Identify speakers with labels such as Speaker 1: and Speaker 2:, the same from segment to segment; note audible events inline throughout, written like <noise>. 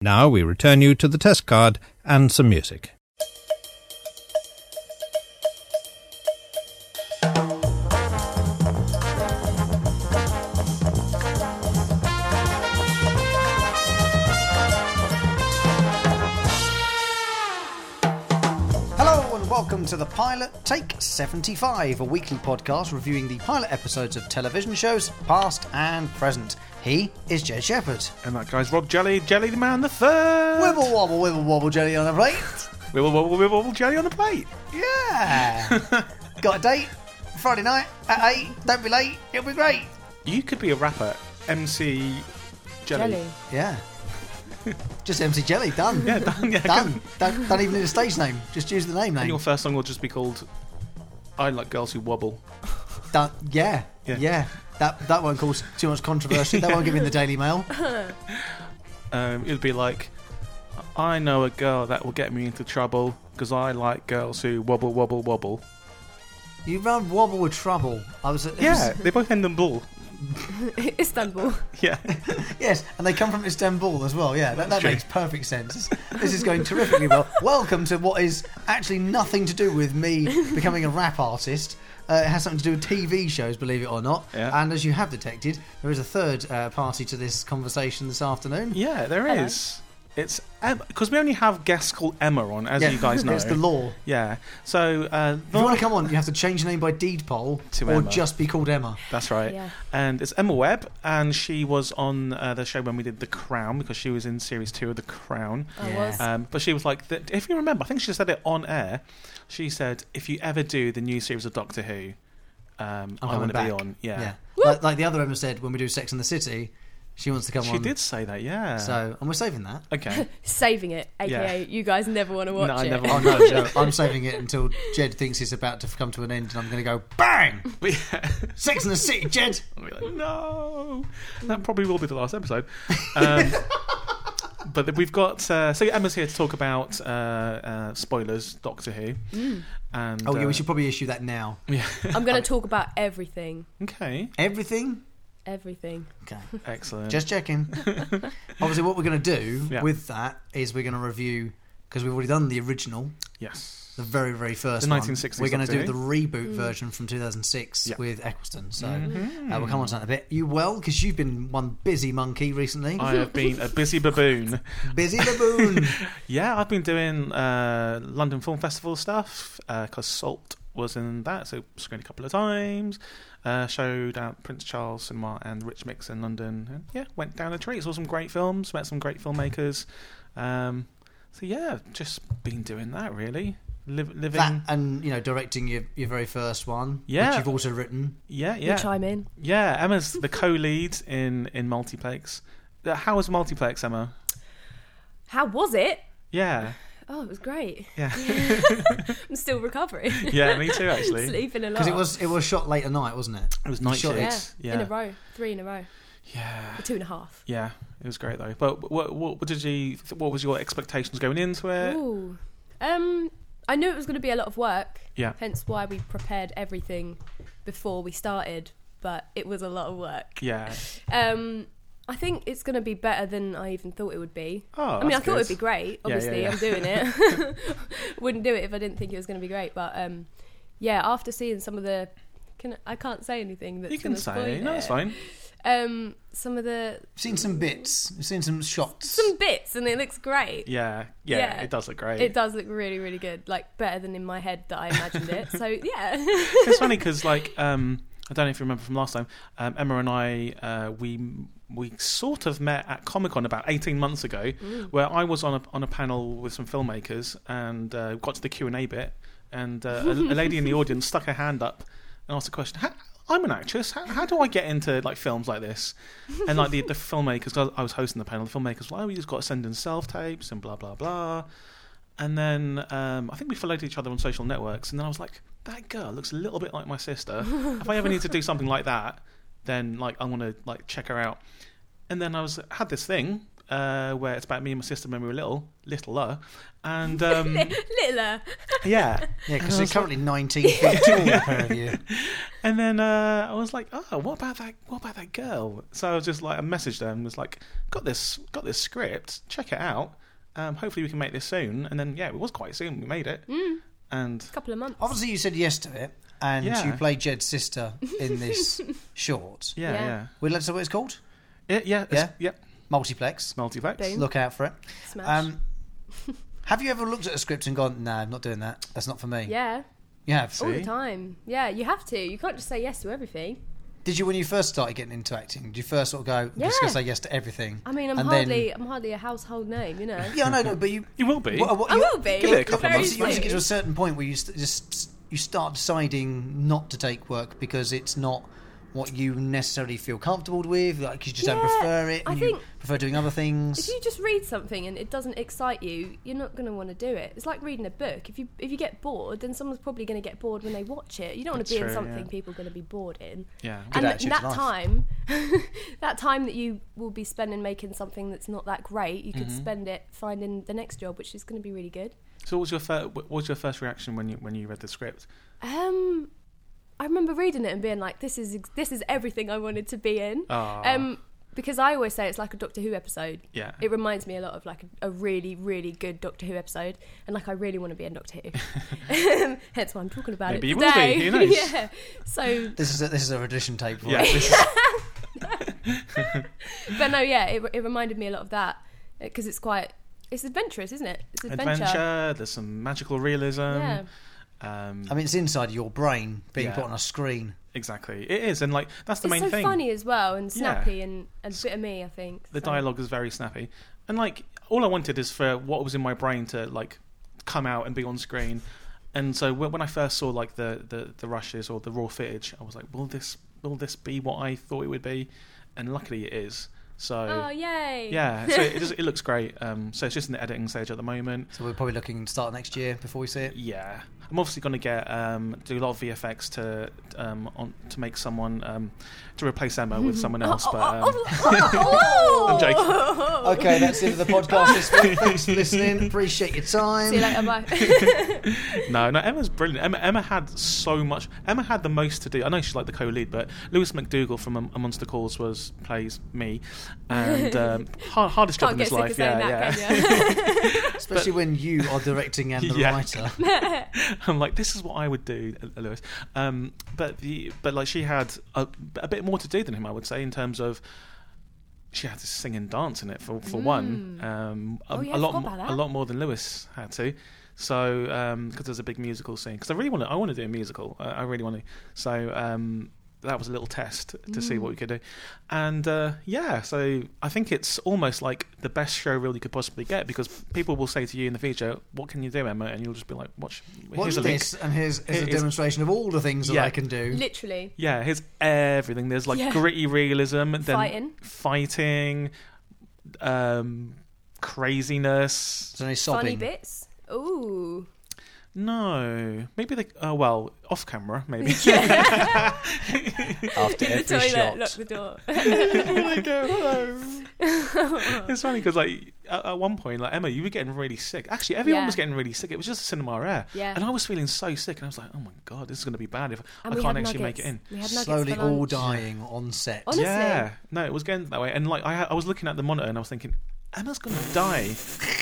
Speaker 1: Now we return you to the test card and some music.
Speaker 2: Hello and welcome to The Pilot Take 75, a weekly podcast reviewing the pilot episodes of television shows, past and present. He is Jed Shepherd.
Speaker 3: And that guy's Rob Jelly, Jelly the Man the Third.
Speaker 2: Wibble wobble, wibble wobble, jelly on the plate.
Speaker 3: Wibble, wobble, wibble, wobble, Jelly on the plate. <laughs>
Speaker 2: Yeah. Got a date? Friday night at 8. Don't be late. It'll be great.
Speaker 3: You could be a rapper, MC Jelly.
Speaker 4: Jelly.
Speaker 2: Yeah. Just MC Jelly, done.
Speaker 3: Yeah, done. <laughs> Yeah,
Speaker 2: Done.
Speaker 3: done.
Speaker 2: Don't, don't even need a stage name. Just use the name
Speaker 3: And
Speaker 2: name.
Speaker 3: your first song will just be called "I Like Girls Who Wobble."
Speaker 2: Done. Yeah.
Speaker 3: Yeah.
Speaker 2: yeah. That, that won't cause too much controversy. That won't give me the Daily Mail.
Speaker 3: Um, it'll be like, "I know a girl that will get me into trouble because I like girls who wobble, wobble, wobble."
Speaker 2: You run wobble with trouble. I was. it was-
Speaker 3: Yeah, they both end in bull. <laughs>
Speaker 4: <laughs> Istanbul.
Speaker 3: Yeah,
Speaker 2: Yes, and they come from Istanbul as well. Yeah, that, that makes perfect sense. This is going terrifically
Speaker 3: <laughs>
Speaker 2: well. Welcome to what is actually nothing to do with me becoming a rap artist. Uh, it has something to do with TV shows, believe it or not.
Speaker 3: Yeah.
Speaker 2: And as you have detected, there is a third uh, party to this conversation this afternoon.
Speaker 3: yeah, there is.
Speaker 4: Hello.
Speaker 3: It's because we only have guests called Emma on, as
Speaker 2: Yeah,
Speaker 3: you guys
Speaker 2: <laughs>
Speaker 3: know.
Speaker 2: it's the law.
Speaker 3: Yeah. So uh,
Speaker 2: If you want to come on, you have to change your name by deed poll
Speaker 3: To
Speaker 2: or
Speaker 3: Emma.
Speaker 2: just be called Emma.
Speaker 3: That's right.
Speaker 4: Yeah.
Speaker 3: And it's Emma Webb, and she was on uh, the show when we did The Crown because she was in series two of The Crown.
Speaker 4: I
Speaker 2: Yeah.
Speaker 4: was.
Speaker 3: Um, but she was like, th- if you remember, I think she said it on air. She said, "If you ever do the new series of Doctor Who, um,
Speaker 2: I'm
Speaker 3: I want to
Speaker 2: coming
Speaker 3: be
Speaker 2: back.
Speaker 3: on." Yeah,
Speaker 2: Like, like the other Emma said when we do Sex in the City, she wants to come
Speaker 3: she
Speaker 2: on.
Speaker 3: did say that. Yeah.
Speaker 2: So, and we're saving that. <laughs>
Speaker 3: okay,
Speaker 4: Saving it, aka you guys never want to watch
Speaker 3: No, I
Speaker 4: it. <laughs>
Speaker 3: never
Speaker 2: Oh
Speaker 3: want-
Speaker 2: no, Joe, I'm saving it until Jed thinks it's about to come to an end, and I'm going to go bang.
Speaker 3: but yeah,
Speaker 2: Sex in the City, Jed.
Speaker 3: I'll be like, no, that probably will be the last
Speaker 2: <laughs>
Speaker 3: episode. Um, but th- we've got uh, so Emma's here to talk about uh, uh, spoilers, Doctor Who, and
Speaker 2: Oh yeah,
Speaker 3: uh,
Speaker 2: we should probably issue that now.
Speaker 4: Mm. I'm going to talk about everything.
Speaker 3: okay,
Speaker 2: Everything.
Speaker 4: Everything.
Speaker 3: <laughs>
Speaker 2: Okay,
Speaker 3: excellent.
Speaker 2: just
Speaker 3: <laughs>
Speaker 2: checking. Obviously, what we're going to do
Speaker 3: Yeah.
Speaker 2: with that is we're going to review because we've already done the original,
Speaker 3: yes,
Speaker 2: the very very first
Speaker 3: The
Speaker 2: one.
Speaker 3: 1960s
Speaker 2: We're going to
Speaker 3: Doctor
Speaker 2: do the
Speaker 3: Who.
Speaker 2: reboot version from 2006
Speaker 3: Mm. Yeah. Mm.
Speaker 2: with Eccleston. So uh, we'll come on to that in a bit. You well because you've been one busy monkey recently.
Speaker 3: I have been a busy baboon.
Speaker 2: busy
Speaker 3: <laughs>
Speaker 2: baboon.
Speaker 3: Yeah, I've been doing uh, London Film Festival stuff because Salt was in that, so screened a couple of times. Uh, showed at Prince Charles Cinema and Rich Mix in London, and yeah, went down a treat. Saw some great films, met some great filmmakers. Um, so yeah, just been doing that really, Liv- living.
Speaker 2: that and you know directing your, your very first one,
Speaker 3: Yeah.
Speaker 2: which you've also written.
Speaker 3: yeah,
Speaker 4: You
Speaker 3: yeah,
Speaker 4: chime in.
Speaker 3: yeah. Emma's the co-lead in in Multiplex. Uh, How was Multiplex, Emma?
Speaker 4: How was it?
Speaker 3: Yeah,
Speaker 4: Oh, it was great.
Speaker 3: yeah, <laughs>
Speaker 4: I'm still recovering. <laughs>
Speaker 3: yeah. Me too, actually.
Speaker 4: Sleeping a lot.
Speaker 2: Because it was it was shot late at night, wasn't it?
Speaker 3: It was
Speaker 2: You
Speaker 3: night
Speaker 2: shot
Speaker 4: yeah.
Speaker 3: shifts.
Speaker 4: in
Speaker 3: yeah.
Speaker 4: a row, three in a row,
Speaker 3: yeah.
Speaker 4: two and a half.
Speaker 3: Yeah, it was great though. But what what, what did you? What was your expectations going into it?
Speaker 4: Ooh. Um, I knew it was going to be a lot of work.
Speaker 3: Yeah.
Speaker 4: Hence why we prepared everything before we started, but it was a lot of work.
Speaker 3: Yeah,
Speaker 4: Um, I think it's going to be better than I even thought it would be.
Speaker 3: Oh,
Speaker 4: I mean, I
Speaker 3: that's
Speaker 4: thought it would
Speaker 3: good.
Speaker 4: be great.
Speaker 3: Yeah, yeah,
Speaker 4: Obviously,
Speaker 3: yeah.
Speaker 4: I'm
Speaker 3: <laughs>
Speaker 4: doing it. <laughs> Wouldn't do it if I didn't think it was going to be great. But um, yeah, after seeing some of the, can I can't say anything that's
Speaker 3: you can
Speaker 4: gonna spoil
Speaker 3: say no, it's
Speaker 4: it.
Speaker 3: fine.
Speaker 4: Um, some of the
Speaker 2: I've seen some bits. I've seen some shots.
Speaker 4: some bits, and it looks great.
Speaker 3: Yeah, yeah,
Speaker 4: Yeah.
Speaker 3: it does look great.
Speaker 4: It does look really, really good. Like better than in my head that I imagined it. So <laughs> yeah,
Speaker 3: it's funny because
Speaker 4: <laughs>
Speaker 3: like um, I don't know if you remember from last time. Um, Emma and I uh, we we sort of met at Comic Con about eighteen months ago,
Speaker 4: <laughs>
Speaker 3: where I was on a on a panel with some filmmakers and uh, got to the Q and A bit, and uh, a, a lady in the audience stuck her hand up and asked a question. How, I'm an actress. How, how do I get into like films like this? And like the, the filmmakers, 'cause I was hosting the panel. The filmmakers, were like, oh, you just got to send in self tapes and blah blah blah. And then um, I think we followed each other on social networks, and then I was like, "That girl looks a little bit like my sister. if I ever need to do something like that, then like I want to like check her out." And then I was had this thing, uh, where it's about me and my sister when we were little, littler, and
Speaker 4: <laughs>
Speaker 3: um,
Speaker 4: Littler.
Speaker 3: yeah,
Speaker 2: Yeah,
Speaker 3: And I
Speaker 2: because you're
Speaker 3: was like-
Speaker 2: currently 19 feet tall, the pair of you.
Speaker 3: And then uh, I was like, oh, what about that? What about that girl? So I was just like, I messaged her and was like, got this, got this script. Check it out. Um, hopefully we can make this soon. And then yeah, it was quite soon. We made it.
Speaker 4: Mm.
Speaker 3: And
Speaker 4: A couple of months.
Speaker 2: Obviously, you said yes to it, and
Speaker 3: Yeah.
Speaker 2: you play Jed's sister in this short.
Speaker 3: yeah,
Speaker 4: Yeah.
Speaker 3: yeah,
Speaker 2: We'd love to know what it's called.
Speaker 3: yeah, yeah, yeah. It's, yeah.
Speaker 2: Multiplex.
Speaker 3: Multiplex.
Speaker 4: Boom.
Speaker 2: Look out for it.
Speaker 4: Smash.
Speaker 2: Um, have you ever looked at a script and gone, nah, I'm not doing that. That's not for me.
Speaker 4: yeah. Oh.
Speaker 2: You have.
Speaker 4: All the
Speaker 3: See?
Speaker 4: time. Yeah, you have to. You can't just say yes to everything.
Speaker 2: Did you, when you first started getting into acting, did you first sort of go, I'm just
Speaker 4: Yeah.
Speaker 2: going to say yes to everything?
Speaker 4: I mean, I'm
Speaker 2: and
Speaker 4: hardly
Speaker 2: Then,
Speaker 4: I'm hardly a household name,
Speaker 3: <laughs>
Speaker 4: you know. <laughs>
Speaker 2: yeah, no, no, but you.
Speaker 3: You will be.
Speaker 2: what- what-
Speaker 4: I
Speaker 2: you-
Speaker 4: will be.
Speaker 3: Give it a couple of
Speaker 4: very
Speaker 3: months.
Speaker 2: You obviously get to a
Speaker 4: soon.
Speaker 2: certain point where you st- just you start deciding not to take work because it's not what you necessarily feel comfortable with. Like you just don't
Speaker 4: Yeah,
Speaker 2: prefer it,
Speaker 4: I
Speaker 2: and you
Speaker 4: think-
Speaker 2: prefer doing other
Speaker 4: If
Speaker 2: things.
Speaker 4: you just read something and it doesn't excite you, you're not going to want to do it. It's like reading a book. If you if you get bored, then someone's probably going to get bored when they watch it. You don't want
Speaker 3: That's
Speaker 4: to be in
Speaker 3: true,
Speaker 4: something
Speaker 3: yeah.
Speaker 4: people are going to be bored in.
Speaker 3: yeah.
Speaker 2: Good
Speaker 4: and
Speaker 2: attitude
Speaker 4: that
Speaker 2: to life.
Speaker 4: time, <laughs> that time that you will be spending making something that's not that great, you could
Speaker 3: Mm-hmm.
Speaker 4: spend it finding the next job, which is going to be really good.
Speaker 3: So what was your fir- what was your first reaction when you when you read the script?
Speaker 4: Um, I remember reading it and being like, "This is ex- this is everything I wanted to be in."
Speaker 3: Aw.
Speaker 4: Um, because I always say it's like a Doctor Who episode.
Speaker 3: Yeah.
Speaker 4: It reminds me a lot of like a, a really, really good Doctor Who episode, and like I really want to be
Speaker 3: <laughs>
Speaker 4: in Doctor Who. Hence why I'm talking about
Speaker 3: Maybe
Speaker 4: it
Speaker 3: you will be,
Speaker 4: today.
Speaker 3: who knows?
Speaker 4: <laughs> yeah. So,
Speaker 2: This is a, this is a audition tape. for
Speaker 3: Yeah.
Speaker 2: it.
Speaker 3: This is,
Speaker 4: but no, yeah, it, it reminded me a lot of that because it's quite it's adventurous, isn't it? It's adventure.
Speaker 3: adventure. There's some magical realism.
Speaker 4: Yeah.
Speaker 3: Um,
Speaker 2: I mean, it's inside your brain being
Speaker 3: Yeah.
Speaker 2: put on a screen.
Speaker 3: exactly. It is, and like that's the
Speaker 4: it's
Speaker 3: main
Speaker 4: so
Speaker 3: thing.
Speaker 4: funny as well, and
Speaker 3: Yeah.
Speaker 4: snappy, and a bit of me, I think.
Speaker 3: the
Speaker 4: so.
Speaker 3: dialogue is very snappy and like all i wanted is for what was in my brain to like come out and be on screen and so wh- when i first saw like the the, the rushes or the raw footage i was like will this will this be what i thought it would be and luckily it is so
Speaker 4: Oh yay!
Speaker 3: yeah so
Speaker 4: <laughs>
Speaker 3: it, just, it looks great um so it's just in the editing stage at the moment
Speaker 2: So we're probably looking to start next year before we see it.
Speaker 3: yeah i'm obviously going to get um do a lot of vfx to um on to make someone um to replace emma
Speaker 4: <laughs>
Speaker 3: with someone
Speaker 4: Oh,
Speaker 3: else but um, <laughs>
Speaker 4: I'm
Speaker 3: I'm joking.
Speaker 4: <laughs>
Speaker 2: Okay, that's it for
Speaker 3: <laughs>
Speaker 2: the podcast this week. Thanks for listening. Appreciate your time.
Speaker 4: See you
Speaker 3: <laughs>
Speaker 4: later. Bye.
Speaker 3: No, no, Emma's brilliant. Emma, Emma had so much. Emma had the most to do. I know she's like the co-lead, but Lewis McDougall from Am- Amongst the Calls was plays me,
Speaker 4: <laughs>
Speaker 3: and um, hard, hardest job
Speaker 4: Can't
Speaker 3: in
Speaker 4: get
Speaker 3: his
Speaker 4: sick of
Speaker 3: life.
Speaker 4: saying
Speaker 3: Yeah,
Speaker 4: that,
Speaker 3: yeah.
Speaker 4: can you?
Speaker 2: Especially when you are directing and the
Speaker 3: Yeah.
Speaker 2: writer.
Speaker 3: <laughs> I'm like, this is what I would do, uh, Lewis. Um, but the but like she had a, a bit more to do than him, I would say, in terms of. She had to sing and dance in it for, for one, um, a,
Speaker 4: Oh, yeah,
Speaker 3: a
Speaker 4: I
Speaker 3: lot
Speaker 4: forgot
Speaker 3: mo-
Speaker 4: about
Speaker 3: a
Speaker 4: that.
Speaker 3: lot more than Lewis had to, so because there's a big musical scene. Because I really want to, I want to do a musical. I, I really want to. So um, that was a little test to see what we could do, and uh, yeah. So I think it's almost like the best show reel you could possibly get because people will say to you in the future, "What can you do, Emma?" And you'll just be like, "Watch,
Speaker 2: Watch
Speaker 3: here's a link."
Speaker 2: this, and here's, here's
Speaker 3: It
Speaker 2: a
Speaker 3: is-
Speaker 2: demonstration of all the things that
Speaker 3: Yeah.
Speaker 2: I can
Speaker 3: <laughs>
Speaker 2: do.
Speaker 4: Literally.
Speaker 3: Yeah, here's everything. There's like
Speaker 4: Yeah.
Speaker 3: gritty realism, then
Speaker 4: Fighting.
Speaker 3: fighting, um, craziness.
Speaker 2: So no
Speaker 4: Funny
Speaker 2: sobbing.
Speaker 4: bits. Ooh.
Speaker 3: No, maybe the oh well, off camera
Speaker 4: <laughs>
Speaker 3: maybe.
Speaker 2: After
Speaker 4: In the toilet, lock the door.
Speaker 3: <laughs> Like, uh, hello. it's funny because like at, at one point, like Emma, you were getting really sick. Actually, everyone
Speaker 4: Yeah.
Speaker 3: was getting really sick. It was just cinema air,
Speaker 4: Yeah.
Speaker 3: and I was feeling so sick, and I was like, oh my god, this is going to be bad if
Speaker 4: And
Speaker 3: I
Speaker 4: we
Speaker 3: can't
Speaker 4: had
Speaker 3: actually make
Speaker 4: nuggets.
Speaker 3: it in.
Speaker 4: We had nuggets
Speaker 2: Slowly
Speaker 4: for
Speaker 2: all
Speaker 4: lunch.
Speaker 2: dying on set.
Speaker 4: Honestly.
Speaker 3: Yeah, no, it was getting that way, and like I, I was looking at the monitor and I was thinking, Emma's gonna die,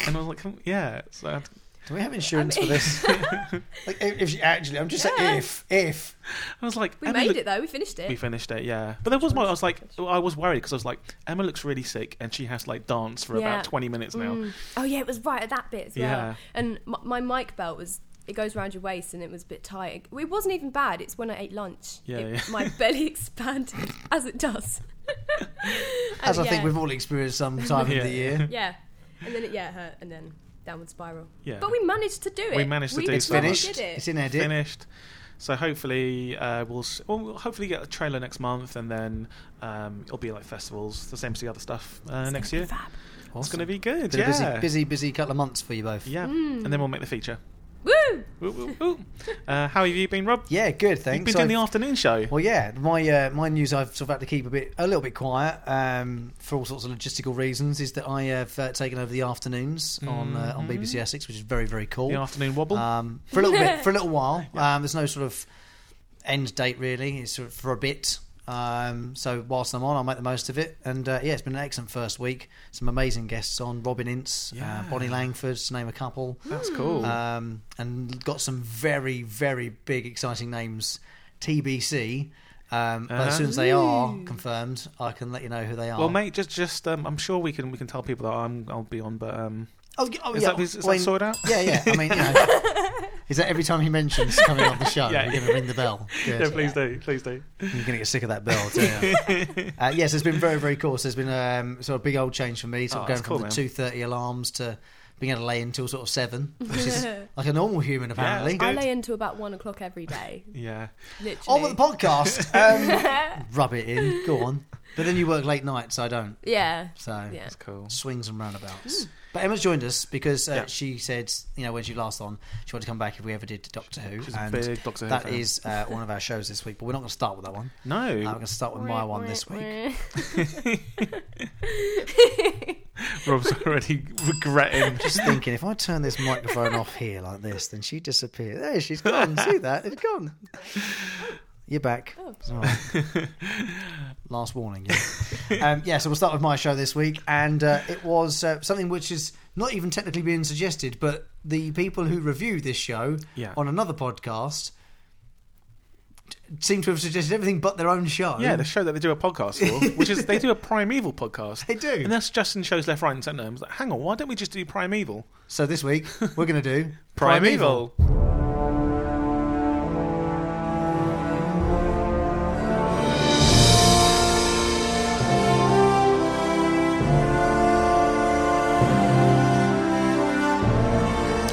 Speaker 3: and I was like, "Come- yeah, so I had to-
Speaker 2: Do we have insurance
Speaker 4: I
Speaker 2: for
Speaker 4: <laughs>
Speaker 2: this? <laughs> like, if, if you- actually, I'm just
Speaker 4: Yeah.
Speaker 2: saying if if
Speaker 3: I was like,
Speaker 4: We
Speaker 3: Emma
Speaker 4: made
Speaker 3: look-
Speaker 4: it though. We finished it.
Speaker 3: We finished it, yeah. But there was one. I was like, I was worried because I was like, Emma looks really sick, and she has to like dance for
Speaker 4: Yeah.
Speaker 3: about twenty minutes now.
Speaker 4: Mm. Oh yeah, it was right at that bit as well.
Speaker 3: Yeah.
Speaker 4: And m- my mic belt was it goes round your waist and it was a bit tight. It wasn't even bad. It's when I ate lunch.
Speaker 3: Yeah,
Speaker 4: It-
Speaker 3: yeah.
Speaker 4: My belly <laughs> expanded as it does.
Speaker 2: as
Speaker 4: And
Speaker 2: I think
Speaker 4: Oh, yeah,
Speaker 2: we've all experienced some time
Speaker 3: Yeah.
Speaker 2: of the
Speaker 3: <laughs>
Speaker 2: year.
Speaker 4: Yeah. And then it yeah it hurt and then downward spiral.
Speaker 3: Yeah.
Speaker 4: But we managed to do it.
Speaker 3: We managed to do
Speaker 4: It's
Speaker 3: so much.
Speaker 2: Finished.
Speaker 4: Did it.
Speaker 2: It's in edit.
Speaker 3: Finished. So hopefully uh, we'll, s- well we'll hopefully get a trailer next month, and then um, it'll be like festivals, the same as the other stuff uh, next year. <laughs>
Speaker 4: Fab.
Speaker 3: It's gonna be good.
Speaker 2: Been a
Speaker 3: yeah.
Speaker 2: busy, busy, busy couple of months for you both.
Speaker 4: Mm.
Speaker 3: Yeah, and then we'll make the feature.
Speaker 4: Woo! Woo!
Speaker 3: Woo, woo,
Speaker 4: <laughs>
Speaker 3: woo. Uh, how have you been, Rob?
Speaker 2: Yeah, good. Thanks.
Speaker 3: You've been
Speaker 2: So
Speaker 3: doing the
Speaker 2: I've-
Speaker 3: afternoon show.
Speaker 2: Well, yeah, my uh, my news I've sort of had to keep a bit a little bit quiet um, for all sorts of logistical reasons. Is that I have uh, taken over the afternoons on uh, on BBC Essex, which is very very cool.
Speaker 3: Mm-hmm. The afternoon wobble.
Speaker 2: Um, for a little bit, for a little
Speaker 3: <laughs>
Speaker 2: while. Um, there's no sort of end date really. It's sort of for a bit. Um, so whilst I'm on, I'll make the most of it. And uh, yeah, it's been an excellent first week. Some amazing guests on Robin Ince,
Speaker 3: Yeah.
Speaker 2: uh, Bonnie Langford, to name a couple
Speaker 3: That's cool.
Speaker 2: um, and got some very, very big, exciting names. TBC. Um, But
Speaker 3: Uh-huh.
Speaker 2: as soon as they are confirmed, I can let you know who they are.
Speaker 3: well, mate, just just um, I'm sure we can we can tell people that I'm I'll be on, but um,
Speaker 2: oh, y- oh,
Speaker 3: is
Speaker 2: yeah,
Speaker 3: that is, is
Speaker 2: I
Speaker 3: that
Speaker 2: mean-
Speaker 3: sorted out?
Speaker 2: Yeah, yeah. I mean, you know, is that every time he mentions coming on the show,
Speaker 3: Yeah.
Speaker 2: you're going to ring the bell? Good.
Speaker 3: <laughs> Yeah, please do, please do.
Speaker 2: You're going to get sick of that bell, too.
Speaker 3: <laughs>
Speaker 2: uh, yes, it's been very, very cool. So there's been um, sort of a big old change for me, sort
Speaker 3: Oh,
Speaker 2: of going
Speaker 3: that's cool,
Speaker 2: from
Speaker 3: man.
Speaker 2: the two thirty alarms to being able to lay until sort of seven, which
Speaker 4: <laughs>
Speaker 2: is like a normal human apparently.
Speaker 3: Good.
Speaker 4: I lay into about one o'clock every day.
Speaker 2: Oh,
Speaker 3: Yeah,
Speaker 4: Literally.
Speaker 2: on with the podcast. Um, rub it in. Go on. But then you work late nights. I don't.
Speaker 4: yeah.
Speaker 2: So
Speaker 4: Yeah.
Speaker 3: that's cool.
Speaker 2: swings and roundabouts. But Emma's joined us because uh,
Speaker 3: Yeah.
Speaker 2: she said, you know, when she last on, she wanted to come back if we ever did Doctor Who.
Speaker 3: She's
Speaker 2: and
Speaker 3: a big Doctor Who
Speaker 2: that
Speaker 3: fan.
Speaker 2: is uh, one of our shows this week. But we're not going to start with that one. Uh, we're
Speaker 3: no.
Speaker 2: going to start with my one this week.
Speaker 4: <laughs>
Speaker 3: Rob's already
Speaker 2: <laughs>
Speaker 3: regretting.
Speaker 2: Just thinking, if I turn this microphone off here like this, then she disappears. There, she's gone. See that? It's
Speaker 3: <laughs>
Speaker 2: gone. You're back.
Speaker 4: Oh.
Speaker 2: It's all right. Last warning.
Speaker 3: <laughs>
Speaker 2: Yeah. um, yeah, so we'll start with my show this week. And uh, it was uh, something which is not even technically being suggested, but the people who reviewed this show
Speaker 3: Yeah.
Speaker 2: on another podcast t- seem to have suggested everything but their own show.
Speaker 3: Yeah, the show that they do a
Speaker 2: <laughs>
Speaker 3: podcast for, which is they do a Primeval podcast.
Speaker 2: They do.
Speaker 3: and that's just in shows left, right, and centre. I was like, hang on, why don't we just do Primeval?
Speaker 2: So this week, we're going to do
Speaker 3: <laughs> Primeval.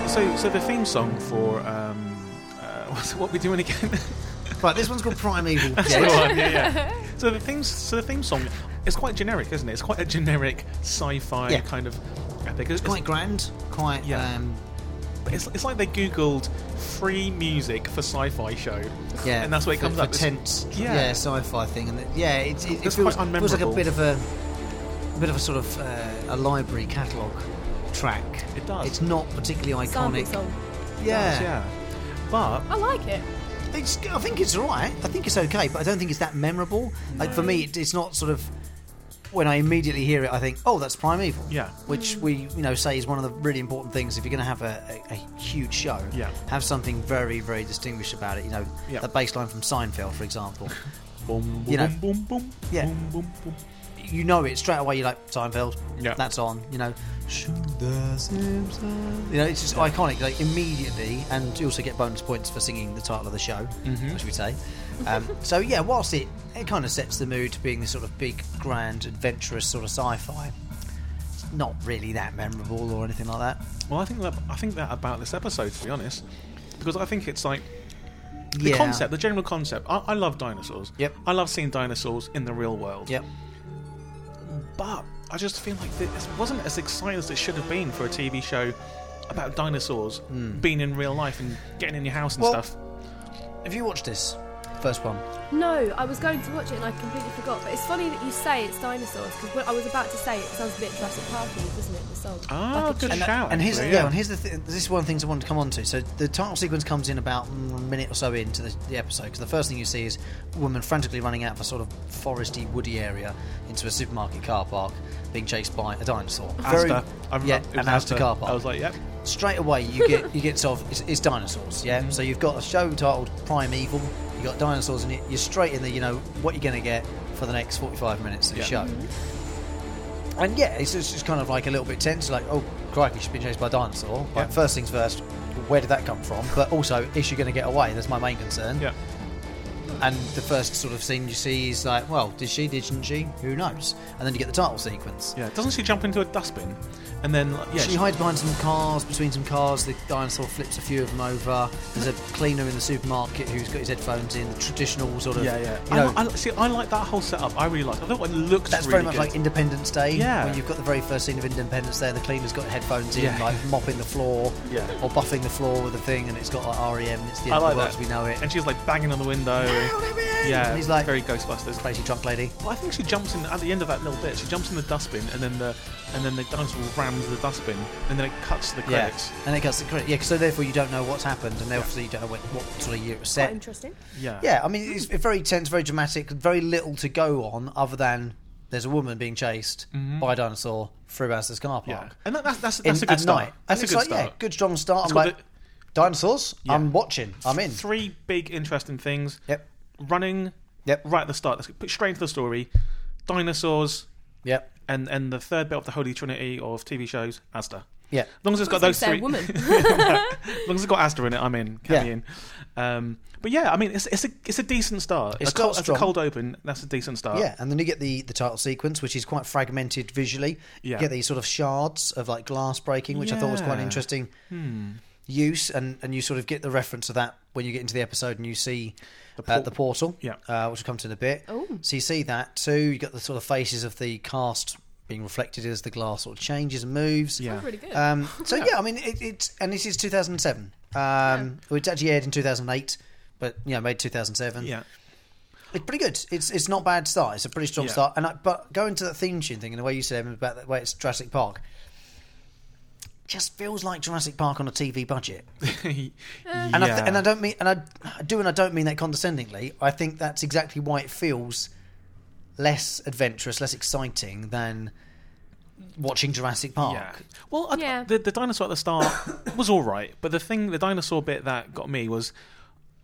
Speaker 3: So, so the theme song for um, uh, <laughs> what's, what we doing again?
Speaker 2: Right, this one's called Primeval.
Speaker 3: <laughs> Go
Speaker 2: Dead.
Speaker 3: on, yeah, yeah. <laughs> So the theme, so the theme song, it's quite generic, isn't it? It's quite a generic sci-fi
Speaker 2: Yeah.
Speaker 3: kind of epic. It's,
Speaker 2: quite grand, quite
Speaker 3: Yeah.
Speaker 2: um,
Speaker 3: it's, it's like they googled free music for sci-fi show.
Speaker 2: yeah,
Speaker 3: and that's what it
Speaker 2: for-
Speaker 3: comes
Speaker 2: for
Speaker 3: up. It's-
Speaker 2: tense,
Speaker 3: yeah.
Speaker 2: yeah, sci-fi thing, and it- yeah, it, it, it
Speaker 3: That's
Speaker 2: feels,
Speaker 3: quite
Speaker 2: feels like a
Speaker 3: unmemorable.
Speaker 2: bit of a, a bit of a sort of uh, a library catalog track.
Speaker 3: It does.
Speaker 2: It's not particularly
Speaker 4: Sample
Speaker 2: iconic.
Speaker 4: song.
Speaker 2: Yeah,
Speaker 3: yeah. But
Speaker 4: I like it.
Speaker 2: It's, I think it's all right. I think it's okay, but I don't think it's that memorable. Like for me, it, it's not sort of when I immediately hear it, I think, oh, that's Primeval.
Speaker 3: Yeah.
Speaker 2: which we you know say is one of the really important things if you're going to have a, a, a huge show.
Speaker 3: Yeah.
Speaker 2: have something very very distinguished about it. You know,
Speaker 3: Yeah.
Speaker 2: the bass line from Seinfeld, for example.
Speaker 3: boom,
Speaker 2: You know.
Speaker 3: boom, boom,
Speaker 2: Yeah.
Speaker 3: boom, boom, boom.
Speaker 2: you know it straight away. You're like Seinfeld.
Speaker 3: Yeah.
Speaker 2: that's on. You know, Shoot the Simpsons. You know, it's just iconic. Like immediately, and you also get bonus points for singing the title of the show,
Speaker 3: Mm-hmm.
Speaker 2: which we say. Um, <laughs> so yeah, whilst it it kind of sets the mood to being this sort of big, grand, adventurous sort of sci-fi. It's not really that memorable or anything like that.
Speaker 3: Well, I think that I think that about this episode, to be honest, because I think it's like the
Speaker 2: yeah.
Speaker 3: concept, the general concept. I, I love dinosaurs.
Speaker 2: Yep.
Speaker 3: I love seeing dinosaurs in the real world.
Speaker 2: Yep.
Speaker 3: But I just feel like this wasn't as exciting as it should have been for a TV show about dinosaurs being in real life and getting in your house and
Speaker 2: Well-
Speaker 3: stuff.
Speaker 2: Have you watched this first one?
Speaker 4: No, I was going to watch it and I completely forgot. But it's funny that you say it's dinosaurs because I was about to say it sounds a bit Jurassic Parky, doesn't it? The song.
Speaker 3: Ah,
Speaker 4: Like a
Speaker 3: good
Speaker 4: tree.
Speaker 2: And,
Speaker 3: shout.
Speaker 2: and here's
Speaker 3: actually,
Speaker 2: yeah, and here's the th- this is one of the things I wanted to come on to. So the title sequence comes in about mm, a minute or so into the, the episode because the first thing you see is a woman frantically running out of a sort of foresty, woody area into a supermarket car park, being chased by a dinosaur.
Speaker 3: Asta. I remember
Speaker 2: yeah,
Speaker 3: it was
Speaker 2: an Asda car park.
Speaker 3: I was like, yep.
Speaker 2: straight away you get you get sort of it's, it's dinosaurs yeah
Speaker 3: Mm-hmm.
Speaker 2: so you've got a show titled primeval you've got dinosaurs in it you're straight in the you know what you're going to get for the next 45 minutes of the
Speaker 3: Yeah. Mm-hmm.
Speaker 2: show and yeah it's, it's just kind of like a little bit tense like oh crikey she's been chased by a dinosaur like
Speaker 3: Yeah.
Speaker 2: first things first where did that come from but also is she going to get away that's my main concern
Speaker 3: Yeah.
Speaker 2: and the first sort of scene you see is like well did she didn't she who knows and then you get the title sequence
Speaker 3: Yeah. Doesn't she jump into a dustbin? and then like, yeah,
Speaker 2: she hides behind some cars, between some cars. The dinosaur flips a few of them over. There's a cleaner in the supermarket who's got his headphones in, the traditional sort of.
Speaker 3: yeah, yeah.
Speaker 2: you
Speaker 3: I,
Speaker 2: know,
Speaker 3: li- I, li- see, I like that whole setup. I really like. it. I thought it looked
Speaker 2: that's
Speaker 3: really
Speaker 2: very much
Speaker 3: good.
Speaker 2: like Independence Day.
Speaker 3: Yeah.
Speaker 2: When you've got the very first scene of Independence Day, the cleaner's got headphones in,
Speaker 3: Yeah.
Speaker 2: like mopping the floor
Speaker 3: Yeah.
Speaker 2: or buffing the floor with a thing, and it's got like REM. It's the end
Speaker 3: I
Speaker 2: of the
Speaker 3: like
Speaker 2: world
Speaker 3: that.
Speaker 2: as we know it.
Speaker 3: and she's like banging on the window. Yeah,
Speaker 2: And he's like-
Speaker 3: very Ghostbusters.
Speaker 2: <laughs> Crazy drunk lady.
Speaker 3: Well, I think she jumps in at the end of that little bit. She jumps in the dustbin, and then the and then the dinosaur rams the dustbin, and then it cuts to the
Speaker 2: Yeah,
Speaker 3: credits.
Speaker 2: and it gets the credit. Yeah, 'cause so therefore you don't know what's happened, and therefore you don't know what, what sort of year it was
Speaker 4: Quite
Speaker 2: set.
Speaker 4: interesting.
Speaker 3: Yeah,
Speaker 2: Yeah, I mean,
Speaker 3: Hmm.
Speaker 2: it's very tense, very dramatic, very little to go on other than there's a woman being chased by a dinosaur through Asda's car park.
Speaker 3: Mm-hmm. yeah. And that, that's that's,
Speaker 2: In-
Speaker 3: that's a good
Speaker 2: at
Speaker 3: start.
Speaker 2: night. and
Speaker 3: That's a
Speaker 2: it's
Speaker 3: good
Speaker 2: like,
Speaker 3: start.
Speaker 2: yeah, good strong start.
Speaker 3: It's
Speaker 2: I'm
Speaker 3: got
Speaker 2: like,
Speaker 3: the-
Speaker 2: dinosaurs,
Speaker 3: Yeah.
Speaker 2: I'm watching, I'm in.
Speaker 3: Three big interesting things.
Speaker 2: Yep,
Speaker 3: Running.
Speaker 2: Yep.
Speaker 3: Right at the start. Let's put straight into the story. Dinosaurs
Speaker 2: yep,
Speaker 3: and and the third bit of the holy trinity of TV shows. Asda.
Speaker 2: yep.
Speaker 3: As long as it's got
Speaker 4: I
Speaker 3: those
Speaker 4: was
Speaker 3: <laughs>
Speaker 4: gonna
Speaker 3: three.
Speaker 4: say woman. <laughs>
Speaker 3: As long as it's got Asda in it, I'm in. Can
Speaker 2: Yeah.
Speaker 3: in. Um, but yeah, I mean, it's, it's a it's a decent start.
Speaker 2: It
Speaker 3: a cold,
Speaker 2: starts
Speaker 3: it's a
Speaker 2: strong.
Speaker 3: cold open. That's a decent start.
Speaker 2: Yeah, and then you get the, the title sequence, which is quite fragmented visually.
Speaker 3: Yeah.
Speaker 2: You get these sort of shards of like glass breaking, which I thought was quite an
Speaker 3: Yeah. Hmm.
Speaker 2: interesting use, and, and you sort of get the reference of that when you get into the episode and you see the, uh,
Speaker 3: por-
Speaker 2: the portal,
Speaker 3: Yeah.
Speaker 2: uh, which we'll come to in a bit.
Speaker 4: Oh.
Speaker 2: So you see that too. You got the sort of faces of the cast being reflected as the glass sort of changes and moves.
Speaker 3: Yeah.
Speaker 4: Really good.
Speaker 2: Um, so yeah, I mean, it, it's and this is 2007. Um, It actually aired in 2008, but you know, made 2007.
Speaker 4: <laughs>
Speaker 3: Yeah.
Speaker 2: It's pretty good. It's it's not bad start. It's a pretty strong
Speaker 3: Yeah.
Speaker 2: start. And I, but going to that theme tune thing and the way you said Em, about the way it's Jurassic Park, just feels like Jurassic Park on a TV budget.
Speaker 3: and
Speaker 2: And I th- and I don't mean and I, I do and I don't mean that condescendingly. I think that's exactly why it feels less adventurous, less exciting than watching Jurassic Park.
Speaker 3: Yeah. Well, I,
Speaker 4: Yeah.
Speaker 3: the, the dinosaur at
Speaker 2: <coughs>
Speaker 3: the start was all right, but the thing, the dinosaur bit that got me was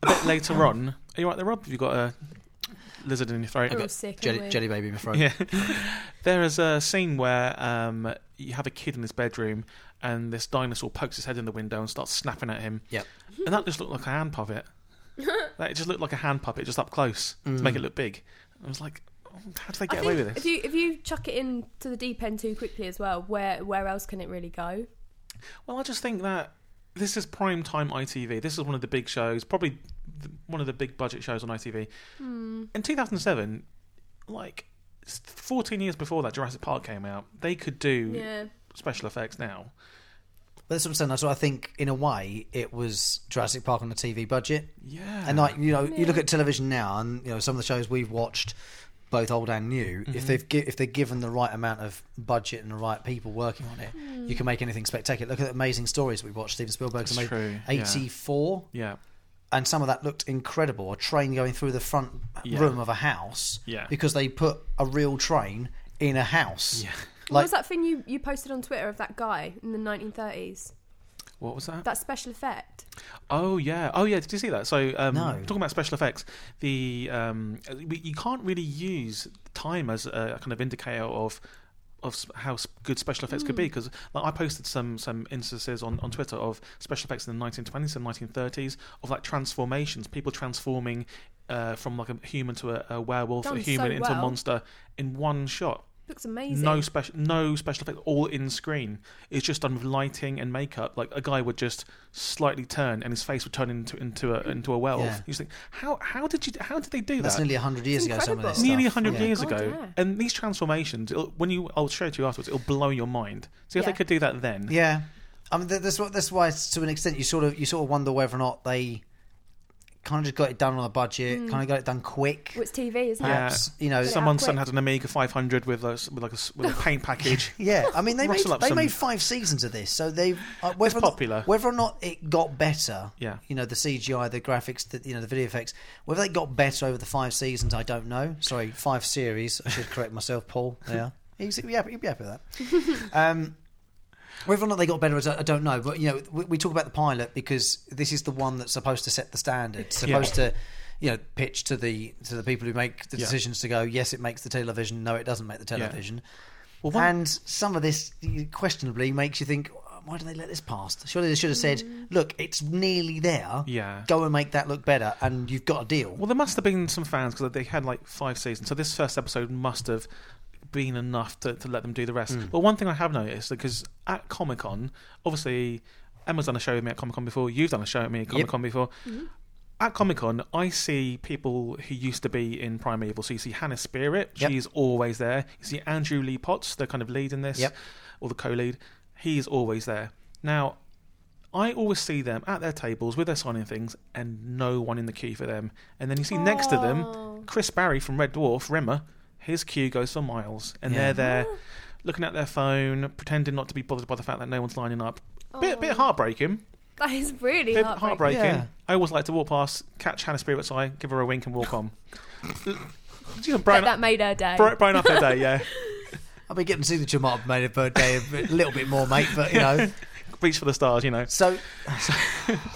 Speaker 3: a
Speaker 2: <coughs>
Speaker 3: bit later on. Are you right there, Rob? Have you got a lizard in your throat?
Speaker 4: We're all sick. aren't
Speaker 2: Jelly,
Speaker 4: we?
Speaker 2: jelly baby, my friend.
Speaker 3: Yeah. there is a scene where um, you have a kid in his bedroom, and this dinosaur pokes his head in the window and starts snapping at him.
Speaker 2: Yep.
Speaker 3: And that just looked like a hand
Speaker 4: <laughs>
Speaker 3: puppet. that it just looked like a hand puppet, just up close to
Speaker 2: Mm.
Speaker 3: make it look big. I was like, oh, how did they
Speaker 4: I
Speaker 3: get
Speaker 4: think
Speaker 3: away with this?
Speaker 4: If you if you chuck it in to the deep end too quickly as well, where where else can it really go?
Speaker 3: Well, I just think that this is prime time ITV. This is one of the big shows, probably th- one of the big budget shows on ITV.
Speaker 4: Hmm.
Speaker 3: In 2007, like s- 14 years before that Jurassic Park came out, they could
Speaker 2: Mm.
Speaker 3: do
Speaker 4: Yeah.
Speaker 3: special effects now.
Speaker 2: But that's what I'm saying. That's what I think. In a way, it was Jurassic Park on a TV budget.
Speaker 3: Yeah.
Speaker 2: And like you know, you look at television now, and you know some of the shows we've watched, both old and new.
Speaker 4: Mm-hmm.
Speaker 2: If they've gi- if they're given the right amount of budget and the right people working on it, you
Speaker 4: Mm.
Speaker 2: can make anything spectacular. Look at the amazing stories we watched. Steven Spielberg's
Speaker 3: That's
Speaker 2: amazing
Speaker 3: true, yeah.
Speaker 2: eighty four,
Speaker 3: yeah.
Speaker 2: and some of that looked incredible. A train going through the front
Speaker 3: Yeah.
Speaker 2: room of a house,
Speaker 3: Yeah.
Speaker 2: because they put a real train in a house.
Speaker 3: Yeah.
Speaker 4: what
Speaker 2: Like
Speaker 4: was that thing you, you posted on Twitter of that guy in the 1930s?
Speaker 3: What was that?
Speaker 4: That special effect.
Speaker 3: Oh yeah. Oh yeah. Did you see that? So um,
Speaker 2: No.
Speaker 3: talking about special effects, the um, we- you can't really use time as a kind of indicator of of s- how s- good special effects could be
Speaker 4: Hmm.
Speaker 3: because like, I posted some some instances on, on Twitter of special effects in the 1920s and 1930s of like transformations, people transforming uh, from like a human to a, a werewolf, a
Speaker 4: Done so
Speaker 3: human into a
Speaker 4: well.
Speaker 3: monster in one shot.
Speaker 4: Looks amazing.
Speaker 3: No special, no special effects, all in screen. It's just done with lighting and makeup. Like a guy would just slightly turn, and his face would turn into into a into a werewolf.
Speaker 2: Yeah.
Speaker 3: You just think, how how did you how did they do
Speaker 2: that's
Speaker 3: that?
Speaker 2: nearly hundred years ago. Some of
Speaker 4: incredible.
Speaker 2: this
Speaker 3: Nearly
Speaker 2: stuff.
Speaker 3: hundred
Speaker 2: Yeah.
Speaker 3: years
Speaker 4: God,
Speaker 3: ago,
Speaker 4: yeah.
Speaker 3: and these transformations. It'll, when you, I'll show it to you afterwards. It'll blow your mind. See if they
Speaker 4: Yeah.
Speaker 3: could do that then.
Speaker 2: Yeah, I mean th- that's what that's why it's- to an extent you sort of you sort of wonder whether or not they kind of just got it done on a budget, kind of got it done quick.
Speaker 4: Well, it's TV, isn't
Speaker 3: Yeah.
Speaker 4: it?
Speaker 2: Perhaps you know,
Speaker 4: Yeah.
Speaker 2: some-
Speaker 3: Someone
Speaker 4: quick.
Speaker 3: son had an Amiga 500 with a s- with like a s- with
Speaker 2: <laughs>
Speaker 3: a paint package.
Speaker 2: yeah. I mean they made,
Speaker 3: Rustle up
Speaker 2: they
Speaker 3: some-
Speaker 2: made five seasons of this, so they uh, whether or
Speaker 3: popular.
Speaker 2: Not, whether or not it got better,
Speaker 3: Yeah.
Speaker 2: you know the CGI, the graphics, the you know the video effects, whether they got better over the five seasons, I don't know. Sorry, five series. I should correct myself, Paul.
Speaker 3: <laughs>
Speaker 2: Yeah, he'd be happy, he'd be happy with that. Um, Whether or not they got better, I I don't know. But you know, we, we talk about the pilot because this is the one that's supposed to set the standard, supposed to, you know, pitch to the to the people who make the
Speaker 3: Yeah.
Speaker 2: decisions to go. Yes, it makes the television. No, it doesn't make the television.
Speaker 3: Well, one-
Speaker 2: and some of this you- questionably makes you think, why did they let this pass? Surely they should have said, look, it's nearly there.
Speaker 3: Yeah.
Speaker 2: go and make that look better, and you've got a deal.
Speaker 3: Well, there must have been some fans because they had like five seasons. So this first episode must have been enough to, to let them do the rest.
Speaker 2: Hmm.
Speaker 3: But one thing I have noticed, because at Comic Con, obviously, Emma's done a show with me at Comic Con before, you've done a show with me at Comic Con before. At Comic Con, I see people who used to be in Primeval. So you see Hannah Spirit,
Speaker 2: Yep.
Speaker 3: she's always there. You see Andrew Lee Potts, the kind of lead in this,
Speaker 2: Yep.
Speaker 3: or the co lead, he's always there. Now, I always see them at their tables with their signing things and no one in the queue for them. And then you see next to
Speaker 4: Oh.
Speaker 3: them Chris Barry from Red Dwarf, Rimmer, his queue goes for miles. And
Speaker 2: Yeah.
Speaker 3: they're there looking at their phone, pretending not to be bothered by the fact that no one's lining up. Bit, bit heartbreaking.
Speaker 4: <laughs> That is really
Speaker 3: Bit
Speaker 4: heartbreaking.
Speaker 3: heartbreaking.
Speaker 2: Yeah.
Speaker 3: I always like to walk past, catch Hannah Spirit's eye, give her a wink, and walk on. you know,
Speaker 4: But
Speaker 3: brighten,
Speaker 4: that
Speaker 3: up,
Speaker 4: made her day.
Speaker 3: bright- brighten up her day, yeah.
Speaker 2: I've been getting to see the Jamaica made it per day a
Speaker 3: <laughs>
Speaker 2: bit- little bit more, mate. But you know,
Speaker 3: Reach for the stars, you know.
Speaker 2: so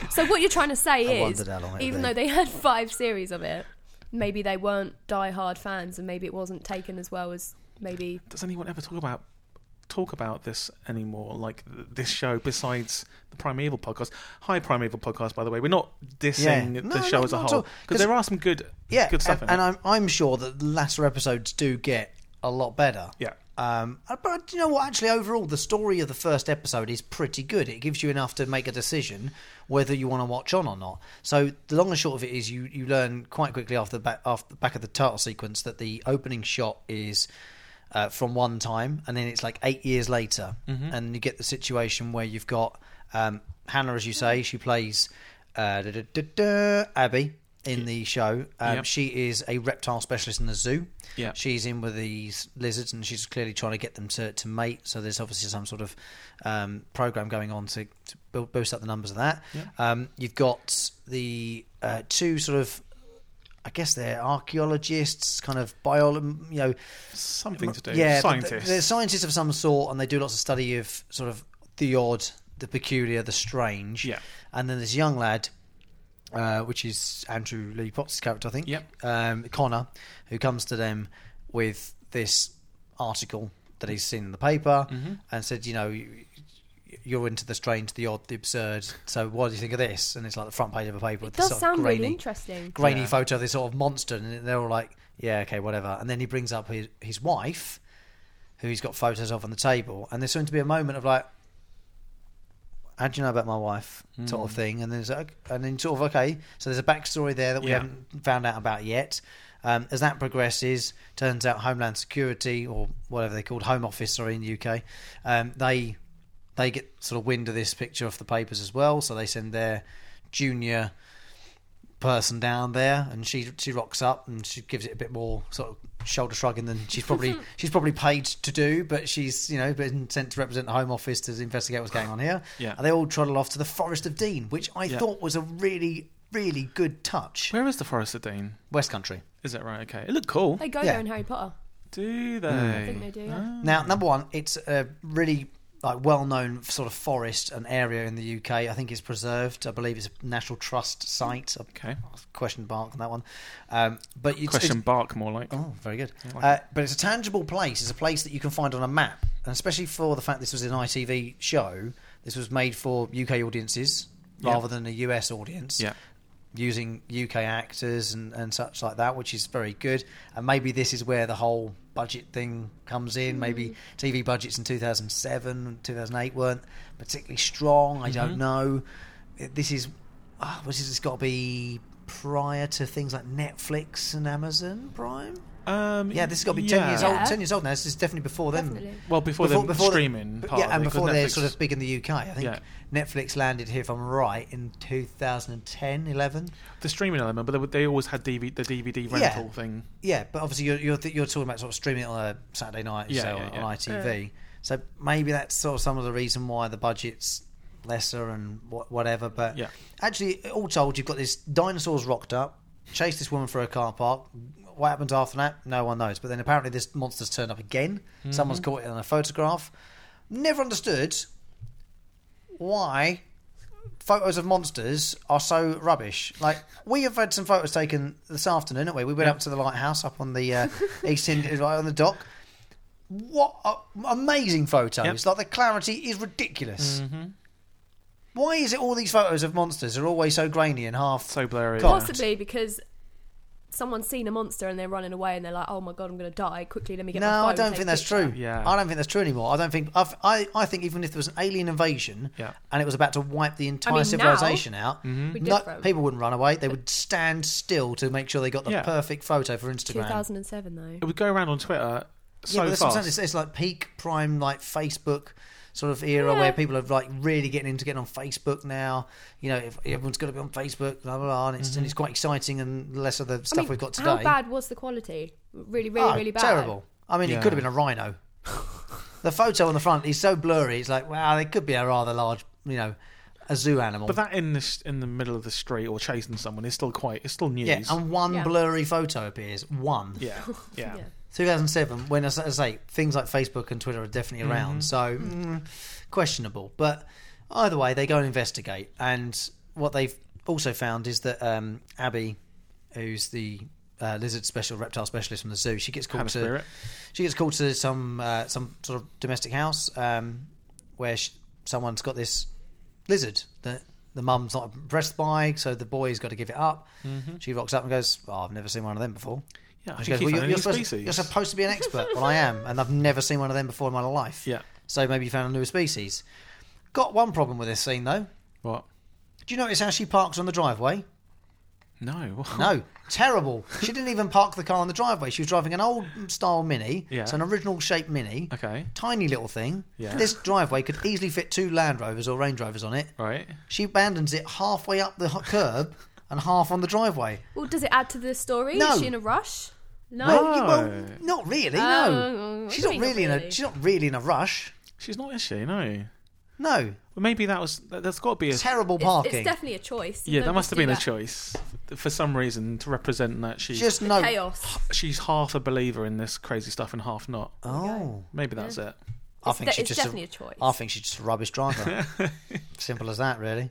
Speaker 4: So what you're trying to say
Speaker 2: I
Speaker 4: is,
Speaker 2: wondered how long it'd
Speaker 4: even
Speaker 2: be.
Speaker 4: though they had five series of it, maybe they weren't die-hard fans, and maybe it wasn't taken as well as maybe.
Speaker 3: does anyone ever talk about talk about this anymore like th- this show besides the primeval podcast hi primeval podcast by the way we're not dissing
Speaker 2: Yeah.
Speaker 3: the
Speaker 2: No,
Speaker 3: show
Speaker 2: no,
Speaker 3: as a
Speaker 2: not at
Speaker 3: whole
Speaker 2: all. 'Cause-
Speaker 3: because there are some good
Speaker 2: yeah,
Speaker 3: good stuff
Speaker 2: and,
Speaker 3: in
Speaker 2: and
Speaker 3: it.
Speaker 2: I'm I'm sure that the latter episodes do get a lot better.
Speaker 3: Yeah.
Speaker 2: Um, uh, but you know what? Actually, overall, the story of the first episode is pretty good. It gives you enough to make a decision whether you want to watch on or not. So the long and short of it is, you you learn quite quickly after the back after the back of the title sequence that the opening shot is. Uh, from one time, and then it's like eight years later, and you get the situation where you've got um, Hannah, as you say, she plays uh, da, da, da, da, Abby in the show. Um,
Speaker 3: Yep.
Speaker 2: She is a reptile specialist in the zoo.
Speaker 3: Yeah.
Speaker 2: She's in with these lizards and she's clearly trying to get them to, to mate. So there's obviously some sort of um, program going on to, to bu- boost up the numbers of that. Um, you've got the uh, two sort of, I guess they're archaeologists, kind of bio, you know,
Speaker 3: something to do
Speaker 2: yeah, but th-
Speaker 3: scientists
Speaker 2: They're scientists of some sort, and they do lots of study of sort of the odd, the peculiar, the strange.
Speaker 3: Yeah.
Speaker 2: And then this young lad, uh, which is Andrew Lee Potts' character, I think.
Speaker 3: Yep.
Speaker 2: Um, Connor, who comes to them with this article that he's seen in the paper
Speaker 3: Mm-hmm.
Speaker 2: and said, you know. you- You're into the strange, the odd, the absurd. So, what do you think of this? And it's like the front page of a paper.
Speaker 4: It
Speaker 2: with this
Speaker 4: does
Speaker 2: sort of
Speaker 4: sound really
Speaker 2: grainy-
Speaker 4: interesting.
Speaker 2: grainy
Speaker 3: Yeah.
Speaker 2: photo of this sort of monster, and they're all like, "Yeah, okay, whatever." And then he brings up his, his wife, who he's got photos of on the table, and there seemed to be a moment of like, "How do you know about my wife?" sort
Speaker 3: Hmm.
Speaker 2: of thing. And there's like, and then sort of okay, so there's a backstory there that we
Speaker 3: Yeah.
Speaker 2: haven't found out about yet. Um, as that progresses, turns out Homeland Security or whatever they're called, Home Office, sorry, in the UK, um, they they get sort of wind of this picture off the papers as well, so they send their junior person down there, and she she rocks up and she gives it a bit more sort of shoulder shrugging than she's probably she's probably paid to do, but she's you know been sent to represent the Home Office to investigate what's going on here.
Speaker 3: Yeah.
Speaker 2: and they all trundle off to the Forest of Dean, which I thought was a really really good touch.
Speaker 3: where is the forest of dean
Speaker 2: West Country.
Speaker 3: is it right okay it looked cool
Speaker 4: They go
Speaker 2: Yeah.
Speaker 4: there in Harry Potter.
Speaker 3: do they
Speaker 2: Hmm.
Speaker 4: I think they do. Yeah.
Speaker 2: Now, number one, it's a really like well-known sort of forest and area in the UK. I think it's preserved. I believe it's a National Trust site.
Speaker 3: okay
Speaker 2: Question bark on that one, um, but it's,
Speaker 3: question
Speaker 2: it's-
Speaker 3: bark more like
Speaker 2: Oh, very good.
Speaker 3: like
Speaker 2: Uh, but it's a tangible place. It's a place that you can find on a map, and especially for the fact this was an ITV show, this was made for UK audiences
Speaker 3: Yeah.
Speaker 2: rather than a US audience.
Speaker 3: yeah
Speaker 2: Using UK actors and, and such like that, which is very good. And maybe this is where the whole budget thing comes
Speaker 4: Mm-hmm.
Speaker 2: in. Maybe TV budgets in 2007 and 2008 weren't particularly strong. I
Speaker 4: Mm-hmm.
Speaker 2: don't know. It- This is, ah, this has got to be prior to things like Netflix and Amazon Prime.
Speaker 3: um
Speaker 2: Yeah, this has got to be ten
Speaker 3: yeah.
Speaker 2: years old.
Speaker 4: Yeah.
Speaker 2: Ten years old now. This is definitely before then.
Speaker 4: Definitely.
Speaker 3: well before, the
Speaker 2: the-
Speaker 3: streaming
Speaker 2: but-
Speaker 3: part
Speaker 2: yeah, and
Speaker 3: of it, 'cause
Speaker 2: before they're
Speaker 3: Netflix-
Speaker 2: sort of big in the UK. I think
Speaker 3: Yeah.
Speaker 2: Netflix landed here, if I'm right, in 2010, 11.
Speaker 3: the streaming element but they, they always had DV, the dvd rental
Speaker 2: Yeah.
Speaker 3: thing
Speaker 2: Yeah, but obviously you're you're, th- you're talking about sort of streaming it on a Saturday night,
Speaker 3: Yeah,
Speaker 2: so
Speaker 3: yeah, yeah.
Speaker 2: on ITV. So maybe that's sort of some of the reason why the budget's lesser and wha- whatever. But
Speaker 3: Yeah.
Speaker 2: actually, all told, you've got this dinosaurs rocked up, chase this woman through a car park. What happens after that? No one knows. But then apparently this monster's turned up again. Someone's
Speaker 3: Mm-hmm.
Speaker 2: caught it on a photograph. Never understood why photos of monsters are so rubbish. Like we have had some photos taken this afternoon, haven't we? We went up to the lighthouse up on the uh, East End, <laughs> right on the dock. What a, amazing photos!
Speaker 3: Yep.
Speaker 2: Like the clarity is ridiculous. Why is it all these photos of monsters are always so grainy and half?
Speaker 3: so blurry
Speaker 2: Can't-
Speaker 4: Possibly because someone's seen a monster and they're running away and they're like, oh my god, I'm going to die. Quickly, let me get my
Speaker 2: No,
Speaker 4: phone
Speaker 2: I
Speaker 4: and
Speaker 2: don't
Speaker 4: take
Speaker 2: think
Speaker 4: a
Speaker 2: that's
Speaker 4: picture."
Speaker 2: true.
Speaker 3: Yeah.
Speaker 2: I don't think that's true anymore. I don't think I've, I. I think even if there was an alien invasion
Speaker 3: Yeah. Mm-hmm.
Speaker 2: and it was about to wipe the entire
Speaker 4: now,
Speaker 2: civilization out,
Speaker 4: be
Speaker 2: no-
Speaker 4: different.
Speaker 2: people wouldn't run away. They would stand still to make sure they got the
Speaker 3: Yeah.
Speaker 2: perfect photo for Instagram.
Speaker 4: 2007 though.
Speaker 3: It would go around on
Speaker 2: yeah,
Speaker 3: Twitter so
Speaker 2: but that's what I'm saying.
Speaker 3: fast.
Speaker 2: It's, it's like peak prime, like Facebook sort of era
Speaker 4: Yeah.
Speaker 2: where people are like really getting into getting on Facebook now. You know, if, everyone's got to be on Facebook, blah blah blah, and it's,
Speaker 3: Mm-hmm.
Speaker 2: and it's quite exciting and the less of the stuff
Speaker 4: I mean,
Speaker 2: we've got today.
Speaker 4: How bad was the quality? Really, really,
Speaker 2: Oh,
Speaker 4: really bad.
Speaker 2: Terrible. I mean,
Speaker 3: Yeah.
Speaker 2: it could have been a rhino. <laughs> the photo on the front is so blurry. It's like, wow, it could be a rather large, you know, a zoo animal.
Speaker 3: But that in the in the middle of the street or chasing someone is still quite it's still news.
Speaker 2: yeah, and one
Speaker 4: Yeah.
Speaker 2: blurry photo appears. One. <laughs>
Speaker 3: yeah, yeah.
Speaker 4: Yeah.
Speaker 2: 2007, when, as I say, things like Facebook and Twitter are
Speaker 3: Mm-hmm.
Speaker 2: definitely around. So, mm, questionable. But either way, they go and investigate. And what they've also found is that um, Abby, who's the uh, lizard special reptile specialist from the zoo, she gets called
Speaker 3: Have a
Speaker 2: to
Speaker 3: spirit.
Speaker 2: she gets called to some uh, some sort of domestic house um, where sh someone's got this lizard that the mum's not impressed by, so the boy's got to give it up.
Speaker 3: Mm-hmm.
Speaker 2: She rocks up and goes, "Oh, I've never seen one of them before."
Speaker 3: Yeah, I
Speaker 2: And she
Speaker 3: think
Speaker 2: goes,
Speaker 3: he's
Speaker 2: "Well,
Speaker 3: well,
Speaker 2: you're, you're supposed,
Speaker 3: species.
Speaker 2: you're supposed to be an
Speaker 3: <laughs>
Speaker 2: expert. well, I am, and I've never seen one of them before in my life.
Speaker 3: yeah.
Speaker 2: So maybe you found a new species. Got one problem with this scene though.
Speaker 3: What?
Speaker 2: Do you notice how she parks on the driveway?
Speaker 3: No.
Speaker 2: No, <laughs> terrible. She didn't even park the car on the driveway. She was driving an old style Mini,
Speaker 3: Yeah.
Speaker 2: so an original shape Mini
Speaker 3: Okay.
Speaker 2: tiny little thing.
Speaker 3: Yeah.
Speaker 2: This driveway could easily fit two Land Rovers or Range Rovers on it.
Speaker 3: Right.
Speaker 2: She abandons it halfway up the h- curb and half on the driveway.
Speaker 4: Well, does it add to the story?
Speaker 2: No.
Speaker 4: Is she in a rush? No.
Speaker 2: Well,
Speaker 3: No.
Speaker 2: you- well, not really.
Speaker 4: Oh,
Speaker 2: no,
Speaker 4: what
Speaker 2: she's
Speaker 4: do
Speaker 2: not
Speaker 4: you mean,
Speaker 2: really in
Speaker 4: not
Speaker 2: a
Speaker 4: really?
Speaker 2: she's not really in a rush.
Speaker 3: She's not, is she? No.
Speaker 2: No,
Speaker 3: Well, maybe that was. that- That's got to be a.
Speaker 2: terrible
Speaker 4: It's, it's
Speaker 2: parking.
Speaker 4: definitely a choice. You
Speaker 3: yeah,
Speaker 4: don't
Speaker 3: that must
Speaker 4: just
Speaker 3: have
Speaker 4: do
Speaker 3: been a
Speaker 4: that.
Speaker 3: choice for some reason to represent that she's
Speaker 2: just no.
Speaker 4: Chaos.
Speaker 3: she's half a believer in this crazy stuff and half not.
Speaker 2: Oh,
Speaker 3: Maybe that's it.
Speaker 2: I
Speaker 4: It's
Speaker 2: think
Speaker 4: de-
Speaker 2: she's
Speaker 4: it's
Speaker 2: just
Speaker 4: definitely a choice.
Speaker 2: I think she's just a rubbish driver. Simple as that, really.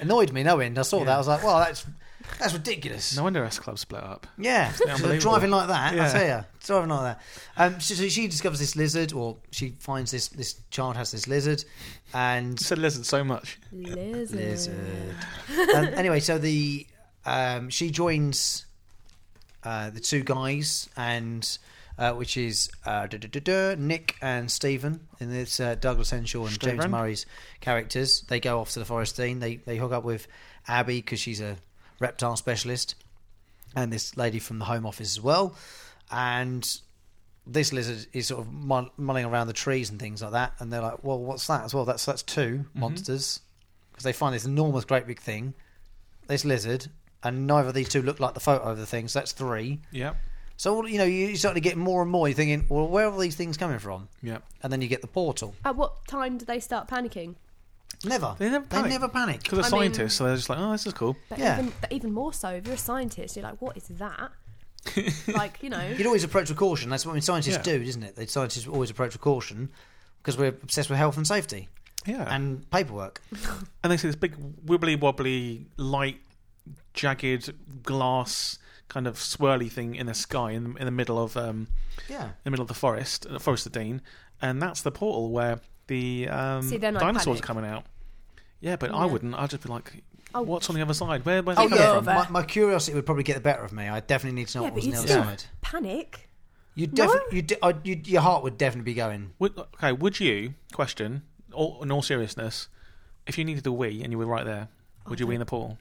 Speaker 2: Annoyed me no end. I saw that. I was like, well, that's that's ridiculous.
Speaker 3: No wonder S Club split up. <laughs>
Speaker 2: Yeah, so
Speaker 3: unbelievable.
Speaker 2: driving like that. I
Speaker 3: Yeah.
Speaker 2: tell you, driving like that. Um, so, so she discovers this lizard, or she finds this this child has this lizard, and
Speaker 3: You said lizard so much.
Speaker 4: Lizard.
Speaker 2: lizard. um, anyway, so the um, she joins uh, the two guys, and uh, which is uh, duh, duh, duh, duh, Nick and Stephen, and it's uh, Douglas Henshaw and James
Speaker 3: Stephen.
Speaker 2: Murray's characters. They go off to the forest scene. They they hook up with Abby because she's a reptile specialist, and this lady from the Home Office as well, and. This lizard is sort of mun- mulling around the trees and things like that, and they're like, "Well, what's that as well? That's that's 2 monsters because they find this enormous, great big thing, this lizard, and neither of these two look like the photo of the thing, so that's three.
Speaker 3: Yep.
Speaker 2: So all- you know, you start to get more and more. You're thinking, well, where are all these things coming from?
Speaker 3: Yep.
Speaker 2: And then you get the portal.
Speaker 4: At what time do they start panicking?
Speaker 2: Never.
Speaker 3: They never panic.
Speaker 2: panic.
Speaker 3: Because they're
Speaker 4: I mean-
Speaker 3: scientists, so they're just like, oh, this is cool.
Speaker 4: But
Speaker 2: Yeah.
Speaker 4: even but even more so, if you're a scientist, you're like, what is
Speaker 3: <laughs>
Speaker 4: that? like you know,
Speaker 2: You'd always approach with caution. That's what I mean, scientists
Speaker 3: Yeah.
Speaker 2: do, isn't it? They scientists always approach with caution because we're obsessed with health and safety
Speaker 3: Yeah. And,
Speaker 2: and paperwork.
Speaker 3: they see this big wibbly wobbly, light, jagged glass kind of swirly thing in the sky in, in the middle of um,
Speaker 2: Yeah.
Speaker 3: in the middle of the forest, uh, Forest of Dean, and that's the portal where the um,
Speaker 4: See, then I
Speaker 3: dinosaurs
Speaker 4: panic.
Speaker 3: are coming out. Yeah, but I
Speaker 4: Yeah.
Speaker 3: wouldn't. I'd just be like,
Speaker 4: Oh.
Speaker 3: what's on the other side? Where, where's
Speaker 2: Oh
Speaker 3: it coming
Speaker 2: yeah.
Speaker 4: over.
Speaker 3: from?
Speaker 2: My, my curiosity would probably get the better of me. I definitely need to know
Speaker 4: yeah,
Speaker 2: what was
Speaker 4: but
Speaker 2: on
Speaker 4: you'd
Speaker 2: the other
Speaker 4: still
Speaker 2: side.
Speaker 4: panic.
Speaker 2: You
Speaker 4: No.
Speaker 2: definitely, you, de- I- you, your heart would definitely be going.
Speaker 3: Would, okay, would you, question, all, in all seriousness, if you needed a wee and you were right there, would you wee in the portal?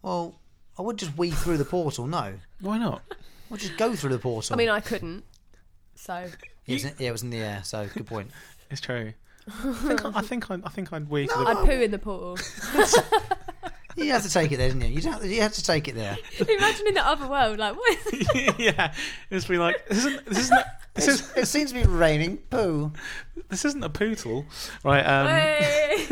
Speaker 2: Well, I would just wee through the portal. No.
Speaker 3: Why not?
Speaker 2: Well, just go through the portal.
Speaker 4: I mean, I couldn't. So
Speaker 2: it was, in, yeah, it was in the air, so good point.
Speaker 3: It's true. I think I, I think I, I think I'd wee. through
Speaker 4: I'd poo in the portal.
Speaker 2: You have to take it there, didn't you? You, don't have to, you had to take it there.
Speaker 4: <laughs> Imagine in the other world, like what is
Speaker 3: the-
Speaker 4: it?
Speaker 3: <laughs> yeah, it's be like this isn't this isn't this, is,
Speaker 2: It seems to be raining poo.
Speaker 3: this isn't a poodle, right? Um,
Speaker 4: Hey.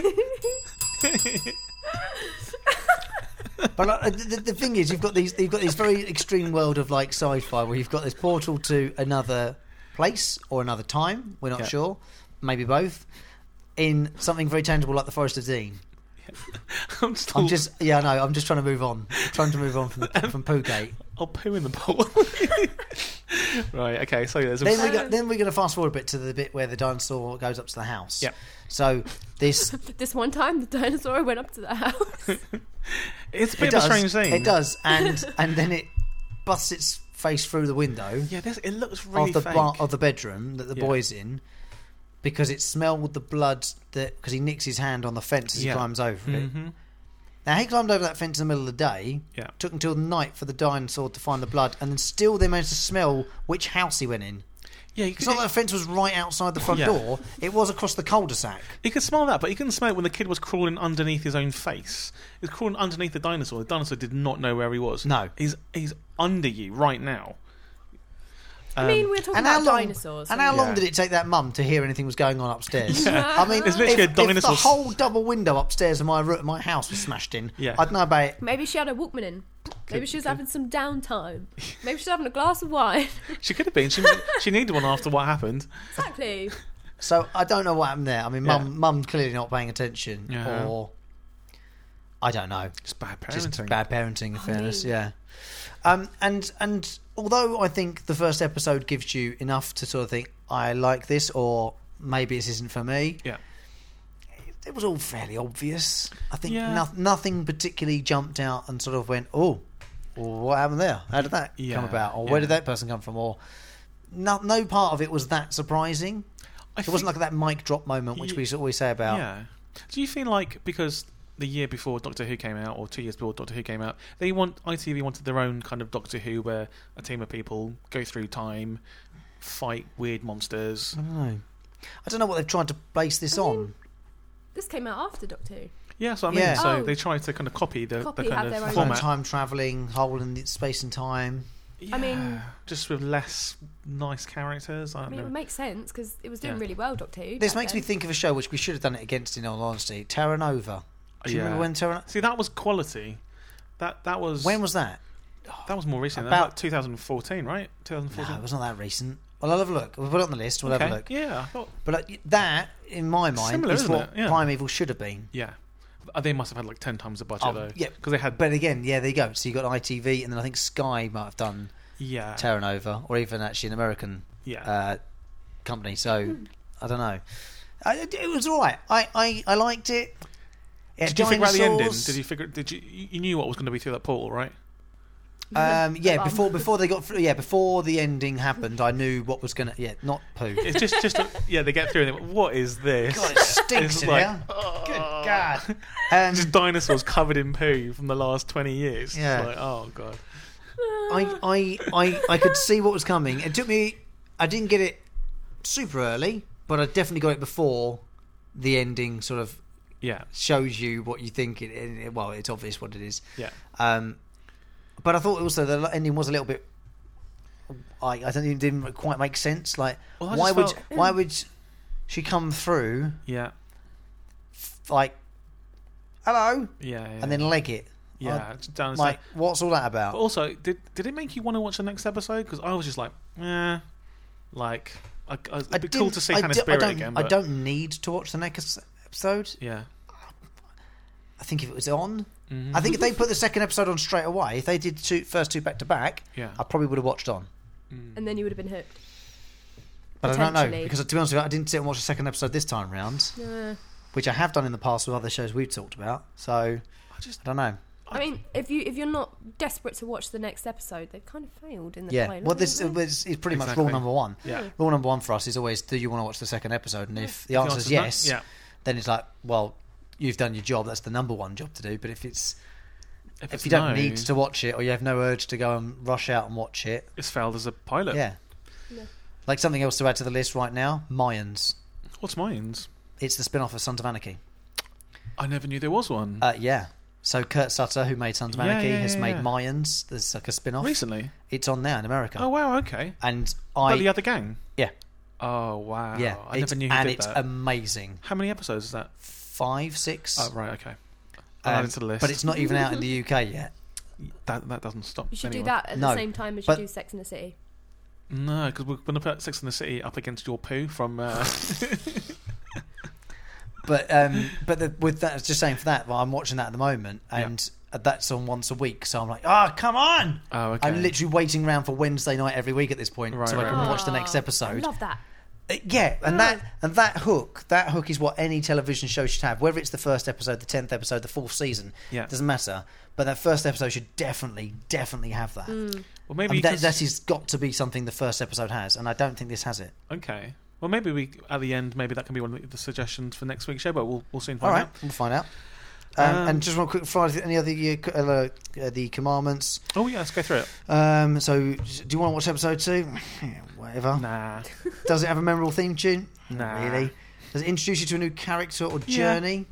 Speaker 2: But like, the, the thing is, you've got these you've got this very extreme world of like sci-fi where you've got this portal to another place or another time. We're not
Speaker 3: Yeah.
Speaker 2: sure, maybe both. In something very tangible like the Forest of Dean.
Speaker 3: <laughs> I'm still,
Speaker 2: I'm just yeah, no, I'm just trying to move on. trying to move on from
Speaker 3: <laughs>
Speaker 2: the, from poo gate.
Speaker 3: I'll poo in the portal. <laughs> right. Okay. So yeah, there's a,
Speaker 2: Then we go, then we're going to fast forward a bit to the bit where the dinosaur goes up to the house.
Speaker 3: Yeah.
Speaker 2: So
Speaker 3: <laughs>
Speaker 2: this
Speaker 4: <laughs> this one time, the dinosaur went up to the house.
Speaker 3: it's a bit of a strange thing. <laughs>
Speaker 2: It does, and and then it busts its face through the window
Speaker 3: Yeah, this, it looks really
Speaker 2: of the
Speaker 3: fake.
Speaker 2: bar, of the bedroom that the
Speaker 3: Yeah.
Speaker 2: boy's in because it smelled the blood that because he nicks his hand on the fence as
Speaker 3: Yeah.
Speaker 2: he climbs over it.
Speaker 3: hmm
Speaker 2: Now he climbed over that fence in the middle of the day.
Speaker 3: Yeah.
Speaker 2: Took until night for the dinosaur to find the blood, and then still they managed to smell which house he went in.
Speaker 3: Yeah, you
Speaker 2: It's
Speaker 3: could,
Speaker 2: not that the fence was right outside the front
Speaker 3: Yeah.
Speaker 2: door; it was across the cul-de-sac.
Speaker 3: you could smell that, but you couldn't smell it when the kid was crawling underneath his own face. He was crawling underneath the dinosaur. The dinosaur did not know where he was.
Speaker 2: No.
Speaker 3: He's he's under you right now. Um,
Speaker 4: I mean, we're talking
Speaker 2: And how
Speaker 4: about
Speaker 2: long?
Speaker 4: dinosaurs.
Speaker 2: and how
Speaker 4: so-
Speaker 2: long
Speaker 3: Yeah.
Speaker 2: did it take that mum to hear anything was going on upstairs? I mean,
Speaker 3: It's literally
Speaker 2: if,
Speaker 3: a dinosaur
Speaker 2: if the
Speaker 3: s-
Speaker 2: whole double window upstairs of my room, my house was smashed in,
Speaker 3: Yeah.
Speaker 2: I'd know about it
Speaker 4: Maybe she had a Walkman in. Maybe she was having some downtime. Maybe she was having a glass of wine. <laughs>
Speaker 3: Um, She could have been. She she needed one after what happened.
Speaker 4: exactly.
Speaker 2: So I don't know what happened there. I mean,
Speaker 3: Yeah.
Speaker 2: mum, mum clearly not paying attention,
Speaker 3: Yeah.
Speaker 2: or I don't know,
Speaker 3: Just bad
Speaker 2: just
Speaker 3: parenting.
Speaker 2: bad parenting. In fairness,
Speaker 4: no.
Speaker 2: yeah. Um, and and although I think the first episode gives you enough to sort of think I like this, or maybe this isn't for me.
Speaker 3: Yeah.
Speaker 2: It was all fairly obvious. I think
Speaker 3: Yeah.
Speaker 2: noth- nothing particularly jumped out and sort of went, oh, well, what happened there? How did that come
Speaker 3: Yeah,
Speaker 2: about? Or where did
Speaker 3: yeah.
Speaker 2: that person come from? Or no, no part of it was that surprising.
Speaker 3: I
Speaker 2: It wasn't like that mic drop moment, which we always say about.
Speaker 3: Yeah. Do you feel like because the year before Doctor Who came out, or two years before Doctor Who came out, they want ITV wanted their own kind of Doctor Who, where a team of people go through time, fight weird monsters.
Speaker 2: I don't know. I don't know what they've tried to base this
Speaker 4: I mean,
Speaker 2: on.
Speaker 4: This came out after Doctor Who.
Speaker 3: Yeah, so I mean,
Speaker 2: Yeah.
Speaker 3: so
Speaker 4: Oh.
Speaker 3: they try to kind of copy the,
Speaker 4: Copy,
Speaker 3: the
Speaker 4: have
Speaker 3: kind
Speaker 4: their
Speaker 3: of
Speaker 4: own-
Speaker 3: format,
Speaker 2: Time traveling, hole in the space and time.
Speaker 4: I mean-
Speaker 3: just with less nice characters. I
Speaker 4: I
Speaker 3: don't
Speaker 4: mean, it
Speaker 3: know.
Speaker 4: would make sense because it was doing
Speaker 3: Yeah.
Speaker 4: really well, Doctor Who.
Speaker 2: This
Speaker 4: back
Speaker 2: makes me
Speaker 4: then.
Speaker 2: think of a show which we should have done it against. In all honesty, Terra Nova. Do you
Speaker 3: Yeah.
Speaker 2: remember when Terra?
Speaker 3: See, that was quality. That that was
Speaker 2: When was that?
Speaker 3: that was more recent.
Speaker 2: about-
Speaker 3: About, 2014, right?
Speaker 2: No,
Speaker 3: 2014.
Speaker 2: it was not that recent. Well, I'll have a look. We'll put it on the list. We'll
Speaker 3: okay.
Speaker 2: have a look.
Speaker 3: Yeah, I thought,
Speaker 2: But like, that, in my mind,
Speaker 3: Similar,
Speaker 2: is
Speaker 3: isn't
Speaker 2: what
Speaker 3: it? Yeah.
Speaker 2: Primeval should have been.
Speaker 3: yeah. Uh, They must have had like ten times the budget
Speaker 2: Oh,
Speaker 3: though.
Speaker 2: yeah.
Speaker 3: because they had
Speaker 2: But again, yeah, there you go. So you got ITV, and then I think Sky might have done
Speaker 3: yeah
Speaker 2: Terra Nova, or even actually an American
Speaker 3: yeah.
Speaker 2: uh, company. So I don't know. I, it- it was all right. I, I, I liked it. Yeah,
Speaker 3: Did you figure out the ending?
Speaker 2: dinosaurs.
Speaker 3: Did you figure? Did you? You you knew what was going to be through that portal, right?
Speaker 2: Um, yeah,
Speaker 4: Alarm.
Speaker 2: before before they got through, yeah before the ending happened, I knew what was gonna. Yeah, not poo.
Speaker 3: It's just, just a, <laughs> yeah. They get through and they, what is this?
Speaker 2: God, it stinks
Speaker 3: <laughs> It's
Speaker 2: in
Speaker 3: like,
Speaker 2: here.
Speaker 3: "Oh."
Speaker 2: Good God. Um,
Speaker 3: <laughs> Just dinosaurs covered in poo from the last twenty years.
Speaker 2: Yeah.
Speaker 3: It's like, oh god.
Speaker 4: Ah.
Speaker 2: I, I I I could see what was coming. It took me. I didn't get it super early, but I definitely got it before the ending. Sort of
Speaker 3: Yeah.
Speaker 2: shows you what you think. It, it well, it's obvious what it is.
Speaker 3: Yeah.
Speaker 2: Um, but I thought also the ending was a little bit. I, I don't think it didn't quite make sense. Like,
Speaker 3: Well, I
Speaker 2: why
Speaker 3: just
Speaker 2: would
Speaker 3: felt-
Speaker 2: why would she come through
Speaker 3: Yeah.
Speaker 2: like, hello,
Speaker 3: Yeah. yeah.
Speaker 2: and then leg it?
Speaker 3: yeah. just down
Speaker 2: I-
Speaker 3: the
Speaker 2: like,
Speaker 3: side.
Speaker 2: what's all that
Speaker 3: But
Speaker 2: about?
Speaker 3: also, did did it make you want to watch the next episode? Because I was just like, eh, like, I, I, it'd be cool
Speaker 2: didn't-
Speaker 3: to see
Speaker 2: I
Speaker 3: Hannah
Speaker 2: do- I
Speaker 3: Spirit
Speaker 2: don't,
Speaker 3: again.
Speaker 2: I
Speaker 3: but-
Speaker 2: don't need to watch the next episode.
Speaker 3: Yeah.
Speaker 2: I think if it was on,
Speaker 3: Mm-hmm.
Speaker 2: I think if they put the second episode on straight away, if they did the two, first two back to back,
Speaker 3: Yeah.
Speaker 2: I probably would have watched on.
Speaker 4: And then you would have been hooked.
Speaker 2: But I don't know
Speaker 4: Potentially.
Speaker 2: because to be honest with you, I didn't sit and watch the second episode this time round,
Speaker 4: Yeah.
Speaker 2: which I have done in the past with other shows we've talked about. So I
Speaker 3: I just
Speaker 2: don't know.
Speaker 4: I mean, if you if you're not desperate to watch the next episode, they've kind of failed in the
Speaker 2: Yeah.
Speaker 4: pilot,
Speaker 2: Well, this
Speaker 4: haven't they?
Speaker 2: is, is pretty much
Speaker 3: Exactly.
Speaker 2: rule number one.
Speaker 3: yeah.
Speaker 2: Rule number one for us is always: Do you want to watch the second episode? And if the
Speaker 3: The
Speaker 2: answer
Speaker 3: answer's
Speaker 2: is
Speaker 3: no-
Speaker 2: yes,
Speaker 3: Yeah.
Speaker 2: then it's like, well, you've done your job. That's the number one job to do. But if it's if,
Speaker 3: it's
Speaker 2: you don't
Speaker 3: no,
Speaker 2: need to watch it or you have no urge to go and rush out and watch it,
Speaker 3: it's failed as a pilot.
Speaker 2: yeah.
Speaker 4: No.
Speaker 2: Like something else to add to the list right now: Mayans.
Speaker 3: What's mine's?
Speaker 2: It's the spin-off of Sons of Anarchy.
Speaker 3: I never knew there was one.
Speaker 2: Uh, yeah. So Kurt Sutter, who made Sons of
Speaker 3: Yeah,
Speaker 2: Anarchy,
Speaker 3: yeah,
Speaker 2: has
Speaker 3: yeah,
Speaker 2: made
Speaker 3: yeah.
Speaker 2: Mayans. There's like a spin-off.
Speaker 3: Recently.
Speaker 2: It's on now in America.
Speaker 3: Oh wow. Okay.
Speaker 2: And
Speaker 3: I,
Speaker 2: I,
Speaker 3: the other gang.
Speaker 2: yeah,
Speaker 3: Oh wow.
Speaker 2: yeah.
Speaker 3: I
Speaker 2: it's-
Speaker 3: never knew he
Speaker 2: and
Speaker 3: did
Speaker 2: it's
Speaker 3: that.
Speaker 2: amazing.
Speaker 3: How many episodes is that?
Speaker 2: Five, six.
Speaker 3: Oh right. Okay. I'll add
Speaker 2: Um,
Speaker 3: it to the list.
Speaker 2: But it's not even out in
Speaker 3: <laughs>
Speaker 2: the UK yet.
Speaker 3: that that doesn't stop.
Speaker 4: you should
Speaker 3: anyone.
Speaker 4: do that at
Speaker 2: No,
Speaker 4: the same time as
Speaker 2: but-
Speaker 4: you do Sex in the City.
Speaker 3: No, because we're going to put Six in the City up against your poo
Speaker 2: <laughs>
Speaker 3: from. Uh,
Speaker 2: But um, but the, with that, I was just saying for that, well, I'm watching that at the moment, and that's on once a week. So I'm like, oh, come on!
Speaker 3: oh okay.
Speaker 2: I'm literally waiting around for Wednesday night every week at this point,
Speaker 3: Right,
Speaker 2: so I
Speaker 3: right,
Speaker 2: can
Speaker 3: right.
Speaker 2: watch the next
Speaker 4: I
Speaker 2: episode.
Speaker 4: Ah, love that.
Speaker 2: Uh, Yeah, and
Speaker 4: Right.
Speaker 2: that and that hook, that hook is what any television show should have. Whether it's the first episode, the tenth episode, the fourth season,
Speaker 3: Yeah.
Speaker 2: doesn't matter. But that first episode should definitely, definitely have that.
Speaker 3: Well,
Speaker 2: I
Speaker 3: maybe
Speaker 2: mean, Um, that,
Speaker 3: 'cause-
Speaker 2: that has got to be something the first episode has, and I don't think this has it.
Speaker 3: okay. Well, maybe we at the end, maybe that can be one of the suggestions for next week's show. But we'll we'll soon
Speaker 2: All
Speaker 3: find
Speaker 2: right,
Speaker 3: out.
Speaker 2: we'll find out. Um,
Speaker 3: Um,
Speaker 2: and just one quick find any other uh, uh, the commandments.
Speaker 3: Oh yeah, let's go through it.
Speaker 2: Um, so, do you want to watch episode two? <laughs> Yeah, Whatever.
Speaker 3: Nah,
Speaker 2: Does it have a memorable theme tune?
Speaker 3: Nah.
Speaker 2: Really? Does it introduce you to a new character or
Speaker 3: Yeah.
Speaker 2: journey?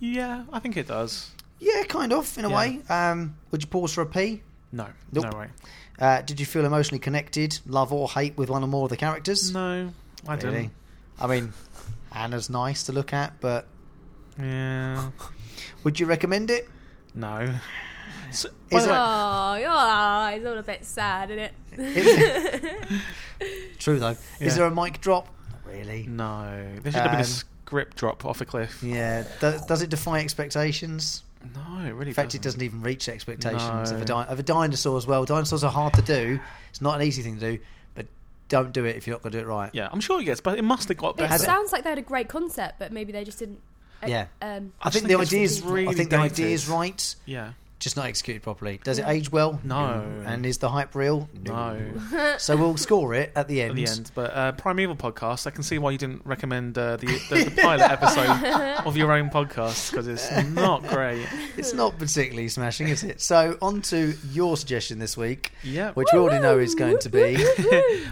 Speaker 3: yeah, I think it does.
Speaker 2: Yeah, kind of, in a
Speaker 3: Yeah.
Speaker 2: way. Um, would you pause for a pee?
Speaker 3: No,
Speaker 2: Nope.
Speaker 3: no way.
Speaker 2: Uh, did you feel emotionally connected, love or hate with one or more of the characters?
Speaker 3: No, I
Speaker 2: really. I mean, Anna's nice to look at, but
Speaker 3: don't. Yeah,
Speaker 2: would you recommend it? <laughs>
Speaker 3: no. So, by
Speaker 2: Is
Speaker 3: the
Speaker 2: it-
Speaker 3: way-
Speaker 4: Oh, your eyes all a bit sad, isn't <laughs> it?
Speaker 2: Is True, though.
Speaker 3: Yeah.
Speaker 2: Is there a mic drop? Not Really?
Speaker 3: No, there should have been a
Speaker 2: Um,
Speaker 3: script drop off a cliff.
Speaker 2: Yeah. Th- does it defy expectations?
Speaker 3: No, it really.
Speaker 2: In fact, it doesn't even reach expectations of, a
Speaker 3: No.
Speaker 2: di- of a dinosaur as well. Dinosaurs are hard to do. It's not an easy thing to do, but don't do it if you're not going to do it right.
Speaker 3: Yeah, I'm sure it gets, but it must have got
Speaker 4: it
Speaker 3: better.
Speaker 2: Has it-
Speaker 4: sounds like they had a great concept, but maybe they just didn't. uh,
Speaker 2: Yeah.
Speaker 4: Um,
Speaker 2: I,
Speaker 3: I
Speaker 2: think,
Speaker 3: think
Speaker 2: the
Speaker 3: it's
Speaker 2: idea is
Speaker 3: really
Speaker 2: I think the
Speaker 3: dated.
Speaker 2: idea is right,
Speaker 3: yeah,
Speaker 2: just not executed properly. Does it age well?
Speaker 3: No.
Speaker 2: And is the hype real?
Speaker 3: no.
Speaker 2: So we'll score it at the end. <laughs>
Speaker 3: At the end, but uh, Primeval podcast, I can see why you didn't recommend uh, the, the,
Speaker 2: <laughs>
Speaker 3: the pilot episode of your own podcast because it's
Speaker 2: <laughs>
Speaker 3: not great.
Speaker 2: It's not particularly smashing, is it? So on to your suggestion this week,
Speaker 3: Yeah,
Speaker 2: which we already know is going to be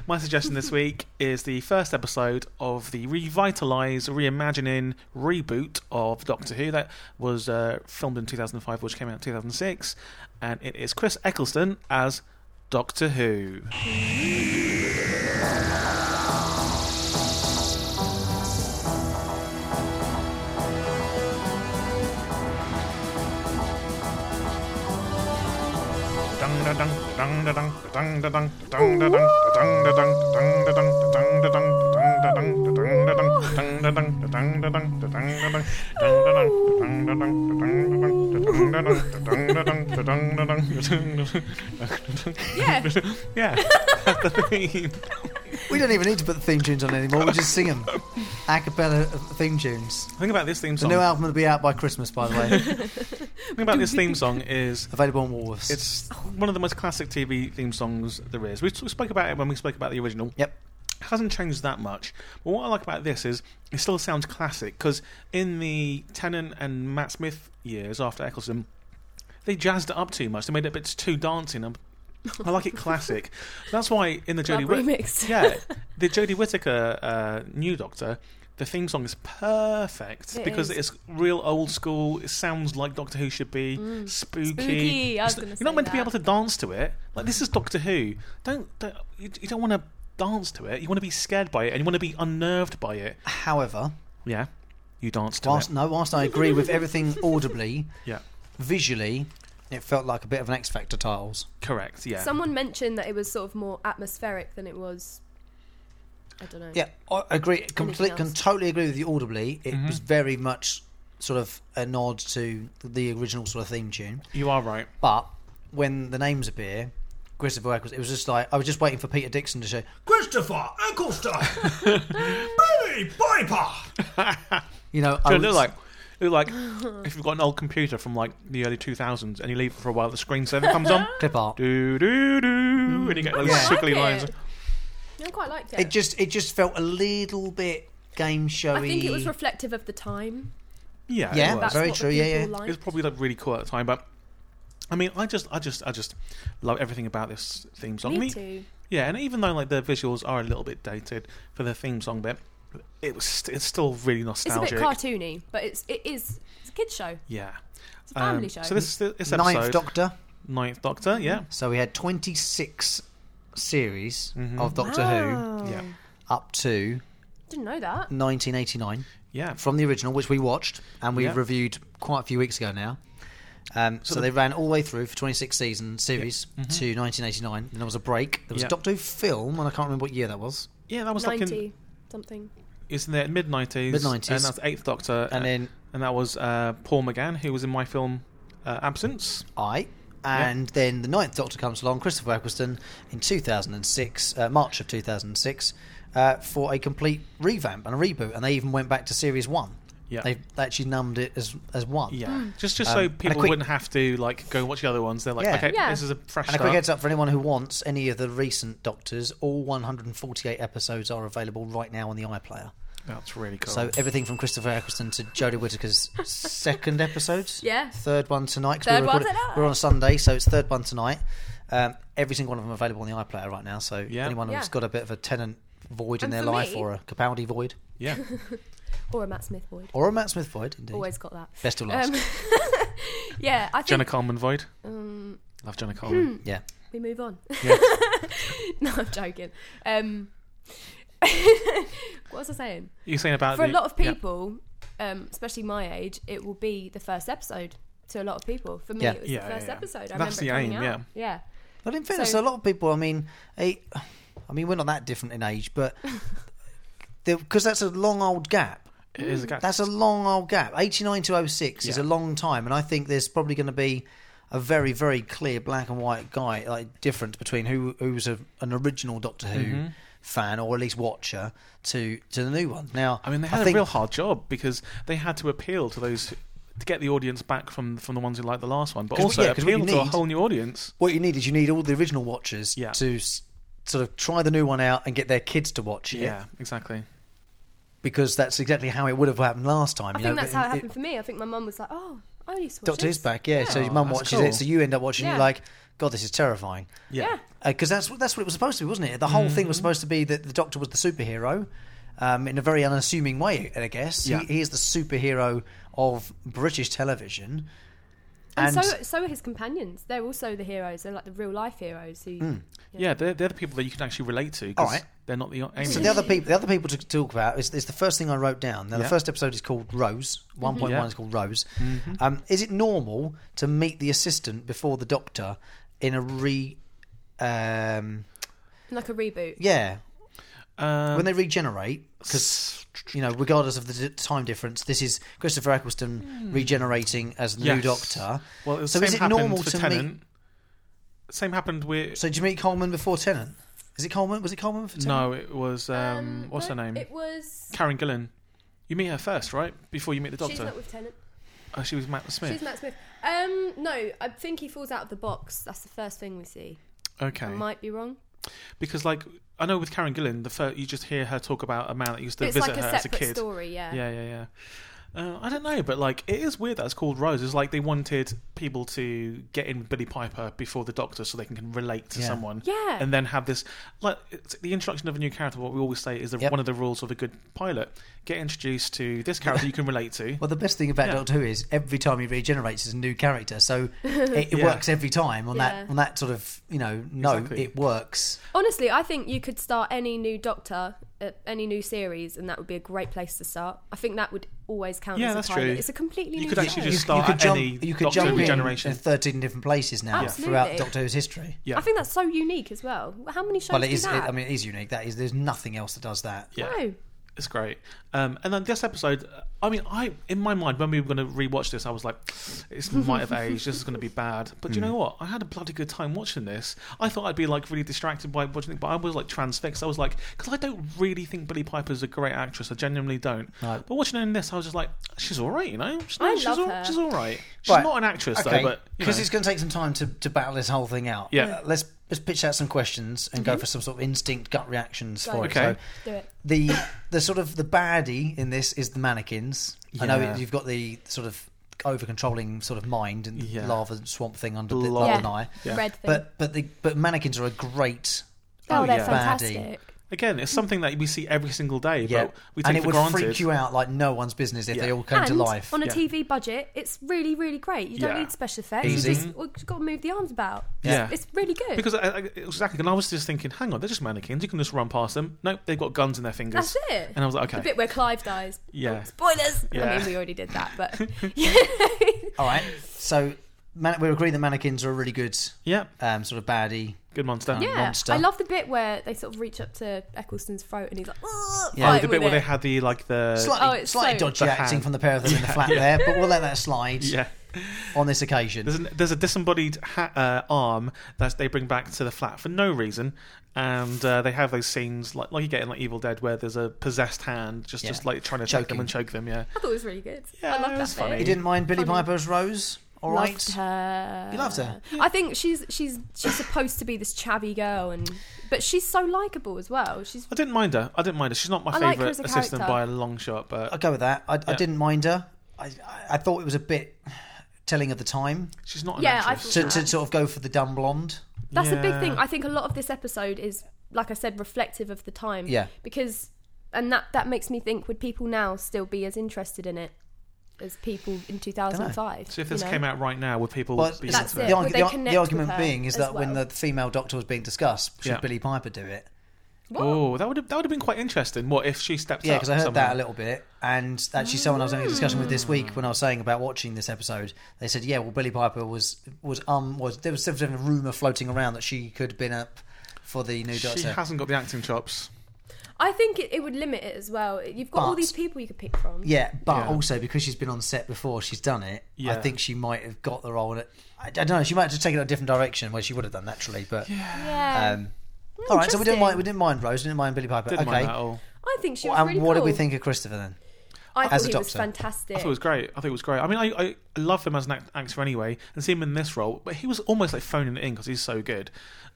Speaker 3: My suggestion this week is the first episode of the revitalised, reimagining reboot of Doctor Who that was uh, filmed in 2005, which came out in 2006. And it is Chris Eccleston as Doctor Who.
Speaker 2: <laughs>
Speaker 4: yeah.
Speaker 3: yeah, <laughs> that's the theme.
Speaker 2: We don't even need to put the theme tunes on anymore. We just sing <laughs> them, a cappella uh, theme tunes.
Speaker 3: Think about this theme
Speaker 2: The
Speaker 3: song.
Speaker 2: new album will be out by Christmas, by the <laughs> way.
Speaker 3: Think about this theme song is
Speaker 2: Available on Woolworths.
Speaker 3: It's one of the most classic TV theme songs there is. We s- spoke about it when we spoke about the original.
Speaker 2: yep.
Speaker 3: It hasn't changed that much. But what I like about this is it still sounds classic because in the Tennant and Matt Smith years after Eccleston, they jazzed it up too much. They made it a bit too dancing. I'm- I like it classic. That's why in the
Speaker 4: Club
Speaker 3: Jodie Whit-
Speaker 4: remix.
Speaker 3: <laughs> yeah, the Jodie Whittaker uh, New Doctor, the theme song is perfect
Speaker 4: It
Speaker 3: because
Speaker 4: is.
Speaker 3: it's real old school. It sounds like Doctor Who should be spooky.
Speaker 4: Mm. Spooky, I was
Speaker 3: It's-
Speaker 4: gonna
Speaker 3: you're
Speaker 4: say
Speaker 3: not meant to be
Speaker 4: that.
Speaker 3: able to dance to it. Like this is Doctor Who. Don't, don't you, you don't want to dance to it. You want to be scared by it and you want to be unnerved by it.
Speaker 2: However,
Speaker 3: Yeah, you dance to
Speaker 2: whilst
Speaker 3: it.
Speaker 2: no, whilst I agree with everything audibly,
Speaker 3: Yeah,
Speaker 2: visually, it felt like a bit of an X Factor titles.
Speaker 3: correct. Yeah,
Speaker 4: Someone mentioned that it was sort of more atmospheric than it was. I don't know.
Speaker 2: Yeah, I agree. Complete,
Speaker 4: else?
Speaker 2: can totally agree with you audibly. It was very much sort of a nod to the original sort of theme tune.
Speaker 3: you are right.
Speaker 2: But when the names appear, Christopher Eccleston, it was just like I was just waiting for Peter Dixon to show Christopher
Speaker 3: <laughs>
Speaker 2: Eccleston, Billy Piper. You know, I
Speaker 3: So it
Speaker 2: was-
Speaker 3: looked like. it looked like if you've got an old computer from like the early 2000s and you leave it for a while, the screensaver comes on.
Speaker 2: clip art.
Speaker 3: do do do, and you get those
Speaker 2: Yeah.
Speaker 3: sickly
Speaker 4: I like
Speaker 3: lines.
Speaker 4: it. I quite liked it.
Speaker 2: It just it just felt a little bit game showy.
Speaker 4: I think it was reflective of the time.
Speaker 3: Yeah,
Speaker 2: Yeah,
Speaker 3: it was.
Speaker 4: That's
Speaker 2: Very
Speaker 4: what
Speaker 2: true,
Speaker 4: The
Speaker 2: yeah,
Speaker 4: people
Speaker 2: yeah.
Speaker 4: liked.
Speaker 3: It was probably like really cool at the time, but I mean, I just, I just, I just love everything about this theme song.
Speaker 4: Me
Speaker 3: I mean,
Speaker 4: too.
Speaker 3: Yeah, and even though like the visuals are a little bit dated for the theme song bit, it was, st- it's still really
Speaker 4: It's a
Speaker 3: nostalgic.
Speaker 4: bit cartoony, but it's it is it's a kids show.
Speaker 3: yeah, Um,
Speaker 4: It's a family show. Mm-hmm.
Speaker 3: So this, this episode,
Speaker 2: Ninth Doctor.
Speaker 3: Ninth Doctor, yeah,
Speaker 2: So we had 26 series of Doctor
Speaker 4: Ah.
Speaker 2: Who
Speaker 3: yeah,
Speaker 2: up to
Speaker 4: Oh, Didn't know that.
Speaker 2: 1989
Speaker 3: yeah.
Speaker 2: from the original, which we watched and we
Speaker 3: Yeah.
Speaker 2: reviewed quite a few weeks ago now. Um, so
Speaker 3: the-
Speaker 2: they ran all the way through for 26 season series to 1989. Then there was a break. There was
Speaker 3: Yeah.
Speaker 2: a Doctor Who film, and I can't remember what year that was.
Speaker 3: yeah, that was like in,
Speaker 4: Ninety something.
Speaker 3: it's in the mid nineties,
Speaker 2: Mid-nineties.
Speaker 3: and that's Eighth Doctor, uh,
Speaker 2: And then
Speaker 3: and that was uh, Paul McGann who was in my film uh, Absence.
Speaker 2: I. And then the ninth Doctor comes along, Christopher Eccleston, in 2006, uh, March of 2006, uh, for a complete revamp and a reboot, and they even went back to series one.
Speaker 3: Yeah.
Speaker 2: they they actually numbed it as as one.
Speaker 3: Yeah, Mm. just just
Speaker 2: Um,
Speaker 3: so
Speaker 2: and a
Speaker 3: people
Speaker 2: quick-
Speaker 3: wouldn't have to like go and watch the other ones. They're like,
Speaker 2: Yeah.
Speaker 3: okay,
Speaker 4: Yeah.
Speaker 3: this is a fresh
Speaker 2: And a quick
Speaker 3: start.
Speaker 2: heads up for anyone who wants any of the recent Doctors, all 148 episodes are available right now on the iPlayer.
Speaker 3: That's really cool.
Speaker 2: So everything from Christopher Eccleston to Jodie Whittaker's second episode,
Speaker 4: <laughs> Yeah.
Speaker 2: third one tonight. 'cause
Speaker 4: Third
Speaker 2: we're,
Speaker 4: one
Speaker 2: recording-
Speaker 4: tonight.
Speaker 2: we're on a Sunday, so it's third one tonight. Um, every single one of them available on the iPlayer right now. So
Speaker 3: Yeah.
Speaker 2: anyone who's
Speaker 4: Yeah.
Speaker 2: got a bit of a tenant void
Speaker 4: And
Speaker 2: in their
Speaker 4: for
Speaker 2: life
Speaker 4: me-
Speaker 2: or a Capaldi void
Speaker 3: yeah,
Speaker 4: Or a Matt Smith void.
Speaker 2: or a Matt Smith void, indeed,
Speaker 4: Always got that.
Speaker 2: best till last.
Speaker 4: Um, yeah, I think
Speaker 3: Jenna Coleman void.
Speaker 4: um,
Speaker 3: Love Jenna Coleman.
Speaker 2: yeah,
Speaker 4: we move on.
Speaker 3: Yeah.
Speaker 4: <laughs> no, I'm joking. Um, <laughs> what was I saying?
Speaker 3: You're saying about
Speaker 4: For a
Speaker 3: Uh, the-
Speaker 4: lot of
Speaker 3: yeah.
Speaker 4: people, um, especially my age, it will be the first episode to a lot of people. For me,
Speaker 2: Yeah.
Speaker 4: it was
Speaker 3: Yeah,
Speaker 4: the first
Speaker 3: yeah, yeah.
Speaker 4: episode. I
Speaker 3: That's
Speaker 4: remember it
Speaker 3: the
Speaker 4: coming
Speaker 3: aim,
Speaker 4: out. Yeah.
Speaker 2: But in fairness,
Speaker 4: So-
Speaker 2: a lot of people. I mean, I, I mean, we're not that different in age, but because that's a long old gap.
Speaker 3: It is a gap.
Speaker 2: That's a long old gap. 89 to 06 is a
Speaker 3: Yeah.
Speaker 2: long time, and I think there's probably going to be a very, very clear black and white guy like difference between who who's a, an original Doctor Who
Speaker 3: Mm-hmm.
Speaker 2: fan or at least watcher to to the new one. Now,
Speaker 3: I mean, they had
Speaker 2: I
Speaker 3: a
Speaker 2: think,
Speaker 3: real hard job because they had to appeal to those to get the audience back from from the ones who liked the last one, but
Speaker 2: 'Cause-
Speaker 3: also
Speaker 2: yeah, 'cause what you
Speaker 3: appeal to a
Speaker 2: need-
Speaker 3: whole new audience.
Speaker 2: what you need is you need all the original watchers
Speaker 3: Yeah.
Speaker 2: to s- sort of try the new one out and get their kids to watch it.
Speaker 3: Yeah, exactly.
Speaker 2: because that's exactly how it would have happened last time.
Speaker 4: I
Speaker 2: You
Speaker 4: think
Speaker 2: know,
Speaker 4: that's
Speaker 2: but
Speaker 4: how it
Speaker 2: it-
Speaker 4: happened for me. I think my mum was like, "Oh, I used to watch
Speaker 2: Doctor
Speaker 4: this."
Speaker 2: Who's back, yeah. So
Speaker 3: Yeah.
Speaker 2: your mum
Speaker 3: Oh, that's
Speaker 2: watches
Speaker 3: cool.
Speaker 2: it, so you end up watching.
Speaker 4: Yeah.
Speaker 2: You're like, God, this is terrifying.
Speaker 4: Yeah.
Speaker 2: Because that's what that's what it was supposed to be, wasn't it? The whole
Speaker 4: Mm.
Speaker 2: thing was supposed to be that the Doctor was the superhero, um, in a very unassuming way, I guess.
Speaker 3: Yeah.
Speaker 2: He, he is the superhero of British television,
Speaker 4: And, so, so are his companions. They're also the heroes. They're like the real life heroes. Who,
Speaker 3: Hmm. Yeah, they're, they're the people that you can actually relate to. 'cause
Speaker 2: All right.
Speaker 3: they're not the. Aim
Speaker 2: So the other people, the other people to talk about is, is the first thing I wrote down. Now the
Speaker 3: Yeah. Mm-hmm.
Speaker 2: first episode is called Rose. One point
Speaker 3: Yeah. Mm-hmm.
Speaker 2: one is called Rose. Um, is it normal to meet the assistant before the doctor in a re? Um,
Speaker 4: like a reboot.
Speaker 2: yeah,
Speaker 3: Um,
Speaker 2: when they regenerate, because you know, regardless of the d- time difference, this is Christopher Eccleston regenerating as the new
Speaker 3: Hmm. Yes.
Speaker 2: doctor.
Speaker 3: well, the
Speaker 2: so
Speaker 3: same
Speaker 2: is it
Speaker 3: happened
Speaker 2: normal
Speaker 3: for
Speaker 2: to
Speaker 3: Tenant. Same happened with.
Speaker 2: So did you meet Coleman before Tennant? Is it Coleman? Was it Coleman for Tennant?
Speaker 3: no, it was um, what's her
Speaker 4: no,
Speaker 3: name?
Speaker 4: It was.
Speaker 3: Karen Gillan. You meet her first, right? Before you meet the
Speaker 4: She's
Speaker 3: Doctor.
Speaker 4: not with Tennant.
Speaker 3: Oh, she was Matt Smith.
Speaker 4: She's Matt Smith. Um, no, I think he falls out of the box. That's the first thing we see.
Speaker 3: okay.
Speaker 4: I might be wrong.
Speaker 3: Because like I know with Karen Gillan, the first, you just hear her talk about a man that used to
Speaker 4: But it's
Speaker 3: visit
Speaker 4: like a
Speaker 3: her as a
Speaker 4: separate
Speaker 3: kid.
Speaker 4: story. Yeah.
Speaker 3: Yeah, yeah, yeah. Uh, I don't know, but like it is weird that it's called Rose. It's like they wanted people to get in with Billy Piper before the Doctor, so they can, can relate to
Speaker 2: Yeah.
Speaker 3: someone.
Speaker 4: Yeah.
Speaker 3: and then have this like it's the introduction of a new character. What we always say is the,
Speaker 2: Yep.
Speaker 3: one of the rules of a good pilot: get introduced to this character you can relate to.
Speaker 2: <laughs> Well, the best thing about
Speaker 3: Yeah.
Speaker 2: Doctor Who is every time he regenerates is a new character, so it, it
Speaker 3: <laughs> Yeah.
Speaker 2: works every time on
Speaker 4: Yeah.
Speaker 2: that on that sort of you know no,
Speaker 3: Exactly.
Speaker 2: it works.
Speaker 4: Honestly, I think you could start any new Doctor, uh, any new series, and that would be a great place to start. I think that would always count
Speaker 3: Yeah,
Speaker 4: as a
Speaker 3: that's
Speaker 4: pilot.
Speaker 3: true.
Speaker 4: It's a completely
Speaker 3: You
Speaker 4: new
Speaker 3: could
Speaker 4: show.
Speaker 3: actually just start at any Doctor
Speaker 2: in
Speaker 3: regeneration.
Speaker 2: in thirteen different places now
Speaker 4: Absolutely.
Speaker 2: throughout Doctor Who's history.
Speaker 3: Yeah.
Speaker 4: I think that's so unique as well. How many shows
Speaker 2: Well, it
Speaker 4: do
Speaker 2: is. It,
Speaker 4: that?
Speaker 2: I mean, it is unique. That is, there's nothing else that does that.
Speaker 3: yeah.
Speaker 4: no.
Speaker 3: It's great. Um, and then this episode, I mean, I in my mind when we were going to rewatch this, I was like,
Speaker 2: <laughs>
Speaker 3: "This might have aged. This is going to be bad." But do
Speaker 2: Hmm.
Speaker 3: you know what? I had a bloody good time watching this. I thought I'd be like really distracted by watching it, but I was like transfixed. I was like, because I don't really think Billy Piper's a great actress. I genuinely don't.
Speaker 2: No.
Speaker 3: But watching her in this, I was just like, "She's all right, you know. She's,
Speaker 4: I
Speaker 3: she's
Speaker 4: love
Speaker 3: all,
Speaker 4: her.
Speaker 3: She's all right. She's
Speaker 2: Right.
Speaker 3: not an actress
Speaker 2: Okay,
Speaker 3: though, but you
Speaker 2: because
Speaker 3: know.
Speaker 2: it's going to take some time to, to battle this whole thing out.
Speaker 3: Yeah. Mm-hmm.
Speaker 2: Uh, let's let's pitch out some questions and go for some sort of instinct gut reactions
Speaker 4: Go.
Speaker 2: for it.
Speaker 3: Okay.
Speaker 2: So
Speaker 4: Do it.
Speaker 2: the the sort of the baddie in this is the mannequins. I
Speaker 3: Yeah.
Speaker 2: know you've got the sort of over controlling sort of mind and
Speaker 3: Yeah.
Speaker 2: lava swamp thing under the lava
Speaker 3: Lava.
Speaker 4: Yeah.
Speaker 2: eye.
Speaker 3: Yeah.
Speaker 4: Red thing.
Speaker 2: But but the but mannequins are a great
Speaker 4: oh, they're
Speaker 3: yeah.
Speaker 4: fantastic.
Speaker 3: again, it's something that we see every single day,
Speaker 2: yeah.
Speaker 3: but we take
Speaker 2: and it
Speaker 3: for
Speaker 2: would
Speaker 3: granted.
Speaker 2: freak you out like no one's business if
Speaker 3: Yeah.
Speaker 2: they all came to
Speaker 4: and
Speaker 2: life.
Speaker 4: on a
Speaker 3: Yeah.
Speaker 4: TV budget, it's really, really great. You don't
Speaker 3: Yeah.
Speaker 4: need special effects.
Speaker 2: Easy.
Speaker 4: You just, well, you've got to move the arms about.
Speaker 3: Yeah.
Speaker 4: It's, it's really good.
Speaker 3: Because I, I, exactly, and I was just thinking, hang on, they're just mannequins. You can just run past them. Nope, they've got guns in their fingers.
Speaker 4: That's it.
Speaker 3: And I was like,
Speaker 4: the
Speaker 3: okay,
Speaker 4: bit where Clive dies.
Speaker 3: yeah,
Speaker 4: Spoilers. I
Speaker 3: Yeah.
Speaker 4: mean, we already did that,
Speaker 3: <laughs>
Speaker 4: but
Speaker 2: all right. So man, we agree that mannequins are a really good
Speaker 3: yeah,
Speaker 2: um, sort of baddie.
Speaker 3: good monster.
Speaker 4: yeah,
Speaker 2: Monster.
Speaker 4: I love the bit where they sort of reach up to Eccleston's throat and he's like, "Ugh,"
Speaker 2: Yeah.
Speaker 3: Oh,
Speaker 4: fight
Speaker 3: the
Speaker 4: with
Speaker 3: bit where
Speaker 4: it.
Speaker 3: they had the like the
Speaker 2: slightly,
Speaker 4: Oh, it's
Speaker 2: slightly
Speaker 4: so-
Speaker 2: dodgy
Speaker 3: Uh, The
Speaker 2: acting
Speaker 3: hand.
Speaker 2: from the pair of them in the flat there, but we'll let that slide.
Speaker 3: yeah,
Speaker 2: on this occasion.
Speaker 3: There's, an, there's a disembodied ha- uh, arm that they bring back to the flat for no reason, and uh, they have those scenes like like you get in like Evil Dead where there's a possessed hand just
Speaker 2: Yeah.
Speaker 3: just like trying to choke them
Speaker 2: Choking.
Speaker 3: and choke them. Yeah,
Speaker 4: I thought it was really good.
Speaker 3: Yeah,
Speaker 4: I
Speaker 3: it
Speaker 4: love that.
Speaker 3: was funny.
Speaker 2: You
Speaker 4: bit.
Speaker 2: didn't mind Billy
Speaker 4: Funny.
Speaker 2: Piper's rose, all right?
Speaker 4: Loved her.
Speaker 2: You loved her?
Speaker 4: I think she's she's she's supposed to be this chavvy girl, and but she's so likable as well. She's
Speaker 3: I didn't mind her. I didn't mind her. She's not my
Speaker 4: I like her
Speaker 3: favorite
Speaker 4: as a
Speaker 3: assistant
Speaker 4: character.
Speaker 3: by a long shot, but
Speaker 2: I'll go with that. I, I
Speaker 3: Yeah.
Speaker 2: didn't mind her. I, I, I thought it was a bit telling of the time
Speaker 3: she's not. An
Speaker 4: Yeah, I
Speaker 3: actress.
Speaker 4: thought-
Speaker 2: to, to sort of go for the dumb blonde.
Speaker 4: that's a big
Speaker 3: Yeah.
Speaker 4: thing. I think a lot of this episode is, like I said, reflective of the time.
Speaker 2: Yeah.
Speaker 4: Because, and that that makes me think: would people now still be as interested in it as people in two thousand five?
Speaker 3: So if this came out right now, would people
Speaker 2: But
Speaker 3: be?
Speaker 4: That's
Speaker 3: into
Speaker 4: it.
Speaker 2: the,
Speaker 4: Would
Speaker 2: argu-
Speaker 4: they
Speaker 2: the ar-
Speaker 4: connect
Speaker 2: the
Speaker 4: with
Speaker 2: argument
Speaker 4: her
Speaker 2: being is
Speaker 4: as
Speaker 2: that when
Speaker 4: well?
Speaker 2: the female doctor was being discussed, should
Speaker 3: Yeah.
Speaker 2: Billy Piper do it?
Speaker 3: Oh, that would have that would have been quite interesting. What if she stepped
Speaker 2: Yeah,
Speaker 3: up?
Speaker 2: because I heard
Speaker 3: somehow?
Speaker 2: that a little bit, and actually, someone I was having a discussion with this week when I was saying about watching this episode, they said, "Yeah, well, Billy Piper was was um was there was sort of a rumor floating around that she could have been up for the new
Speaker 3: She
Speaker 2: Doctor."
Speaker 3: hasn't got the acting chops.
Speaker 4: I think it, it would limit it as well. You've got all
Speaker 2: But-
Speaker 4: these people you could pick from.
Speaker 2: yeah, but
Speaker 3: Yeah.
Speaker 2: also because she's been on set before, she's done it. I
Speaker 3: Yeah.
Speaker 2: think she might have got the role. In it. I, I don't know. She might have just taken it a different direction where she would have done naturally. But
Speaker 4: Yeah. Hmm,
Speaker 2: um, all right, so we didn't
Speaker 4: Interesting.
Speaker 2: mind. We didn't mind Rose. We didn't mind Billy Piper.
Speaker 3: Didn't
Speaker 2: okay.
Speaker 3: mind that at all.
Speaker 4: I think she was
Speaker 2: and
Speaker 4: really
Speaker 2: what
Speaker 4: cool.
Speaker 2: did we think of Christopher then?
Speaker 4: I thought
Speaker 2: as a
Speaker 4: he was
Speaker 2: doctor?
Speaker 4: fantastic.
Speaker 3: I thought it was great. I thought it was great. I mean, I, I- I love him as an act- actor anyway, and see him in this role, but he was almost like phoning it in because he's so good.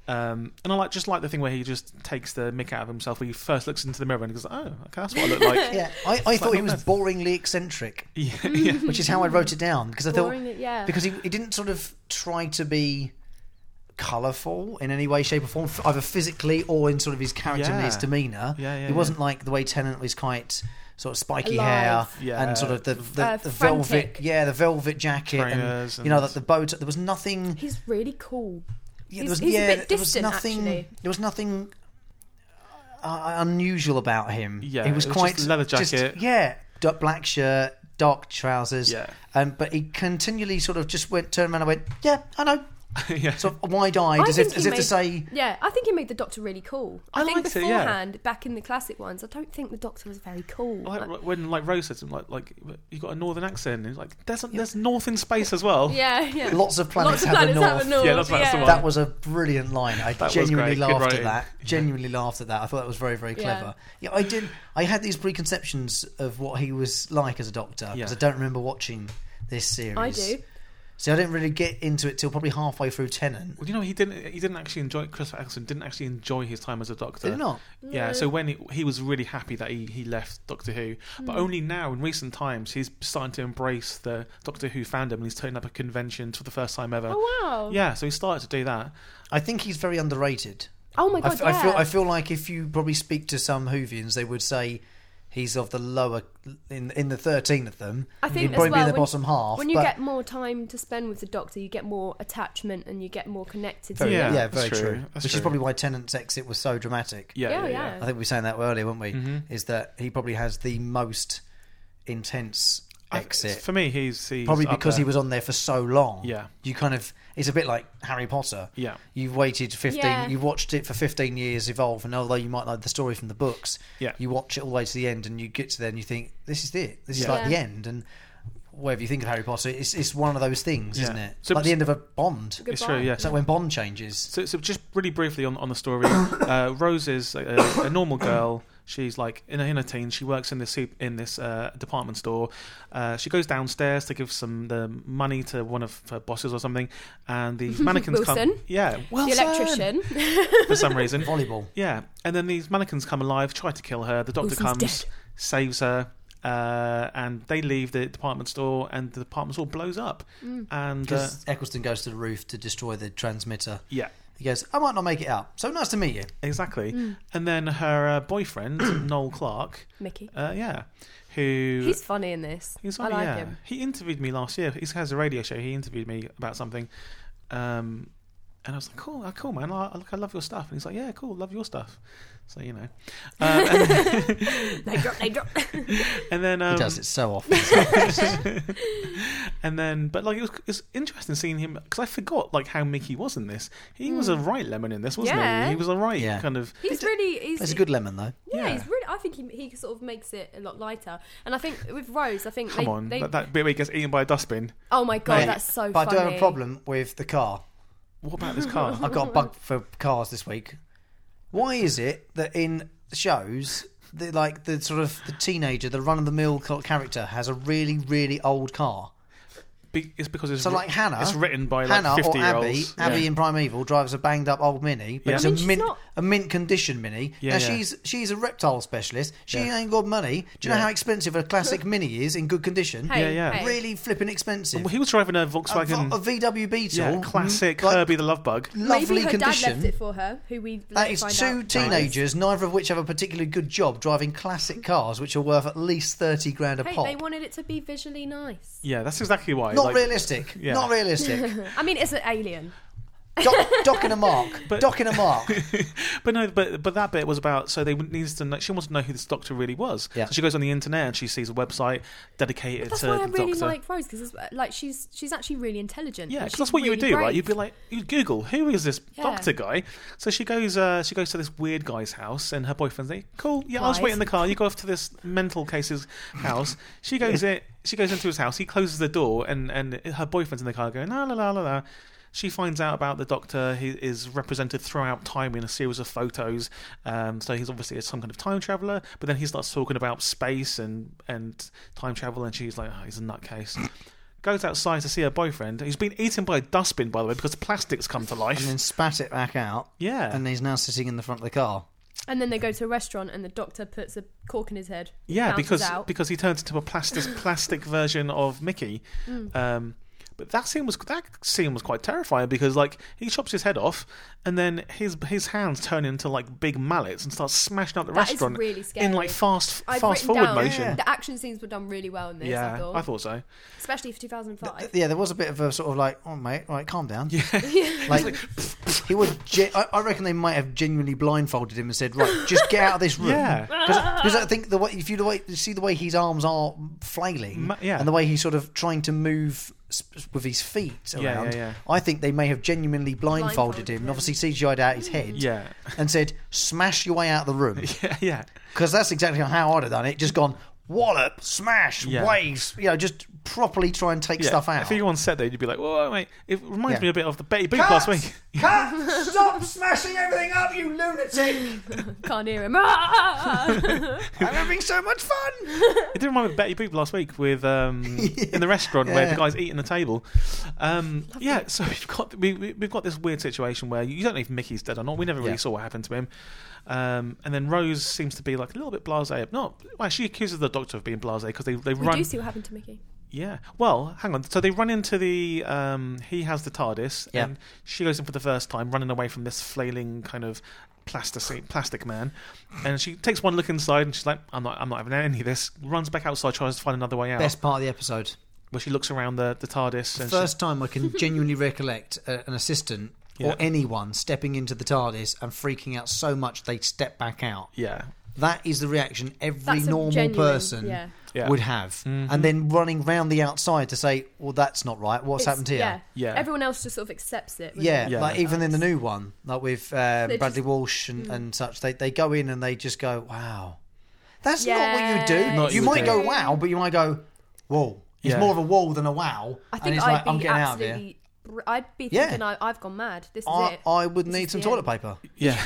Speaker 3: Um, and I like just like the thing where he just takes the mick out of himself. Where he first looks into the mirror and goes, "Oh, okay, that's what I
Speaker 2: <laughs>
Speaker 3: look like." <laughs>
Speaker 2: Yeah, I, I thought
Speaker 3: like
Speaker 2: he was
Speaker 3: not
Speaker 2: boringly eccentric.
Speaker 3: <laughs>
Speaker 4: <laughs>
Speaker 3: yeah, yeah.
Speaker 2: which is how I wrote it down because I
Speaker 4: Boring,
Speaker 2: thought
Speaker 4: yeah.
Speaker 2: because he, he didn't sort of try to be colourful in any way, shape, or form, either physically or in sort of his character and his
Speaker 3: Yeah.
Speaker 2: demeanour.
Speaker 3: Yeah, yeah,
Speaker 2: He
Speaker 3: yeah.
Speaker 2: wasn't like the way Tennant was quite sort of spiky
Speaker 4: Alive.
Speaker 2: hair
Speaker 3: Yeah.
Speaker 2: and sort of the the,
Speaker 4: Uh,
Speaker 2: the velvet
Speaker 4: frantic.
Speaker 2: yeah the velvet jacket
Speaker 3: Trainers
Speaker 2: and you know
Speaker 3: and-
Speaker 2: that the bow tie- there was nothing
Speaker 4: He's really cool.
Speaker 2: yeah, there
Speaker 4: He's-
Speaker 2: was,
Speaker 4: he's a
Speaker 2: yeah,
Speaker 4: bit
Speaker 2: there was
Speaker 4: distant,
Speaker 2: nothing
Speaker 4: actually.
Speaker 2: there was nothing uh, unusual about him.
Speaker 3: Yeah,
Speaker 2: he was
Speaker 3: it was
Speaker 2: quite
Speaker 3: just leather jacket.
Speaker 2: yeah, dark black shirt, dark trousers.
Speaker 3: Yeah.
Speaker 2: um, but he continually sort of just went turned around and went, yeah, I know,
Speaker 3: yeah.
Speaker 2: sort of wide eyed,
Speaker 4: I
Speaker 2: as if
Speaker 4: think
Speaker 2: as
Speaker 4: he
Speaker 2: if to say,
Speaker 4: made- Yeah, I think he made the Doctor really cool. I,
Speaker 3: I
Speaker 4: think
Speaker 3: liked it, yeah.
Speaker 4: beforehand, back in the classic ones, I don't think the Doctor was very cool.
Speaker 3: Like,
Speaker 4: Like-
Speaker 3: when like Rose said, to him, like like you got a northern accent, and he's like, "There's a, there's north in space as well."
Speaker 4: yeah, yeah.
Speaker 2: lots of planets,
Speaker 4: Lots of
Speaker 2: have
Speaker 4: planets
Speaker 2: a
Speaker 4: have
Speaker 2: north.
Speaker 4: a north.
Speaker 3: Yeah, that's- that's the one.
Speaker 2: That was a brilliant line. I
Speaker 3: was
Speaker 2: genuinely
Speaker 3: great. Good
Speaker 2: laughed at
Speaker 3: writing.
Speaker 2: that. Genuinely laughed at that. I thought that was very, very clever. Yeah, I did. I had these preconceptions of what he was like as a doctor because
Speaker 3: Yeah.
Speaker 2: I don't remember watching this series.
Speaker 4: I do.
Speaker 2: So I didn't really get into it till probably halfway through Tenant.
Speaker 3: Well, you know, he didn't. He didn't actually enjoy. Christopher Eccleston didn't actually enjoy his time as a doctor.
Speaker 2: Did it not?
Speaker 3: Yeah. So when he, he was really happy that he, he left Doctor Who,
Speaker 4: Hmm.
Speaker 3: but only now in recent times he's starting to embrace the Doctor Who fandom and he's turning up at conventions for the first time ever.
Speaker 4: Oh wow.
Speaker 3: Yeah. So he started to do that.
Speaker 2: I think he's very underrated.
Speaker 4: Oh my
Speaker 2: I,
Speaker 4: god.
Speaker 2: f-
Speaker 4: yeah.
Speaker 2: I feel I feel like if you probably speak to some Hoovians, they would say he's of the lower in in the thirteen of them.
Speaker 4: I think
Speaker 2: he'd
Speaker 4: as
Speaker 2: probably be
Speaker 4: well,
Speaker 2: in the
Speaker 4: when-
Speaker 2: bottom half.
Speaker 4: when you
Speaker 2: but
Speaker 4: get more time to spend with the Doctor, you get more attachment and you get more connected to
Speaker 2: very,
Speaker 3: Yeah,
Speaker 2: yeah,
Speaker 4: him.
Speaker 2: very
Speaker 3: that's true.
Speaker 2: true.
Speaker 3: That's
Speaker 2: Which
Speaker 3: true.
Speaker 2: is probably why Tennant's exit was so dramatic.
Speaker 3: Yeah.
Speaker 4: Yeah,
Speaker 3: Yeah. yeah.
Speaker 4: yeah.
Speaker 2: I think we were saying that earlier, weren't we?
Speaker 3: Mm-hmm.
Speaker 2: Is that he probably has the most intense
Speaker 3: I-
Speaker 2: exit.
Speaker 3: For me, he's, he's
Speaker 2: probably
Speaker 3: up
Speaker 2: because
Speaker 3: there.
Speaker 2: he was on there for so long.
Speaker 3: Yeah.
Speaker 2: You kind of it's a bit like Harry Potter.
Speaker 3: Yeah.
Speaker 2: You've waited fifteen
Speaker 4: Yeah.
Speaker 2: you've watched it for fifteen years evolve and although you might know the story from the books,
Speaker 3: Yeah.
Speaker 2: you watch it all the way to the end and you get to there and you think, This is it. This is
Speaker 3: Yeah.
Speaker 2: like the
Speaker 4: Yeah.
Speaker 2: end and whatever you think of Harry Potter, it's it's one of those things,
Speaker 3: Yeah.
Speaker 2: isn't it?
Speaker 3: So-
Speaker 2: like the end of a bond.
Speaker 4: Goodbye.
Speaker 3: It's true. Yeah.
Speaker 2: It's like when Bond changes.
Speaker 3: So, so just really briefly on, on the story, <coughs> uh, Rose is a, a normal girl. She's like in her, in her teens. She works in this sup- in this uh, department store. Uh, she goes downstairs to give some the money to one of her bosses or something, and
Speaker 4: <laughs>
Speaker 3: the mannequins come.
Speaker 4: Wilson.
Speaker 3: Yeah,
Speaker 4: The
Speaker 3: Wilson.
Speaker 4: electrician. <laughs>
Speaker 3: for some reason. <laughs>
Speaker 2: Volleyball.
Speaker 3: Yeah, and then these mannequins come alive, try to kill her. The doctor
Speaker 4: Wilson's
Speaker 3: comes,
Speaker 4: dead.
Speaker 3: saves her, uh, and they leave the department store, and the department store blows up.
Speaker 4: Mm.
Speaker 3: And uh,
Speaker 2: Because Eccleston goes to the roof to destroy the transmitter.
Speaker 3: yeah,
Speaker 2: He goes, I might not make it out. So nice to meet you.
Speaker 3: exactly.
Speaker 4: Hmm.
Speaker 3: And then her uh,
Speaker 4: <clears throat>
Speaker 3: boyfriend Noel Clark,
Speaker 4: Mickey.
Speaker 3: uh, yeah, who
Speaker 4: He's funny in this.
Speaker 3: he's
Speaker 4: I like
Speaker 3: yeah.
Speaker 4: him.
Speaker 3: He interviewed me last year. He has a radio show. He interviewed me about something, um, and I was like, "Cool, oh, cool, man. I, I- I love your stuff." And he's like, "Yeah, cool, love your stuff." So you know, um,
Speaker 4: <laughs>
Speaker 3: and,
Speaker 4: They drop, <laughs> they drop.
Speaker 3: and then um,
Speaker 2: He does it so often.
Speaker 3: <laughs> And then, but like it was, it was interesting seeing him because I forgot like how Mickey was in this. He was a right lemon in this, wasn't
Speaker 4: Hmm. Yeah.
Speaker 3: he? He was a right
Speaker 2: Yeah.
Speaker 3: kind of.
Speaker 4: He's really he's
Speaker 2: It's a good lemon
Speaker 3: <laughs>
Speaker 2: though.
Speaker 4: yeah,
Speaker 3: Yeah.
Speaker 4: he's really. I think he, he sort of makes it a lot lighter, and I think with Rose, I think
Speaker 3: Come
Speaker 4: they,
Speaker 3: on,
Speaker 4: they-
Speaker 3: that, that bit where he gets eaten by a dustbin.
Speaker 4: oh my god,
Speaker 2: Mate,
Speaker 4: that's so.
Speaker 2: But
Speaker 4: funny.
Speaker 2: I do have a problem with the car.
Speaker 3: What about this car?
Speaker 2: I've got a bug for cars this week. Why is it that in shows, the, like the sort of the teenager, the run of the mill character, has a really really old car?
Speaker 3: Be- it's because it's
Speaker 2: So
Speaker 3: wri-
Speaker 2: like Hannah,
Speaker 3: It's written by like
Speaker 2: Hannah or
Speaker 3: fifty year
Speaker 2: Abby.
Speaker 3: olds.
Speaker 2: Abby in Primeval drives a banged up old Mini, but
Speaker 3: Yeah.
Speaker 2: it's
Speaker 3: I
Speaker 4: mean,
Speaker 2: a
Speaker 4: she's
Speaker 2: mint
Speaker 4: not-
Speaker 2: a mint condition Mini.
Speaker 3: Yeah,
Speaker 2: now
Speaker 3: yeah.
Speaker 2: she's she's a reptile specialist. She
Speaker 3: Yeah.
Speaker 2: ain't got money. Do you know
Speaker 3: Yeah.
Speaker 2: how expensive a classic Mini is in good condition?
Speaker 4: Hey,
Speaker 3: Yeah, yeah.
Speaker 4: hey.
Speaker 2: Really flipping expensive.
Speaker 3: Well, he was driving
Speaker 2: A,
Speaker 3: a
Speaker 2: a
Speaker 3: Volkswagen.
Speaker 2: VW Beetle, Mm-hmm.
Speaker 3: yeah, classic
Speaker 2: like,
Speaker 3: Herbie the Love Bug.
Speaker 2: lovely
Speaker 4: Maybe her
Speaker 2: condition.
Speaker 4: dad left it for her, who we
Speaker 2: That
Speaker 4: later
Speaker 2: is
Speaker 4: find
Speaker 2: two
Speaker 4: out.
Speaker 2: teenagers, neither of which have a particularly good job driving classic cars, which are worth at least thirty grand a
Speaker 4: Mm-hmm. Hey,
Speaker 2: pop.
Speaker 4: they wanted it to be visually nice.
Speaker 3: Yeah, that's exactly why.
Speaker 2: Not
Speaker 3: like,
Speaker 2: realistic.
Speaker 3: Yeah.
Speaker 2: Not realistic.
Speaker 4: <laughs> I mean, it's an alien.
Speaker 2: Doc, docking a mark.
Speaker 3: But-
Speaker 2: docking a mark.
Speaker 3: But no, but but that bit was about so they needs to know. She wants to know who this doctor really was.
Speaker 2: Yeah.
Speaker 3: So she goes on the internet and she sees a website dedicated
Speaker 4: That's
Speaker 3: to
Speaker 4: why I
Speaker 3: the
Speaker 4: really
Speaker 3: doctor.
Speaker 4: like Rose because, like, she's she's actually really intelligent.
Speaker 3: yeah,
Speaker 4: and
Speaker 3: because
Speaker 4: she's
Speaker 3: that's what you would do,
Speaker 4: really
Speaker 3: right?
Speaker 4: brave.
Speaker 3: You'd be like, you'd Google who is this
Speaker 4: Yeah.
Speaker 3: doctor guy. So she goes, uh, she goes to this weird guy's house, and her boyfriend's like, "Cool, yeah, I was
Speaker 4: Guys.
Speaker 3: waiting in the car. You go off to this mental case's house." She goes in, she goes into his house. He closes the door, and and her boyfriend's in the car going, "La la la la la." She finds out about the doctor. He is represented throughout time in a series of photos. Um, so he's obviously some kind of time traveler. But then he starts talking about space and and time travel, and she's like, "Oh, he's a nutcase." Goes outside to see her boyfriend, who's been eaten by a dustbin, by the way, because the plastic's come to life.
Speaker 2: And then spat it back out.
Speaker 3: Yeah.
Speaker 2: And he's now sitting in the front of the car.
Speaker 4: And then they go to a restaurant, and the doctor puts a cork in his head.
Speaker 3: Yeah,
Speaker 4: bounces
Speaker 3: because
Speaker 4: out.
Speaker 3: because he turns into a
Speaker 4: <laughs>
Speaker 3: plastic plastic version of Mickey.
Speaker 4: Mm.
Speaker 3: Um, but that scene was that scene was quite terrifying because like he chops his head off, and then his his hands turn into like big mallets and starts smashing up the
Speaker 4: That is
Speaker 3: restaurant
Speaker 4: really
Speaker 3: in
Speaker 4: scary.
Speaker 3: like fast
Speaker 4: I've
Speaker 3: fast
Speaker 4: written
Speaker 3: forward
Speaker 4: down,
Speaker 3: motion.
Speaker 4: The action scenes were done really well in this.
Speaker 3: Yeah,
Speaker 4: I thought,
Speaker 3: I thought
Speaker 4: <laughs>
Speaker 3: so.
Speaker 4: especially for 2005.
Speaker 2: Yeah, there was a bit of a sort of like, oh mate, right, calm down. <laughs>
Speaker 4: Yeah.
Speaker 2: Like he would. Ge- I, I reckon they might have genuinely blindfolded him and said, right, just get out of this room.
Speaker 3: Yeah.
Speaker 2: <laughs> Because I think the way if you the way you see the way his arms are flailing,
Speaker 3: Ma- yeah.
Speaker 2: and the way he's sort of trying to move sp- with his feet
Speaker 3: yeah,
Speaker 2: around,
Speaker 3: yeah.
Speaker 2: I think they may have genuinely blindfolded,
Speaker 4: Blindfolded
Speaker 2: him, and
Speaker 4: him.
Speaker 2: obviously CGI'd out his head,
Speaker 3: Yeah, <laughs>
Speaker 2: and said, "Smash your way out of the room,"
Speaker 3: yeah, yeah.
Speaker 2: because that's exactly how I'd have done it. Just gone wallop, smash,
Speaker 3: Yeah.
Speaker 2: waves, you know, just properly try and take
Speaker 3: Yeah.
Speaker 2: stuff out.
Speaker 3: If you were on set, though, you'd be like, "Whoa, mate!" It reminds
Speaker 2: Yeah.
Speaker 3: me a bit of the Betty Boop
Speaker 2: Cut!
Speaker 3: last week. <laughs>
Speaker 2: Cut! Stop smashing everything up, you lunatic!
Speaker 4: <laughs> Can't hear him. Ah!
Speaker 2: I'm having so much fun.
Speaker 3: It did remind me of Betty Boop last week
Speaker 2: <laughs>
Speaker 3: with um, in the restaurant where
Speaker 2: Yeah.
Speaker 3: the guy's eating the table. Um, yeah, so we've got we, we- we've got this weird situation where you don't know if Mickey's dead or not. We never really
Speaker 2: Yeah.
Speaker 3: saw what happened to him. Um, and then Rose seems to be like a little bit blasé. Not well, she accuses the doctor of being blasé because they they
Speaker 4: we
Speaker 3: run.
Speaker 4: do see what happened to Mickey.
Speaker 3: Yeah. Well, hang on. So they run into the. Um, he has the TARDIS,
Speaker 2: Yeah.
Speaker 3: and she goes in for the first time, running away from this flailing kind of plastic plastic man. And she takes one look inside, and she's like, "I'm not, I'm not having any of this." Runs back outside, tries to find another way out.
Speaker 2: Best part of the episode.
Speaker 3: Where she looks around the the TARDIS. And
Speaker 2: First time I can genuinely recollect uh, an assistant
Speaker 3: Yeah.
Speaker 2: or anyone stepping into the TARDIS and freaking out so much they step back out.
Speaker 3: she- yeah.
Speaker 2: That is the reaction every
Speaker 4: That's a
Speaker 2: normal
Speaker 4: genuine-
Speaker 2: person
Speaker 4: yeah.
Speaker 3: Yeah. Mm-hmm.
Speaker 2: would have. And then running round the outside to say, well, that's not right. What's
Speaker 4: It's-
Speaker 2: happened here?
Speaker 4: Yeah.
Speaker 3: Yeah.
Speaker 4: Everyone else just sort of accepts it. wouldn't
Speaker 2: Yeah,
Speaker 4: they?
Speaker 3: Yeah.
Speaker 2: like even in the new one, like with um,
Speaker 4: They
Speaker 2: Bradley
Speaker 4: just- Mm.
Speaker 2: Walsh and, and such, they, they go in and they just go, wow. That's not what you
Speaker 4: Yeah,
Speaker 2: do.
Speaker 4: Not
Speaker 2: you
Speaker 3: you
Speaker 2: might
Speaker 3: do.
Speaker 2: go, wow, but you might go, whoa. It's
Speaker 3: Yeah.
Speaker 2: more of a whoa than a wow.
Speaker 4: I think
Speaker 2: and it's
Speaker 4: I'd
Speaker 2: like,
Speaker 4: be
Speaker 2: I'm getting out of
Speaker 4: absolutely.
Speaker 2: here.
Speaker 4: br- I'd be
Speaker 2: Yeah.
Speaker 4: thinking I, I've gone mad. This is
Speaker 2: I,
Speaker 4: it.
Speaker 2: I would
Speaker 4: This
Speaker 2: need
Speaker 4: is
Speaker 2: some
Speaker 4: the
Speaker 2: toilet
Speaker 4: end.
Speaker 2: paper.
Speaker 3: Yeah,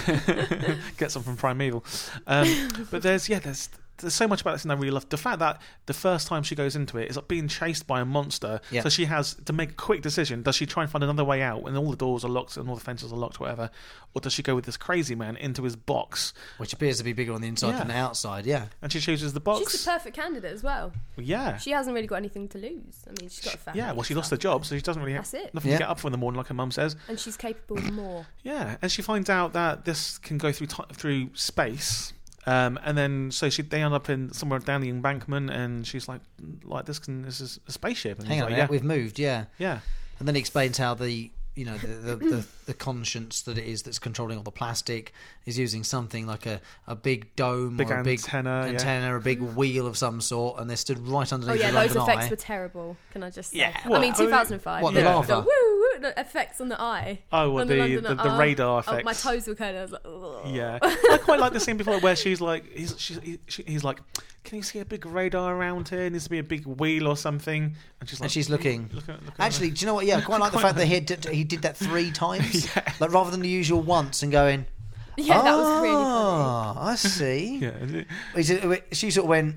Speaker 3: <laughs> get some from Primeval. Um,
Speaker 4: <laughs>
Speaker 3: but there's yeah, there's there's so much about this, and I really love the fact that the first time she goes into it is like being chased by a monster.
Speaker 2: Yeah.
Speaker 3: So she has to make a quick decision: does she try and find another way out, and all the doors are locked and all the fences are locked, whatever, or does she go with this crazy man into his box?
Speaker 2: Which appears to be bigger on the inside
Speaker 3: Yeah.
Speaker 2: than the outside, yeah.
Speaker 3: And she chooses the box.
Speaker 4: She's the perfect candidate as well.
Speaker 3: yeah.
Speaker 4: She hasn't really got anything to lose. I mean, she's got a family.
Speaker 3: yeah, well, she
Speaker 4: and
Speaker 3: lost her
Speaker 4: stuff.
Speaker 3: job, so she doesn't really have
Speaker 4: That's it.
Speaker 3: nothing
Speaker 2: Yeah.
Speaker 3: to get up for in the morning, like her mum says.
Speaker 4: And she's capable
Speaker 3: <clears throat>
Speaker 4: of more.
Speaker 3: Yeah, and she finds out that this can go through ti through space, um, and then so she they end up in somewhere down the embankment, and she's like, like this can this is a spaceship. And
Speaker 2: Hang
Speaker 3: he's
Speaker 2: on a
Speaker 3: like,
Speaker 2: minute, we've moved, yeah.
Speaker 3: yeah,
Speaker 2: And then he explains how the you know the the, the <clears throat> the conscience that it is that's controlling all the plastic is using something like a, a big dome
Speaker 3: Big
Speaker 2: or a big
Speaker 3: antenna, yeah.
Speaker 2: antenna, a big wheel of some sort, and they're stood right
Speaker 4: Oh
Speaker 2: underneath
Speaker 4: yeah,
Speaker 2: the
Speaker 4: those
Speaker 2: London
Speaker 4: effects
Speaker 2: Eye.
Speaker 4: were terrible. Can I just say?
Speaker 3: Yeah. oh,
Speaker 4: I mean,
Speaker 3: What?
Speaker 4: 2005.
Speaker 2: What, the
Speaker 4: yeah.
Speaker 2: lava?
Speaker 4: woo, woo, the effects on the eye.
Speaker 3: Oh, well,
Speaker 4: on the,
Speaker 3: the-
Speaker 4: London
Speaker 3: the- the
Speaker 4: Eye.
Speaker 3: radar
Speaker 4: Oh, my
Speaker 3: effects.
Speaker 4: toes were curling. I was like, Ugh.
Speaker 3: Yeah, I quite like the scene before where she's like, he's, she's, he, she, he's like, can you see a big radar around here? needs to be a big wheel or something. And she's like,
Speaker 2: and she's looking.
Speaker 3: look at- look at
Speaker 2: Actually, do you know what? Yeah, I quite like the fact that he did, he did that
Speaker 3: <laughs>
Speaker 2: three times, like rather than the usual once, and going.
Speaker 4: <laughs> yeah, that was really funny.
Speaker 2: "Ah, I see.
Speaker 3: that." <laughs> yeah,
Speaker 2: He said- She sort of went,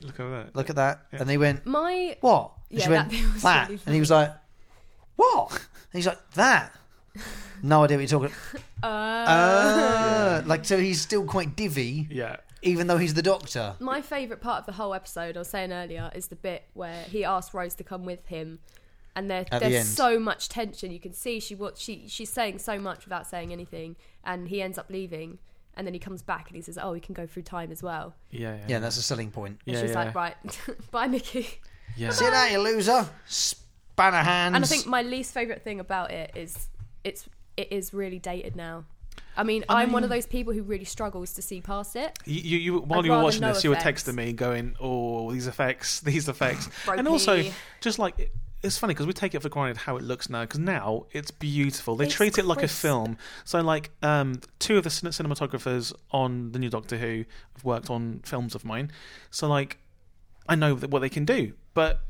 Speaker 3: look at that.
Speaker 2: "Look at that," and they went,
Speaker 4: My
Speaker 2: what? And
Speaker 4: Yeah,
Speaker 2: she went,
Speaker 4: that bit was
Speaker 2: that.
Speaker 4: really
Speaker 2: and he was like, what? And he's like, that. No idea what you're
Speaker 4: <laughs>
Speaker 2: talking
Speaker 4: uh,
Speaker 2: about. Like, so he's still quite divvy,
Speaker 3: yeah,
Speaker 2: even though he's the doctor.
Speaker 4: my favourite part of the whole episode, I was saying earlier, is the bit where he asked Rose to come with him, and there,
Speaker 2: At the
Speaker 4: there's
Speaker 2: end.
Speaker 4: so much tension. You can see she what she she's saying so much without saying anything, and he ends up leaving, and then he comes back and he says, "Oh, we can go through time as well."
Speaker 3: yeah, yeah.
Speaker 2: Yeah, that's a selling point.
Speaker 4: And
Speaker 3: Yeah,
Speaker 4: she's
Speaker 3: yeah.
Speaker 4: like, "Right, <laughs> bye, Mickey."
Speaker 3: Yeah.
Speaker 2: See you later, you loser. Spanner hands.
Speaker 4: And I think my least favorite thing about it is it's it is really dated now. I mean, I am one of those people who really struggles to see past it.
Speaker 3: You, you, you while
Speaker 4: I'd
Speaker 3: you were
Speaker 4: rather
Speaker 3: watching
Speaker 4: no
Speaker 3: this, you were
Speaker 4: effects.
Speaker 3: texting me going, "Oh, these effects, <laughs> these
Speaker 4: <laughs>
Speaker 3: effects," and also
Speaker 4: Ropey.
Speaker 3: just like it- it's funny because we take it for granted how it looks now because now it's beautiful. They
Speaker 4: It's
Speaker 3: treat it like
Speaker 4: crisp.
Speaker 3: a film. So like um, two of the cin- cinematographers on the new Doctor Who have worked on films of mine. So like I know that what they can do, but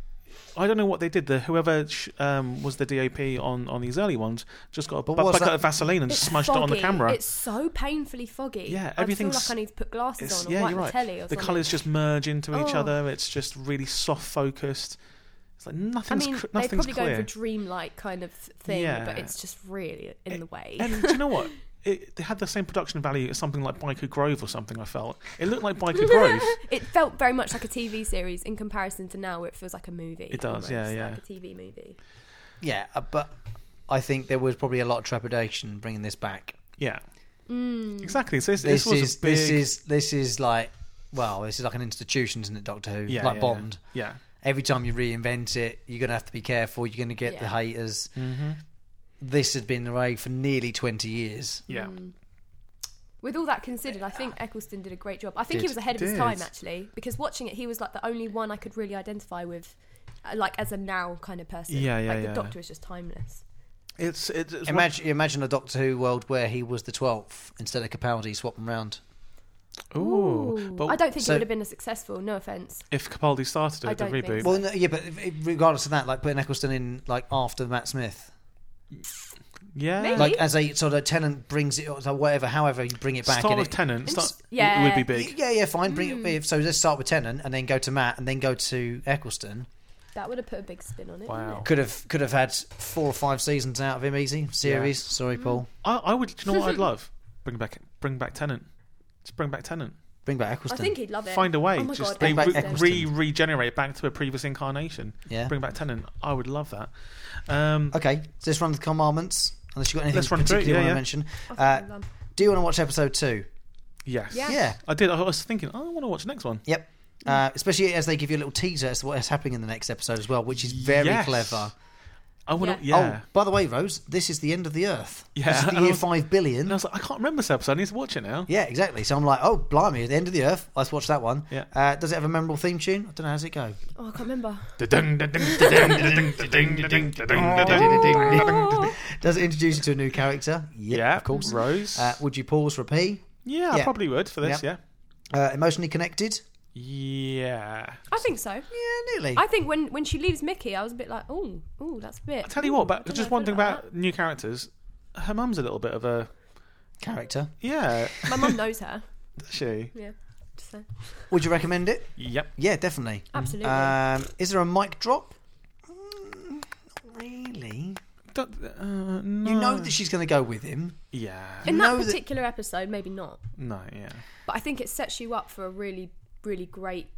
Speaker 3: I don't know what they did. The whoever sh- um, was the DOP on, on these early ones just got a bu-
Speaker 2: But what's
Speaker 3: bucket
Speaker 2: that-
Speaker 3: of Vaseline and
Speaker 4: It's
Speaker 3: smashed it on the
Speaker 4: foggy.
Speaker 3: camera.
Speaker 4: It's so painfully foggy.
Speaker 3: Yeah,
Speaker 4: I
Speaker 3: everything's-
Speaker 4: feel like I need to put glasses
Speaker 3: It's-
Speaker 4: on or white telly or
Speaker 3: the
Speaker 4: something.
Speaker 3: colours just merge into each
Speaker 4: Oh.
Speaker 3: other. It's just really soft focused. It's like
Speaker 4: I
Speaker 3: nothing's
Speaker 4: mean,
Speaker 3: cr-
Speaker 4: they're
Speaker 3: nothing's
Speaker 4: probably going
Speaker 3: clear.
Speaker 4: for a dreamlike kind of thing,
Speaker 3: Yeah.
Speaker 4: but it's just really in the way. <laughs>
Speaker 3: and do you know what? It, they had the same production value as something like Biker Grove or something. I felt it looked like
Speaker 4: <laughs>
Speaker 3: Biker Grove.
Speaker 4: it felt very much like a TV series in comparison to now, where it feels like a movie.
Speaker 3: It does, yeah,
Speaker 4: almost,
Speaker 3: yeah.
Speaker 4: like a TV movie.
Speaker 2: Yeah, uh, but I think there was probably a lot of trepidation bringing this back.
Speaker 3: Yeah,
Speaker 4: Mm.
Speaker 3: exactly. So this,
Speaker 2: This,
Speaker 3: this was
Speaker 2: is
Speaker 3: a big,
Speaker 2: this is this is like well, this is like an institution, isn't it, Doctor Who?
Speaker 3: yeah,
Speaker 2: like
Speaker 3: yeah,
Speaker 2: Bond.
Speaker 3: Yeah,
Speaker 2: every time you reinvent it, you're going to have to be careful. You're going to get the
Speaker 4: Yeah.
Speaker 2: haters. This had been away for nearly 20 years.
Speaker 3: yeah.
Speaker 4: With all that considered, I think Eccleston did a great job. I think
Speaker 2: Did.
Speaker 4: he was ahead of his
Speaker 3: Did.
Speaker 4: time actually, because watching it, he was like the only one I could really identify with, uh, like as a now kind of person.
Speaker 3: Yeah, yeah,
Speaker 4: Like the
Speaker 3: yeah.
Speaker 4: Doctor is just timeless.
Speaker 3: It's it's, it's
Speaker 2: Imagine, imagine a Doctor Who world where he was the 12th instead of Capaldi swapping round.
Speaker 3: One, ooh, but
Speaker 4: I don't think
Speaker 2: so-
Speaker 4: it would have been as successful. No offense.
Speaker 3: if Capaldi started it,
Speaker 4: I
Speaker 3: with the
Speaker 4: don't think
Speaker 3: reboot.
Speaker 4: so.
Speaker 2: Well, no, yeah, but if- if- regardless of that, like putting Eccleston in like after Matt Smith,
Speaker 3: Yeah,
Speaker 4: Maybe.
Speaker 2: like as a sort of tenant brings it or whatever, however you bring it back.
Speaker 3: start
Speaker 2: in
Speaker 3: with
Speaker 2: it-
Speaker 3: Tennant.
Speaker 4: It's-
Speaker 3: Start,
Speaker 4: yeah.
Speaker 3: would be big.
Speaker 2: Yeah, yeah, fine. Bring
Speaker 4: Hmm.
Speaker 2: it. If, so let's start with Tennant and then go to Matt and then go to Eccleston.
Speaker 4: That would have put a big spin on it. wouldn't
Speaker 3: Wow.
Speaker 4: it?
Speaker 2: Could have could have had four or five seasons out of him easy series. Sorry, Paul.
Speaker 4: Hmm.
Speaker 3: I, I would. do You know
Speaker 4: <laughs>
Speaker 3: what I'd love? Bring back, bring back Tennant. Just bring back Tennant.
Speaker 2: Bring back
Speaker 4: I
Speaker 2: Eccleston.
Speaker 4: think he'd love it.
Speaker 3: Find a way.
Speaker 4: Oh my
Speaker 3: just
Speaker 4: god.
Speaker 3: re,
Speaker 2: Bring back
Speaker 4: Eccleston.
Speaker 2: Eccleston.
Speaker 3: re- regenerate it back to a previous incarnation.
Speaker 2: Yeah.
Speaker 3: Bring back Tennant. I would love that. Um,
Speaker 2: Okay, so let's run the commandments. Unless you've got anything
Speaker 3: Let's run through,
Speaker 2: particularly
Speaker 3: yeah,
Speaker 2: you
Speaker 3: yeah.
Speaker 2: want to mention.
Speaker 4: Off
Speaker 2: Uh,
Speaker 4: to London.
Speaker 2: do you want to watch episode two?
Speaker 3: yes.
Speaker 4: Yeah.
Speaker 2: Yeah.
Speaker 3: I did. I was thinking. "Oh, I want to watch the next one.
Speaker 2: Yep. Uh, especially as they give you a little teaser as to what's happening in the next episode as well, which is very
Speaker 3: Yes.
Speaker 2: clever.
Speaker 3: I want to.
Speaker 4: Yeah.
Speaker 3: Yeah.
Speaker 2: Oh, by the way, Rose, this is the end of the Earth.
Speaker 3: Yeah,
Speaker 2: This is
Speaker 3: and
Speaker 2: the
Speaker 3: I
Speaker 2: year
Speaker 3: was-
Speaker 2: five billion.
Speaker 3: And I was like, I can't remember this episode. I need to watch it now.
Speaker 2: Yeah, exactly. So I'm like, oh, blimey, the end of the Earth. Let's watch that one.
Speaker 3: Yeah.
Speaker 2: Uh, does it have a memorable theme tune? I don't know. How's it go?
Speaker 4: Oh, I can't remember. <laughs>
Speaker 2: Does it introduce you to a new character? Yep,
Speaker 3: Yeah.
Speaker 2: of course.
Speaker 3: Rose.
Speaker 2: Uh, would you pause for a pee?
Speaker 3: yeah,
Speaker 2: yeah.
Speaker 3: I probably would for this. Yeah.
Speaker 2: Uh, emotionally connected?
Speaker 3: Yeah.
Speaker 4: I think so.
Speaker 2: Yeah, nearly.
Speaker 4: I think when when she leaves Mickey, I was a bit like, oh, oh, that's a bit.
Speaker 3: I tell you what, but
Speaker 4: don't
Speaker 3: just
Speaker 4: know, I
Speaker 3: one
Speaker 4: feel
Speaker 3: thing
Speaker 4: like
Speaker 3: about new characters. Her mum's a little bit of a
Speaker 2: Character.
Speaker 3: yeah. <laughs>
Speaker 4: my mum knows her. <laughs>
Speaker 3: does she.
Speaker 4: Yeah. Just saying.
Speaker 3: Uh,
Speaker 2: Would you recommend it?
Speaker 3: Yep.
Speaker 2: Yeah, definitely.
Speaker 4: Absolutely.
Speaker 2: Um, is there a mic drop? Mm, not really.
Speaker 3: Don't- uh, no.
Speaker 2: You
Speaker 4: Hmm.
Speaker 2: know that she's going to go with him.
Speaker 3: Yeah.
Speaker 4: In
Speaker 2: know
Speaker 4: that
Speaker 2: that-
Speaker 4: particular episode, maybe not.
Speaker 3: No. Yeah.
Speaker 4: But I think it sets you up for a really, really great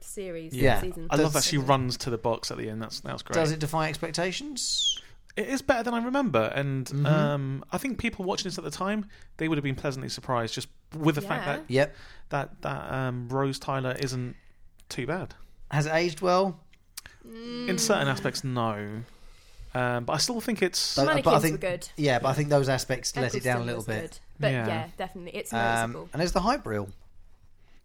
Speaker 4: series
Speaker 2: Yeah.
Speaker 4: yeah. season.
Speaker 3: I love that she
Speaker 4: Okay.
Speaker 3: runs to the box at the end. That's that's great.
Speaker 2: Does it defy expectations?
Speaker 3: it is better than I remember, and
Speaker 4: Mm-hmm.
Speaker 3: um, I think people watching this at the time they would have been pleasantly surprised just with the fact
Speaker 4: Yeah.
Speaker 3: that
Speaker 2: Yep.
Speaker 3: that that um, Rose Tyler isn't too bad
Speaker 2: Has it aged well?
Speaker 3: in certain aspects. No, Um, but I still think it's
Speaker 2: But- but I
Speaker 4: Mannequins
Speaker 2: think-
Speaker 4: were good.
Speaker 2: Yeah, but I think those aspects let it
Speaker 4: Eccleston
Speaker 2: down a little
Speaker 4: was
Speaker 2: bit.
Speaker 4: good. But
Speaker 3: Yeah.
Speaker 4: yeah. definitely. It's noticeable.
Speaker 2: Um, and there's the hype reel.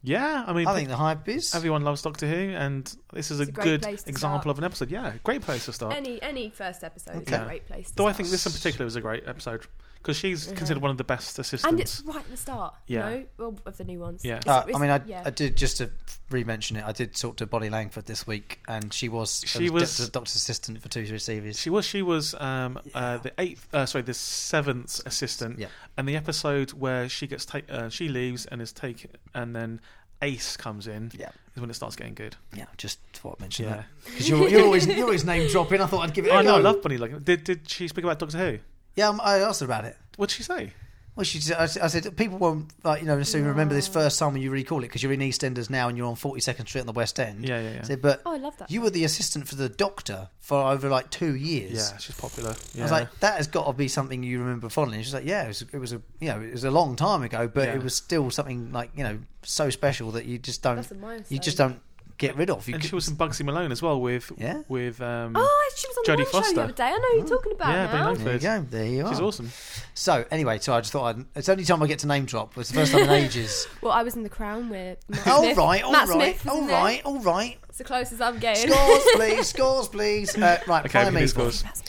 Speaker 3: yeah. I mean,
Speaker 2: I think the hype is.
Speaker 3: everyone loves Doctor Who, and this is
Speaker 4: It's
Speaker 3: a,
Speaker 4: a great
Speaker 3: good
Speaker 4: place to
Speaker 3: example
Speaker 4: start.
Speaker 3: of an episode. Yeah, great place to start.
Speaker 4: any any first episode is
Speaker 2: Okay.
Speaker 4: a great place. To
Speaker 3: Though I
Speaker 4: start.
Speaker 3: think this in particular was a great episode because she's considered one of the best assistants.
Speaker 4: and it's right at the start.
Speaker 3: Yeah.
Speaker 4: No, well, of the new ones.
Speaker 3: Yeah.
Speaker 4: It's-
Speaker 2: Uh, I
Speaker 4: it's-
Speaker 2: mean, I,
Speaker 4: yeah.
Speaker 2: I did just to re-mention it. I did talk to Bonnie Langford this week, and she was
Speaker 3: She
Speaker 2: she
Speaker 3: was-
Speaker 2: was doctor's, assistant for two receivers.
Speaker 3: She was. She was um, uh, the eighth. Uh, sorry, the seventh assistant.
Speaker 2: Yeah.
Speaker 3: And the episode where she gets take, uh, she leaves and is taken, and then Ace comes in.
Speaker 2: Yeah.
Speaker 3: Is when it starts getting good.
Speaker 2: yeah, just thought I'd mention
Speaker 3: Yeah.
Speaker 2: that because you're, you're always you're always name dropping. I thought I'd give it. a
Speaker 3: I know. I
Speaker 2: go.
Speaker 3: love Bunny Logan. Did did she speak about Doctor Who?
Speaker 2: Yeah, um, I asked her about it.
Speaker 3: What'd she say?
Speaker 2: Well, she said, I s- I said people won't like you know assume remember this first time when you recall it because you're in EastEnders now and you're on 42nd Street on the West End.
Speaker 3: Yeah, yeah, yeah.
Speaker 2: I said, but
Speaker 4: Oh, I love that.
Speaker 2: you were the assistant for the Doctor for over like two years.
Speaker 3: Yeah, she's popular. Yeah.
Speaker 2: I was like, that has got to be something you remember fondly. And she's like, yeah, it was, it was a you know, it was a long time ago, but
Speaker 3: Yeah.
Speaker 2: it was still something like you know so special that you just don't
Speaker 4: That's a milestone.
Speaker 2: you just don't get rid of. You
Speaker 3: and
Speaker 2: could-
Speaker 3: she was in Bugsy Malone as well with
Speaker 2: Yeah.
Speaker 3: with um,
Speaker 4: Oh, she was on
Speaker 3: Jodie
Speaker 4: the one show
Speaker 3: Foster.
Speaker 4: the other day. I know who you're talking about
Speaker 3: yeah, Bunny
Speaker 4: now.
Speaker 2: there you
Speaker 3: Langford.
Speaker 2: go, there you are.
Speaker 3: She's awesome.
Speaker 2: So anyway, so I just thought I'd, it's the only time I get to name drop. It's the first
Speaker 4: <laughs>
Speaker 2: time in ages.
Speaker 4: Well, I was in The Crown with
Speaker 2: <laughs>
Speaker 4: Matt
Speaker 2: all
Speaker 4: Smith.
Speaker 2: Oh, right, all
Speaker 4: Matt
Speaker 2: right,
Speaker 4: Smith,
Speaker 2: all
Speaker 4: isn't it?
Speaker 2: right, all right.
Speaker 4: It's the closest I'm getting. <laughs>
Speaker 2: Scores, please, scores, please. Uh, right,
Speaker 3: Okay, we can do
Speaker 2: primeval.
Speaker 3: scores.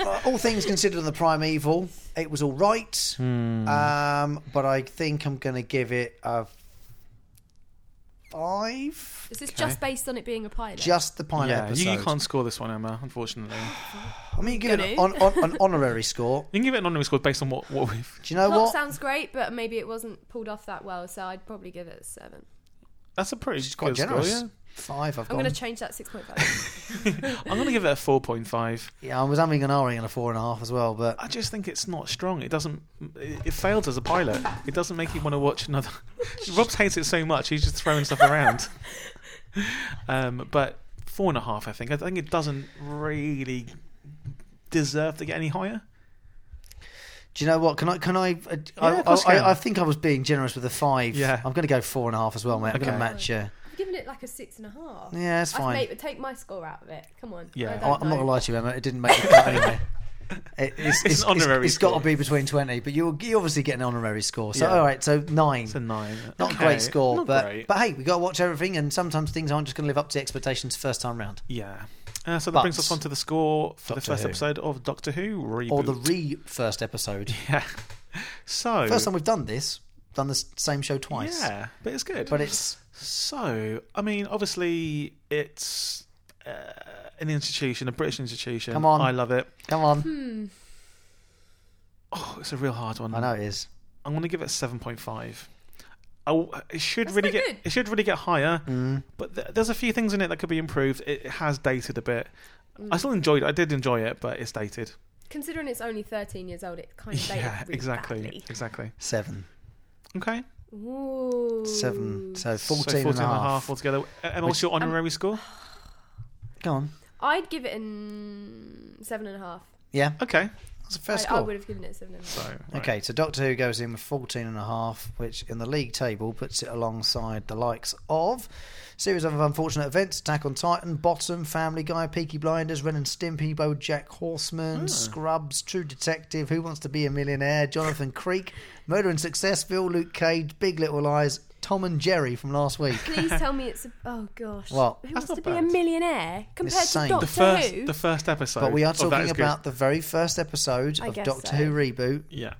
Speaker 2: Uh, all things considered, on the primeval, it was all right.
Speaker 3: Hmm.
Speaker 2: Um, but I think I'm going to give it a five.
Speaker 4: This is just based on it being a pilot.
Speaker 2: Just the pilot
Speaker 3: Yeah,
Speaker 2: episode.
Speaker 3: you, you can't score this one, Emma. Unfortunately, you
Speaker 2: I mean, you give it
Speaker 4: Gonna.
Speaker 2: an, on, on, an honorary score.
Speaker 3: can give it an anonymous score based on what what we've.
Speaker 2: Do you know
Speaker 4: Plot
Speaker 2: uh, what?
Speaker 4: sounds great, but maybe it wasn't pulled off that well, so I'd probably give it a seven.
Speaker 3: That's a pretty
Speaker 2: It's quite
Speaker 3: good
Speaker 2: generous.
Speaker 3: score.
Speaker 2: Five. I've
Speaker 4: I'm
Speaker 2: got.
Speaker 4: going to change that
Speaker 2: <laughs>
Speaker 4: six point five.
Speaker 3: Yeah, I'm gonna give it a four point five.
Speaker 2: yeah, I was having an Ari and a four and a half as well, but
Speaker 3: I just think it's not strong. It doesn't. It, it failed as a pilot. It doesn't make you want to watch another. <laughs> Rob hates it so much. He's just throwing stuff around. um, but four and a half, I think. I think it doesn't really deserve to get any higher.
Speaker 2: do you know what? Can I? Can I? Uh, I,
Speaker 3: of course
Speaker 2: I,
Speaker 3: you can.
Speaker 2: I, I think I was being generous with a five.
Speaker 3: Yeah.
Speaker 2: I'm going to go four and a half as well, mate. I'm going
Speaker 3: Okay.
Speaker 2: to match you.
Speaker 4: I've given it like a six and a half.
Speaker 2: Yeah, that's
Speaker 4: I've
Speaker 2: fine.
Speaker 4: made- take my score out of it. Come on.
Speaker 3: Yeah.
Speaker 4: I
Speaker 2: I,
Speaker 4: don't
Speaker 2: I'm not
Speaker 4: know.
Speaker 2: gonna lie to you, Emma. It didn't make the cut anyway. It, it's,
Speaker 3: It's
Speaker 2: it's,
Speaker 3: an honorary
Speaker 2: it's got
Speaker 3: score.
Speaker 2: to be between twenty, but you you obviously get an honorary score. So
Speaker 3: Yeah.
Speaker 2: all right, so nine.
Speaker 3: It's a nine.
Speaker 2: not a
Speaker 3: Okay,
Speaker 2: great score,
Speaker 3: not
Speaker 2: but
Speaker 3: great.
Speaker 2: but hey, we got to watch everything, and sometimes things aren't just going to live up to expectations first time round,
Speaker 3: yeah. Uh, so that
Speaker 2: But-
Speaker 3: brings us on to the score for the
Speaker 2: Doctor
Speaker 3: first
Speaker 2: Who.
Speaker 3: episode of Doctor Who reboot.
Speaker 2: or the re first episode.
Speaker 3: <laughs> yeah. So
Speaker 2: First time we've done this, done the s- same show twice.
Speaker 3: Yeah, but it's good.
Speaker 2: But it's
Speaker 3: So, I mean, obviously, it's uh, an institution, a British institution.
Speaker 2: Come on.
Speaker 3: I love it.
Speaker 2: come on,
Speaker 3: Oh, it's a real hard one.
Speaker 2: I know it is.
Speaker 3: I'm going to give it seven point five. Oh, it should really
Speaker 4: pretty
Speaker 3: get
Speaker 4: good.
Speaker 3: it should really get higher.
Speaker 2: Mm.
Speaker 3: But th- there's a few things in it that could be improved. It has dated a bit.
Speaker 4: Mm.
Speaker 3: I still enjoyed. it. I did enjoy it, but it's dated.
Speaker 4: Considering it's only 13 years old,
Speaker 3: <laughs>
Speaker 4: it kind of dated
Speaker 3: yeah,
Speaker 4: really
Speaker 3: exactly,
Speaker 4: badly.
Speaker 3: exactly.
Speaker 2: Seven,
Speaker 3: Okay,
Speaker 4: Ooh.
Speaker 2: seven, so 14,
Speaker 3: so 14
Speaker 2: and a half.
Speaker 3: altogether. And what's your
Speaker 4: Um,
Speaker 3: honorary score?
Speaker 2: Go on,
Speaker 4: I'd give it an seven and a half.
Speaker 2: yeah,
Speaker 3: Okay,
Speaker 2: that's the first
Speaker 4: I, I
Speaker 2: score.
Speaker 4: would have given it a seven and a half.
Speaker 3: so right.
Speaker 2: Okay, so Doctor Who goes in with 14 and a half, which in the league table puts it alongside the likes of Series of Unfortunate Events, Attack on Titan, Bottom, Family Guy, Peaky Blinders, Ren and Stimpy, BoJack Horseman,
Speaker 3: Hmm.
Speaker 2: Scrubs, True Detective, Who Wants to Be a Millionaire, Jonathan Creek, Murder in Successville, Luke Cage, Big Little Lies, Tom and Jerry from last
Speaker 3: <laughs>
Speaker 2: week.
Speaker 4: Please tell me it's a, oh gosh.
Speaker 2: Well,
Speaker 4: who
Speaker 3: That's
Speaker 4: wants to
Speaker 3: not
Speaker 4: be a
Speaker 3: bad.
Speaker 4: millionaire compared
Speaker 2: It's sane.
Speaker 4: to Doctor
Speaker 3: the first
Speaker 4: Who?
Speaker 3: the first episode.
Speaker 2: But we are
Speaker 3: of Oh, That
Speaker 2: talking
Speaker 3: Is Good.
Speaker 2: about the very first episode
Speaker 4: I
Speaker 2: of
Speaker 4: guess
Speaker 2: Doctor
Speaker 4: so.
Speaker 2: Who Reboot.
Speaker 3: yeah.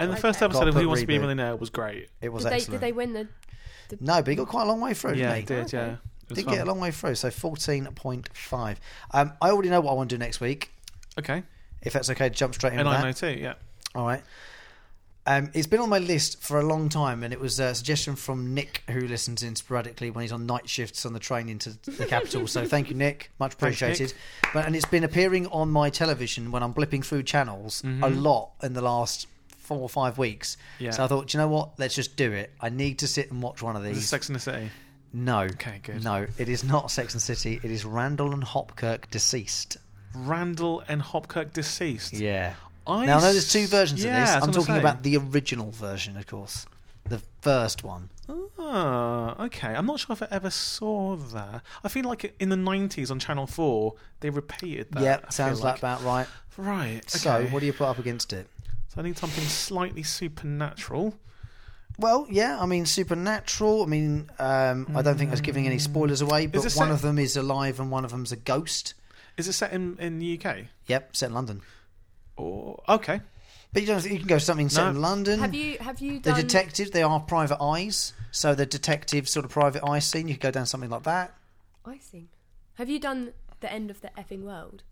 Speaker 3: And the
Speaker 4: Okay.
Speaker 3: first episode
Speaker 2: Got
Speaker 3: of Who
Speaker 2: put
Speaker 3: Wants to Be a
Speaker 2: reboot.
Speaker 3: Millionaire was great.
Speaker 2: It was
Speaker 4: did, they,
Speaker 2: excellent.
Speaker 4: did they win the?
Speaker 2: No, but he got quite a long way through,
Speaker 3: Yeah,
Speaker 2: didn't he?
Speaker 3: it did. Yeah, It was
Speaker 2: Did
Speaker 3: fun.
Speaker 2: get a long way through, so fourteen point five. Um, I already know what I want to do next week.
Speaker 3: Okay,
Speaker 2: If that's okay, to jump straight into
Speaker 3: and I
Speaker 2: that.
Speaker 3: know too. Yeah,
Speaker 2: All right. Um, it's been on my list for a long time, and it was a suggestion from Nick, who listens in sporadically when he's on night shifts on the train into the capital. so thank you, Nick. Much
Speaker 3: Thanks, Nick.
Speaker 2: appreciated. But and it's been appearing on my television when I'm blipping through channels a lot in the last four or five weeks.
Speaker 3: Mm-hmm. Yeah.
Speaker 2: So I thought, do you know what? Let's just do it. I need to sit and watch one of
Speaker 3: the
Speaker 2: these.
Speaker 3: Sex in the City.
Speaker 2: No.
Speaker 3: Okay, good.
Speaker 2: No, it is not Sex and the City. It is Randall and Hopkirk deceased.
Speaker 3: Randall and Hopkirk deceased.
Speaker 2: Yeah.
Speaker 3: I
Speaker 2: Now, I know there's two versions
Speaker 3: yeah,
Speaker 2: of this. I'm
Speaker 3: that's what
Speaker 2: talking
Speaker 3: saying.
Speaker 2: about the original version, of course. The first one.
Speaker 3: Oh, Ah, okay. I'm not sure if I ever saw that. I feel like in the 90s on Channel 4, they repeated that. I
Speaker 2: Yep,
Speaker 3: feel
Speaker 2: sounds like about right.
Speaker 3: Right. Okay.
Speaker 2: So, what do you put up against it?
Speaker 3: So I need something slightly supernatural.
Speaker 2: Well, yeah, I mean, Supernatural. I mean, um, I don't think I was giving any spoilers away, but one
Speaker 3: this set-
Speaker 2: of them is alive and one of them's a ghost.
Speaker 3: Is it set in, in the UK?
Speaker 2: Yep, set in London.
Speaker 3: Or okay.
Speaker 2: But you don't. You can go something set
Speaker 3: No.
Speaker 2: in London.
Speaker 4: Have you have you
Speaker 2: the
Speaker 4: done?
Speaker 2: detective, Mm. they are private eyes, so the detective sort of private eye scene. You could go down something like that.
Speaker 4: icing. Have you done the end of the effing world?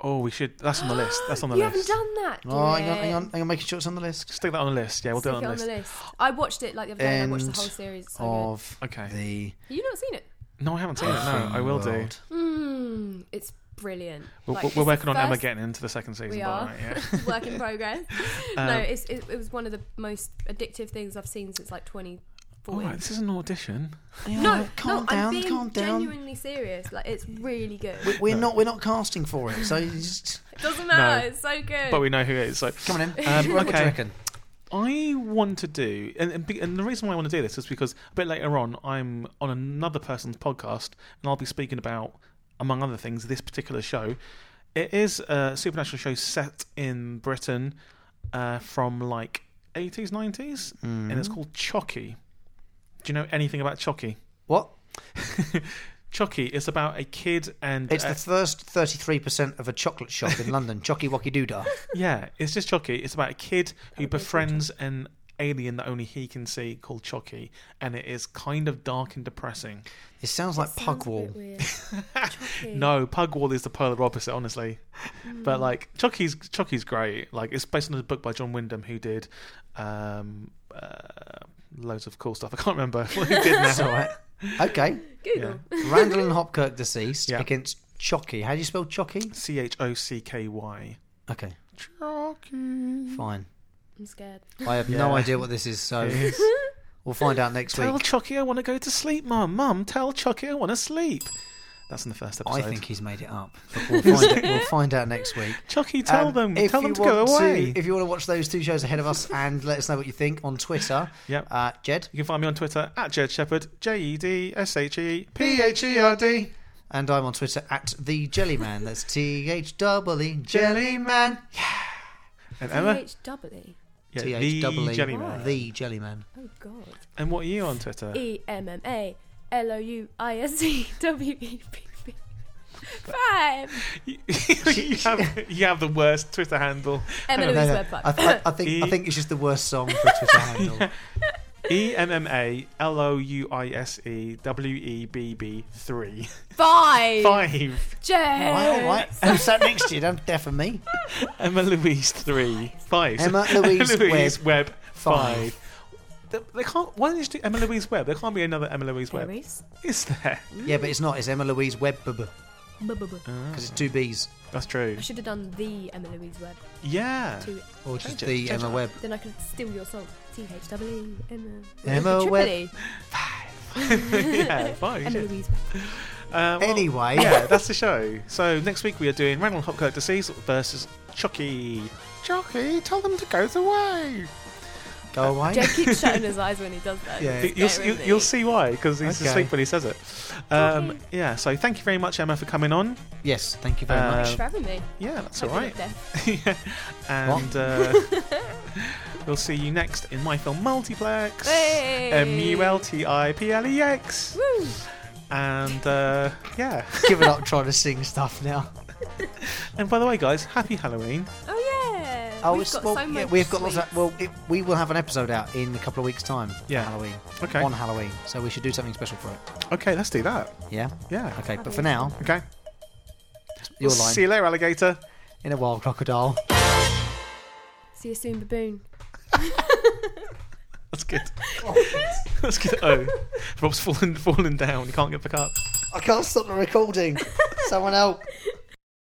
Speaker 3: Oh, we should. That's on the list. That's on the
Speaker 4: you
Speaker 3: list.
Speaker 4: haven't done that.
Speaker 2: Oh, hang on,
Speaker 4: Dylan.
Speaker 2: hang on, hang on, making sure it's on the list
Speaker 3: Stick that on the list. Yeah, we'll
Speaker 4: Stick
Speaker 3: do it on the list.
Speaker 4: I watched it like the other day. and I watched
Speaker 2: End
Speaker 4: the whole series. It's So good.
Speaker 2: of
Speaker 3: Okay.
Speaker 2: the.
Speaker 4: Have you not seen it?
Speaker 3: No, I haven't seen it. No, I will do.
Speaker 4: <laughs>
Speaker 2: world.
Speaker 4: Mm, it's brilliant.
Speaker 3: We're,
Speaker 4: Like,
Speaker 3: we're
Speaker 4: it's the
Speaker 3: working on Emma
Speaker 4: first-
Speaker 3: getting into the second season.
Speaker 4: We
Speaker 3: by the
Speaker 4: are.
Speaker 3: way, <laughs> yeah.
Speaker 4: <laughs> Work in progress.
Speaker 3: <laughs> Um,
Speaker 4: no, it's, it, it was one of the most addictive things I've seen since like 2014.
Speaker 3: Alright, this is an audition.
Speaker 2: Yeah,
Speaker 4: no,
Speaker 2: calm
Speaker 4: no,
Speaker 2: down,
Speaker 4: I'm being
Speaker 2: calm down.
Speaker 4: genuinely serious. Like it's really good.
Speaker 2: We- We're not. We're not casting for it. So you just
Speaker 4: It doesn't matter.
Speaker 3: No.
Speaker 4: It's so good.
Speaker 3: But we know who it is. So
Speaker 2: come on
Speaker 4: <laughs>
Speaker 2: in.
Speaker 3: Um,
Speaker 2: what do
Speaker 3: okay.
Speaker 2: you reckon?
Speaker 3: I want to do, and, and, be, and the reason why I want to do this is because a bit later on, I'm on another person's podcast, and I'll be speaking about, among other things, this particular show. It is a supernatural show set in Britain uh, from like 80s, 90s, and it's called Chucky. Do you know anything about Chucky?
Speaker 2: What?
Speaker 3: <laughs> Chucky is about a kid and
Speaker 2: It's
Speaker 3: a-
Speaker 2: the first thirty-three percent of a chocolate shop in
Speaker 4: <laughs>
Speaker 2: London. Chocky Wocky Doodah.
Speaker 3: Yeah, it's just Chucky. It's about a kid who befriends an alien that only he can see called Chucky, and it is kind of dark and depressing.
Speaker 2: It sounds like Pugwall.
Speaker 3: <laughs> No, Pugwall is the polar opposite, honestly.
Speaker 2: Hmm.
Speaker 3: But like Chucky's Chucky's great. Like it's based on a book by John Wyndham who did um, uh, loads of cool stuff. I can't remember <laughs> what he
Speaker 2: <laughs>
Speaker 3: did
Speaker 2: That's all
Speaker 3: now.
Speaker 4: <laughs>
Speaker 2: right. Okay.
Speaker 4: Google.
Speaker 2: Randall and Hopkirk deceased
Speaker 3: Yeah.
Speaker 2: against Chocky. How do you spell Chocky?
Speaker 3: C H O C K Y.
Speaker 2: Okay,
Speaker 3: Chucky.
Speaker 4: Mm-hmm.
Speaker 2: fine.
Speaker 4: I'm scared.
Speaker 2: I have no
Speaker 3: Yeah.
Speaker 2: idea what this is,
Speaker 3: <laughs>
Speaker 2: so
Speaker 3: Yes.
Speaker 2: we'll find out next
Speaker 3: Tell
Speaker 2: week.
Speaker 3: Chucky I want to go to sleep, Mum. Mum, tell Chucky I want to sleep. That's in the first episode.
Speaker 2: I think he's made it up. But we'll,
Speaker 3: <laughs>
Speaker 2: find it, we'll find out next week.
Speaker 3: Chucky, tell
Speaker 2: Um,
Speaker 3: them.
Speaker 2: if
Speaker 3: Tell them
Speaker 2: you
Speaker 3: to go
Speaker 2: want
Speaker 3: away.
Speaker 2: if you want to watch those two shows ahead of us and let us know what you think on Twitter,
Speaker 3: <laughs> Yep.
Speaker 2: uh, Jed
Speaker 3: you can find me on Twitter at Jed Shepherd. J E D S H E P H E R D.
Speaker 2: and I'm on Twitter at the Jellyman. That's T H double E Jellyman.
Speaker 3: And Emma.
Speaker 4: THW.
Speaker 3: Yeah,
Speaker 2: T
Speaker 3: the
Speaker 2: H double E
Speaker 3: Jellyman.
Speaker 2: The Jellyman.
Speaker 4: Oh God.
Speaker 3: And what are you on Twitter?
Speaker 4: E M M A L O U I S E W E P P. Five.
Speaker 3: you, have, <laughs> you have the worst Twitter handle.
Speaker 4: Emma Louise
Speaker 2: No, no, I,
Speaker 4: Webpack.
Speaker 2: I, I think
Speaker 3: <laughs>
Speaker 2: I
Speaker 3: E-
Speaker 2: think it's just the worst song for a
Speaker 3: <laughs>
Speaker 2: Twitter handle.
Speaker 3: E M M A L O U I S E W E B B 3.
Speaker 4: Five.
Speaker 3: Five.
Speaker 4: Jess.
Speaker 2: Right, all right. I'm sat next to you. Don't deafen me.
Speaker 3: Emma Louise 3. 5. <laughs>
Speaker 2: Emma Louise
Speaker 3: Webb.
Speaker 2: Five.
Speaker 3: 5. They, they can't. Why don't you just do Emma Louise Webb? There can't be another Emma Louise Webb.
Speaker 4: Berries.
Speaker 3: Is there?
Speaker 2: Yeah, but it's not. It's Emma Louise
Speaker 3: Ah.
Speaker 2: Webb
Speaker 4: Bu- bu- bu.
Speaker 3: Uh.
Speaker 2: because it's two B's
Speaker 3: That's true.
Speaker 4: I should have done the Emma Louise Webb.
Speaker 3: Yeah.
Speaker 4: Two.
Speaker 2: or
Speaker 3: Change
Speaker 2: just
Speaker 3: it,
Speaker 2: the
Speaker 3: change
Speaker 2: Emma
Speaker 3: it.
Speaker 2: Webb.
Speaker 4: Then I could steal your song. T H W Emma.
Speaker 2: Emma
Speaker 4: Triple
Speaker 2: Webb.
Speaker 4: E.
Speaker 3: <laughs>
Speaker 4: <laughs>
Speaker 3: yeah, fine.
Speaker 4: Emma
Speaker 3: yeah.
Speaker 4: Louise Webb.
Speaker 3: Uh, well,
Speaker 2: Anyway,
Speaker 3: yeah, that's the show. So next week we are doing Randall Hopkirk Disease versus Chucky. Chucky, tell them to go the way.
Speaker 2: go away.
Speaker 4: Jed
Speaker 2: <laughs>
Speaker 4: keeps shutting his eyes when he does that.
Speaker 2: Yeah.
Speaker 4: It's
Speaker 3: You'll,
Speaker 4: scary,
Speaker 3: you'll,
Speaker 4: isn't
Speaker 3: you'll
Speaker 4: it?
Speaker 3: see why, because he's
Speaker 2: Okay.
Speaker 3: asleep when he says it. Um,
Speaker 4: Okay.
Speaker 3: Yeah, so thank you very much, Emma, for coming on.
Speaker 2: Yes, thank you very
Speaker 3: Uh,
Speaker 2: much.
Speaker 4: Thanks for having me.
Speaker 3: Yeah, that's all
Speaker 4: Hope you
Speaker 3: right.
Speaker 4: love death.
Speaker 2: <laughs>
Speaker 3: <laughs> Yeah. And uh, we'll see you next in my film Multiplex.
Speaker 4: Hey.
Speaker 3: M U L T I P L E X.
Speaker 4: Woo.
Speaker 3: And uh, yeah.
Speaker 2: Give it up trying to sing stuff now.
Speaker 3: And by the way, guys, happy Halloween.
Speaker 4: Oh yeah.
Speaker 2: Oh,
Speaker 4: we've
Speaker 2: it's-
Speaker 4: got
Speaker 2: well,
Speaker 4: so
Speaker 2: yeah,
Speaker 4: much.
Speaker 2: we've got lots
Speaker 4: sweets.
Speaker 2: of. Well, it, we will have an episode out in a couple of weeks' time. for
Speaker 3: Yeah.
Speaker 2: Halloween.
Speaker 3: Okay.
Speaker 2: On Halloween, so we should do something special for it.
Speaker 3: Okay, let's do that.
Speaker 2: Yeah.
Speaker 3: Yeah.
Speaker 2: Okay, but for now,
Speaker 3: Okay.
Speaker 2: your
Speaker 3: We'll
Speaker 2: line.
Speaker 3: See you later, alligator.
Speaker 2: In a wild crocodile.
Speaker 4: See you
Speaker 2: <laughs>
Speaker 4: soon, baboon.
Speaker 3: That's good. <laughs>
Speaker 4: <laughs>
Speaker 2: <laughs>
Speaker 3: That's good. Oh, Rob's fallen, fallen down. He can't get back up.
Speaker 2: <laughs> I can't stop the recording. Someone help.